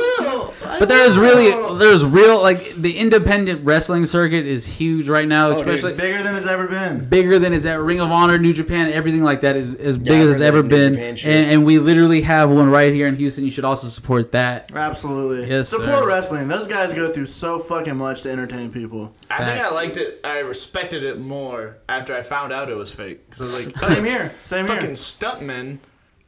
[SPEAKER 3] But there is really, there's real like the independent wrestling circuit is huge right now,
[SPEAKER 6] Oh, dude,
[SPEAKER 3] especially
[SPEAKER 5] Bigger than it's ever been.
[SPEAKER 3] bigger than it's at Ring of Honor, New Japan, everything like that is as big
[SPEAKER 6] I've
[SPEAKER 3] as
[SPEAKER 6] heard
[SPEAKER 3] it's
[SPEAKER 6] that
[SPEAKER 3] ever
[SPEAKER 6] New
[SPEAKER 3] been.
[SPEAKER 6] Japan
[SPEAKER 3] And,
[SPEAKER 6] shit.
[SPEAKER 3] and we literally have one right here in Houston. You should also support that.
[SPEAKER 5] Absolutely.
[SPEAKER 3] Yes,
[SPEAKER 5] Support
[SPEAKER 3] sir.
[SPEAKER 5] wrestling. Those guys go through so fucking much to entertain people.
[SPEAKER 2] I think I
[SPEAKER 3] Facts.
[SPEAKER 2] liked it. I respected it more after I found out it was fake. Because I was like,
[SPEAKER 5] Same
[SPEAKER 2] "Oh,
[SPEAKER 5] here. Same
[SPEAKER 2] it's Fucking
[SPEAKER 5] here.
[SPEAKER 2] stuntmen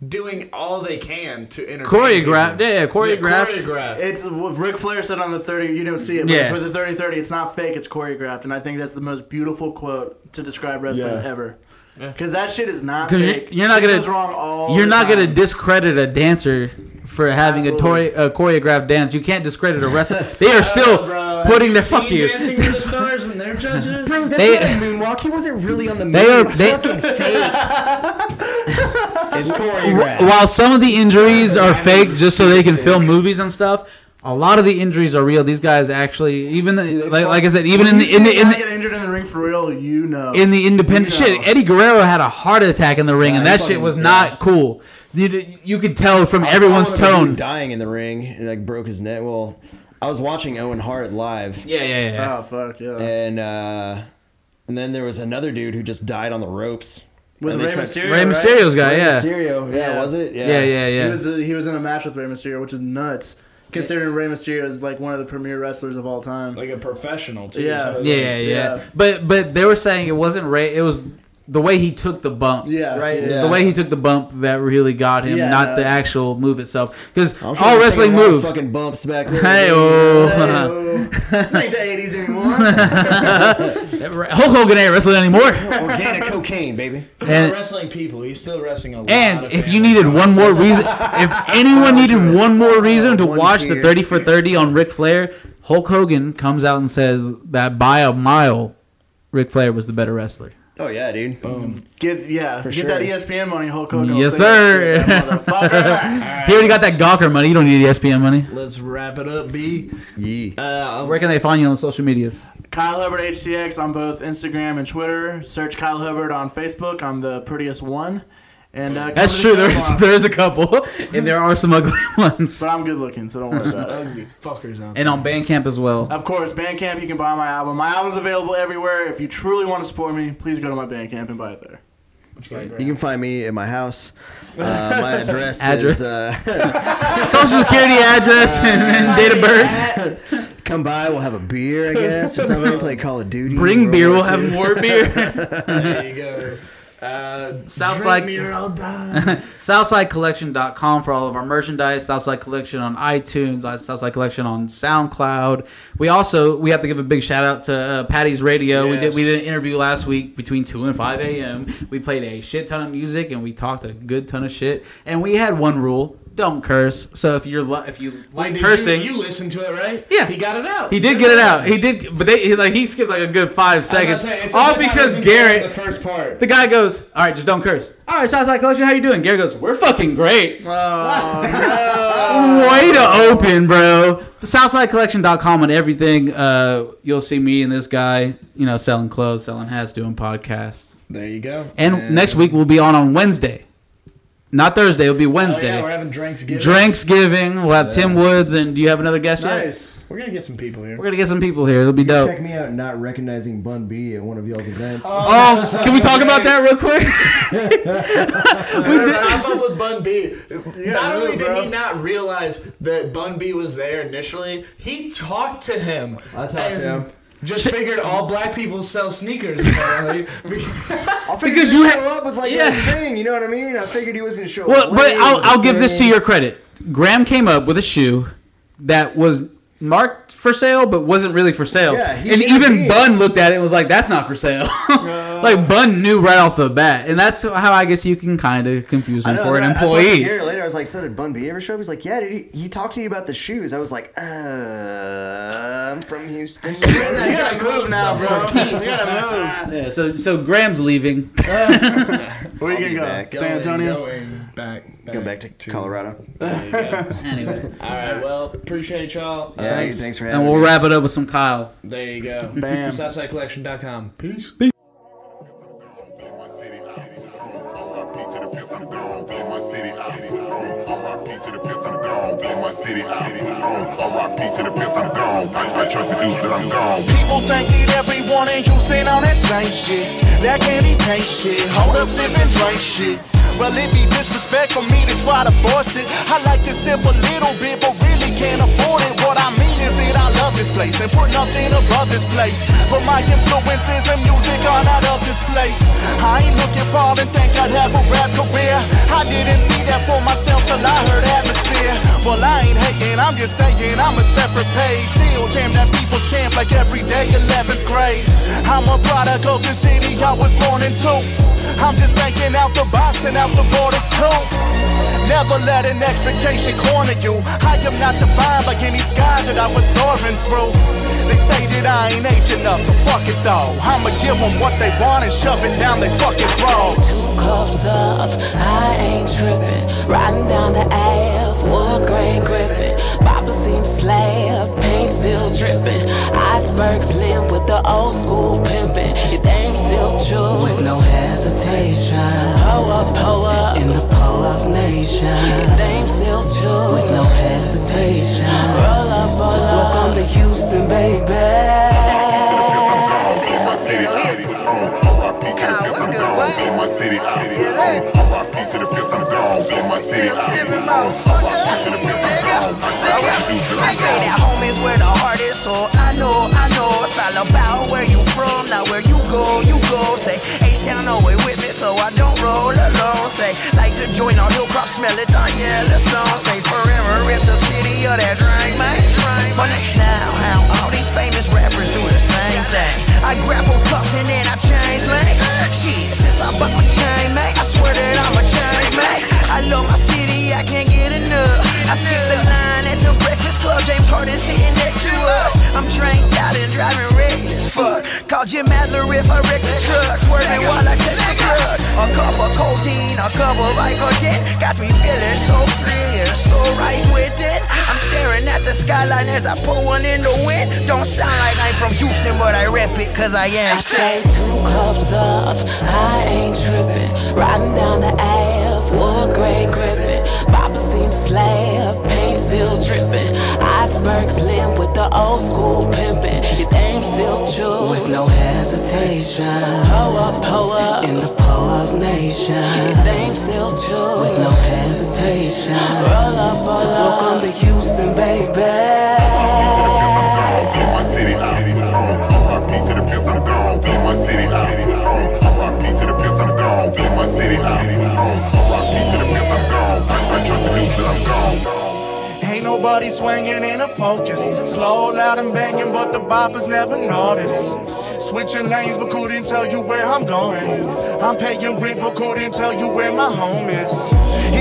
[SPEAKER 2] doing all they can to entertain.
[SPEAKER 3] Choreographed,
[SPEAKER 2] people.
[SPEAKER 3] yeah, eh, yeah, choreographed.
[SPEAKER 2] choreographed.
[SPEAKER 5] It's what Ric Flair said on the 30. You don't see it, but
[SPEAKER 3] Yeah.
[SPEAKER 5] for the 30 30, it's not fake, it's choreographed. And I think that's the most beautiful quote to describe wrestling ever. Because that shit is not
[SPEAKER 3] 'Cause you're-
[SPEAKER 5] fake.
[SPEAKER 3] you're not
[SPEAKER 5] Shit
[SPEAKER 3] gonna-
[SPEAKER 5] goes wrong all
[SPEAKER 3] You're
[SPEAKER 5] the
[SPEAKER 3] not going to
[SPEAKER 5] time.
[SPEAKER 3] discredit a dancer for having a,
[SPEAKER 5] Absolutely.
[SPEAKER 3] tore- a choreographed dance. You can't discredit a wrestler. They are still putting the fuck you.
[SPEAKER 2] Dancing with the stars and their judges.
[SPEAKER 6] That's
[SPEAKER 3] They-
[SPEAKER 6] not a moonwalk. He wasn't really on the moon.
[SPEAKER 3] They are
[SPEAKER 6] It's
[SPEAKER 3] they.
[SPEAKER 6] fucking fake. it's choreographed.
[SPEAKER 3] While some of the injuries are fake, just so they can film movies and stuff. A lot of the injuries are real. These guys actually, even the, like, like I said, even in the in the, in
[SPEAKER 5] Not
[SPEAKER 3] the
[SPEAKER 5] get injured in the ring for real, you know.
[SPEAKER 3] in the independent
[SPEAKER 5] You know.
[SPEAKER 3] shit. Eddie Guerrero had a heart attack in the ring, and
[SPEAKER 6] he
[SPEAKER 3] that shit
[SPEAKER 6] fucking-
[SPEAKER 3] was not cool. You, you could tell from everyone's
[SPEAKER 6] Saw one of them
[SPEAKER 3] tone.
[SPEAKER 6] dying in the ring and like broke his neck. Well, I was watching Owen Hart live,
[SPEAKER 3] Yeah, yeah, yeah.
[SPEAKER 5] oh, fuck, yeah.
[SPEAKER 6] and uh, and then there was another dude who just died on the ropes.
[SPEAKER 5] With
[SPEAKER 6] And they
[SPEAKER 5] Rey
[SPEAKER 6] tried-
[SPEAKER 5] Mysterio.
[SPEAKER 3] Rey
[SPEAKER 5] right?
[SPEAKER 3] Mysterio's guy,
[SPEAKER 6] Rey
[SPEAKER 3] yeah.
[SPEAKER 6] Mysterio. Yeah,
[SPEAKER 5] Yeah.
[SPEAKER 6] was it?
[SPEAKER 3] yeah, yeah, yeah,
[SPEAKER 5] He was uh, he was in a match with Rey Mysterio, which is nuts. Considering Rey Mysterio is like one of the premier wrestlers of all time.
[SPEAKER 3] Oh.
[SPEAKER 15] Like a professional too.
[SPEAKER 5] Yeah.
[SPEAKER 15] so-
[SPEAKER 3] yeah, yeah,
[SPEAKER 5] Yeah.
[SPEAKER 3] But but they were saying it wasn't Ray. It was the way he took the bump.
[SPEAKER 5] Yeah,
[SPEAKER 3] right. It was
[SPEAKER 5] yeah.
[SPEAKER 3] The way he took the bump that really got him,
[SPEAKER 5] Yeah,
[SPEAKER 3] not
[SPEAKER 5] no.
[SPEAKER 3] the actual move itself. Because
[SPEAKER 6] I'm sure
[SPEAKER 3] all
[SPEAKER 6] they're
[SPEAKER 3] wrestling
[SPEAKER 6] taking a lot of
[SPEAKER 3] moves.
[SPEAKER 6] Fucking bumps back there.
[SPEAKER 3] Hey,
[SPEAKER 5] Ain't the eighties anymore.
[SPEAKER 3] oh. Hulk Hogan ain't wrestling anymore.
[SPEAKER 6] Organic
[SPEAKER 3] oh.
[SPEAKER 6] cocaine, baby.
[SPEAKER 3] And
[SPEAKER 2] wrestling people. He's still wrestling a lot.
[SPEAKER 3] And
[SPEAKER 2] of
[SPEAKER 3] if you
[SPEAKER 2] family
[SPEAKER 3] needed
[SPEAKER 2] members.
[SPEAKER 3] one more reason, if anyone needed one more reason to
[SPEAKER 6] One
[SPEAKER 3] watch the
[SPEAKER 6] tier.
[SPEAKER 3] 30 for 30 on Ric Flair, Hulk Hogan comes out and says that by a mile, Ric Flair was the better wrestler.
[SPEAKER 6] Oh yeah, dude.
[SPEAKER 5] Get yeah, get
[SPEAKER 6] sure.
[SPEAKER 5] that E ESPN money, Hulk Hogan. will
[SPEAKER 3] Yes,
[SPEAKER 5] say that
[SPEAKER 3] sir.
[SPEAKER 5] shit, that motherfucker.
[SPEAKER 3] He already got that Gawker money. You don't need E ESPN money.
[SPEAKER 2] Let's wrap it up, B.
[SPEAKER 6] Yee.
[SPEAKER 2] Uh,
[SPEAKER 3] Um, Where can they find you on social medias?
[SPEAKER 5] Kyle Hubbard HTX on both Instagram and Twitter. Search Kyle Hubbard on Facebook. I'm the prettiest one. And uh, come
[SPEAKER 3] That's
[SPEAKER 5] to
[SPEAKER 3] true.
[SPEAKER 5] the show
[SPEAKER 3] There is
[SPEAKER 5] on-
[SPEAKER 3] there is a couple, and there are some ugly ones.
[SPEAKER 5] But I'm good looking, so don't worry about it.
[SPEAKER 2] ugly fuckers out. there.
[SPEAKER 3] And on Bandcamp as well.
[SPEAKER 5] Of course, Bandcamp, you can buy my album. My album's available everywhere. If you truly want to support me, please go to my Bandcamp and buy it there.
[SPEAKER 6] You can find me at my house. Uh, my address,
[SPEAKER 3] Address.
[SPEAKER 6] is uh,
[SPEAKER 3] Social security address and, and date of birth.
[SPEAKER 6] come by. We'll have a beer, I guess, or something. Play Call of Duty.
[SPEAKER 3] Bring
[SPEAKER 6] World
[SPEAKER 3] beer.
[SPEAKER 6] War
[SPEAKER 3] We'll
[SPEAKER 6] II.
[SPEAKER 3] have more beer.
[SPEAKER 2] there you go. Uh,
[SPEAKER 3] Sounds
[SPEAKER 2] drink
[SPEAKER 3] like-
[SPEAKER 2] me or I'll die.
[SPEAKER 3] SouthsideCollection.com for all of our merchandise. Southside Collection on iTunes. uh, Southside Collection on SoundCloud. We also we have to give a big shout out to uh, Patty's Radio. We did we did an interview last week between two and five a.m. We played a shit ton of music and we talked a good ton of shit. And we had one rule: don't curse. So if you're li- if you
[SPEAKER 2] Wait,
[SPEAKER 3] like
[SPEAKER 2] did
[SPEAKER 3] cursing.
[SPEAKER 2] You, you listened to it, right?
[SPEAKER 3] Yeah.
[SPEAKER 2] He got it out.
[SPEAKER 3] he did get it out. He did, but they he, like he skipped like a good five
[SPEAKER 2] I was
[SPEAKER 3] seconds,
[SPEAKER 2] gonna say, it's
[SPEAKER 3] all
[SPEAKER 2] like I
[SPEAKER 3] because
[SPEAKER 2] listened to
[SPEAKER 3] Garrett
[SPEAKER 2] The first part.
[SPEAKER 3] the guy goes, "All right, just don't curse." All right, Southside Collection, how you doing? Gary goes, "We're fucking great."
[SPEAKER 7] Oh,
[SPEAKER 3] Way to open, bro. SouthsideCollection.com on everything. Uh, you'll see me and this guy, you know, selling clothes, selling hats, doing podcasts.
[SPEAKER 2] There you go.
[SPEAKER 3] And next week we'll be on on Wednesday.
[SPEAKER 16] Not Thursday. It'll be
[SPEAKER 7] Oh, yeah,
[SPEAKER 16] Wednesday.
[SPEAKER 7] we're having drinks. Giving.
[SPEAKER 16] Drinks giving. We'll have Tim Woods, and do you have another guest yet?
[SPEAKER 5] Nice.
[SPEAKER 7] We're gonna get some people here.
[SPEAKER 16] We're gonna get some people here. It'll be dope.
[SPEAKER 6] Check me out not recognizing Bun B at one of y'all's events.
[SPEAKER 16] Oh, can we talk about that real quick?
[SPEAKER 7] we did. Wrap up with Bun B. Not only
[SPEAKER 5] move,
[SPEAKER 7] did
[SPEAKER 5] bro.
[SPEAKER 7] he not realize that Bun B was there initially, he talked to him.
[SPEAKER 6] I talked to
[SPEAKER 7] and
[SPEAKER 6] him.
[SPEAKER 7] Just figured all black people sell sneakers. Apparently.
[SPEAKER 6] I'll figure because you show up with like that thing, you know what I mean? I figured he was gonna show
[SPEAKER 16] Well,
[SPEAKER 6] up.
[SPEAKER 16] but
[SPEAKER 6] late
[SPEAKER 16] I'll,
[SPEAKER 6] with
[SPEAKER 16] I'll
[SPEAKER 6] the
[SPEAKER 16] give this to
[SPEAKER 6] thing.
[SPEAKER 16] your credit. Graham came up with a shoe that was marked for sale, but wasn't really for sale.
[SPEAKER 6] Yeah, he
[SPEAKER 16] and
[SPEAKER 6] knew
[SPEAKER 16] even
[SPEAKER 6] these. Uh,
[SPEAKER 16] Bun looked at it and was like, "That's not for sale." like Bun knew right off the bat, and that's how I guess you can kind of confuse
[SPEAKER 6] I
[SPEAKER 16] him
[SPEAKER 6] know,
[SPEAKER 16] for an
[SPEAKER 6] then I- I talked to
[SPEAKER 16] employee.
[SPEAKER 6] Garrett later, I was like, "So did Bun B ever show up?" He's like, "Yeah, dude, he, he talked to you about the shoes." I was like, "Uh, I'm from Houston."
[SPEAKER 5] We gotta move now, bro. We gotta move.
[SPEAKER 16] Yeah, so so Graham's leaving.
[SPEAKER 5] Where you
[SPEAKER 4] be
[SPEAKER 5] gonna go?
[SPEAKER 4] back.
[SPEAKER 5] San Antonio.
[SPEAKER 7] Going back.
[SPEAKER 4] Go back to Colorado.
[SPEAKER 16] anyway,
[SPEAKER 7] All right. Well, appreciate y'all.
[SPEAKER 4] Yeah,
[SPEAKER 6] Thanks.
[SPEAKER 4] thanks for having
[SPEAKER 16] and we'll
[SPEAKER 4] me.
[SPEAKER 16] wrap it up with some Kyle.
[SPEAKER 7] There you go.
[SPEAKER 5] Bam.
[SPEAKER 7] SouthsideCollection.com. Peace.
[SPEAKER 17] RIP to the pimp, I'm gone. Blame my city, I put on. RIP to the pimp, I'm gone. Blame my city, I put on. RIP to the pimp, I'm gone. I, I tried to do, but I'm gone.
[SPEAKER 18] People thinking everyone in Houston on that same shit. That candy paint shit. Hold up, sip and drink shit. Well, it be disrespect for me to try to force it. I like to sip a little bit, but really can't afford it. What I mean is that I love this place and put nothing above this place. But my influences and music are not of this place. I ain't looking ball and think I'd have a rap career. I didn't see that for myself till I heard atmosphere. Well, I ain't hating, I'm just saying I'm a separate page. Still jam that people's champ like every day, 11th grade. I'm a product of the city I was born into. I'm just thinking out the box and out the borders too. Never let an expectation corner you. I am not defined by any sky that I was soaring through. They say that I ain't age enough, so fuck it though. I'ma give them what they want and shove it down their fucking throats.
[SPEAKER 1] cups up. I ain't trippin'. Riding down the Ave, wood grain gripping. Papa seen the slab, paint still drippin'. Iceberg slim with the old school pimpin'. Your dame still true with no hesitation. Pull up, pull up in the pull up nation. Your dame still true with no hesitation. Roll up, roll up. Welcome to Houston, baby.
[SPEAKER 17] Blame my city, I put on. RIP to the pimp, I'm gone. Blame my city, I put on. RIP to the pimp, I'm gone. Blame my city, I put on. RIP to the pimp, I'm gone. I tried to do, but
[SPEAKER 18] I
[SPEAKER 17] I'm
[SPEAKER 18] say
[SPEAKER 17] gone.
[SPEAKER 18] that home is where the heart is, so I know, I know it's all about where you from, not where you go, you go. Say H-Town always with me, so I don't roll alone. Say like to join on Hillcrop, smell it on Yellowstone. Say forever rip the city of that drink, man. Drink, but now how all these famous rappers do the same thing. I grapple cups and then I change lanes. Shit, since I bought my chain, mate, I swear that I'm a change, mate. I love my city, I can't get enough. I skip the line at the breakfast club. James Harden sitting next to us. I'm dranked out and driving reckless. Fuck. Call Jim Adler if I wreck the truck. Swerving while I take the blood. A cup of codeine, a cup of Icotin. Got me feeling so free and so right with it. I'm staring at the skyline as I put one in the wind. Don't sound like I'm from Houston, but I rep it cause I am.
[SPEAKER 1] I say two cups up, I ain't trippin'. Riding down the Ave, wood grain gripping. Papa seen the slab, paint still drippin'. Iceberg slim with the old school pimpin'. Your dame still true with no hesitation. Pull up, pull up in the pull up nation. Your dame still true with no hesitation. Roll up, roll up. Welcome to Houston, baby.
[SPEAKER 17] Blame my city, I put on. RIP to the pimp, I'm gone. Blame my city, I put on. RIP to the pimp, I'm gone. Blame my city, I put on. RIP to the pimp, I'm gone. I, I tried to do, but I'm gone.
[SPEAKER 18] Ain't nobody swinging in a focus. Slow, loud, and banging, but the boppers never notice. Switching lanes, but couldn't tell you where I'm going. I'm paying rent, but couldn't tell you where my home is.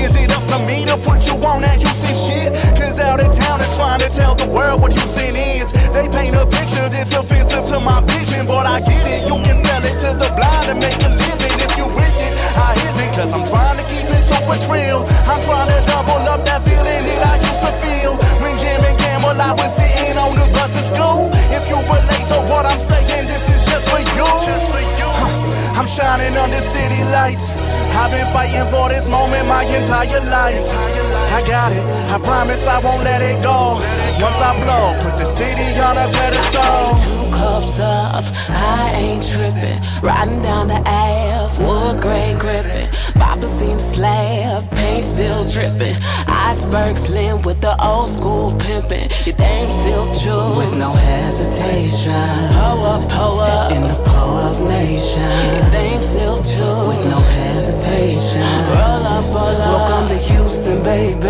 [SPEAKER 18] Is it up to me to put you on that Houston shit? Cause out of town is trying to tell the world what Houston is. They paint a picture that's offensive to my vision, but I get it. You can sell it to the blind and make a living if you with it. I isn't, cause I'm trying to keep it super trill. I'm trying to double up that feeling that I used to feel. When Jim and Gamble, I was sitting on the bus at school. If you relate to what I'm saying, this is just for you. Huh, I'm shining on the city lights. I I've been fighting for this moment my entire life. I got it, I promise I won't let it go. Once I blow, put the city on a pedestal.
[SPEAKER 1] Two cups up, I ain't tripping. Riding down the Ave, wood grain gripping. Bopping seen slab, paint still dripping. Iceberg slim with the old school pimping. Your dame still true. With no hesitation. Hoe up, hoe up. In the pole of nation. Your dame still true. With no hesitation. Roll up, roll up. Welcome to Houston, baby.
[SPEAKER 17] in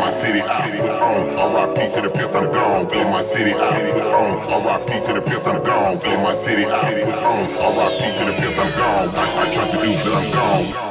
[SPEAKER 17] my city, I put on. RIP to the pimps I'm gone. In my city, I put on. RIP to the pimps I'm gone. In my city, I put on. RIP to the pimps I'm gone. I, I tried to do, but I'm gone.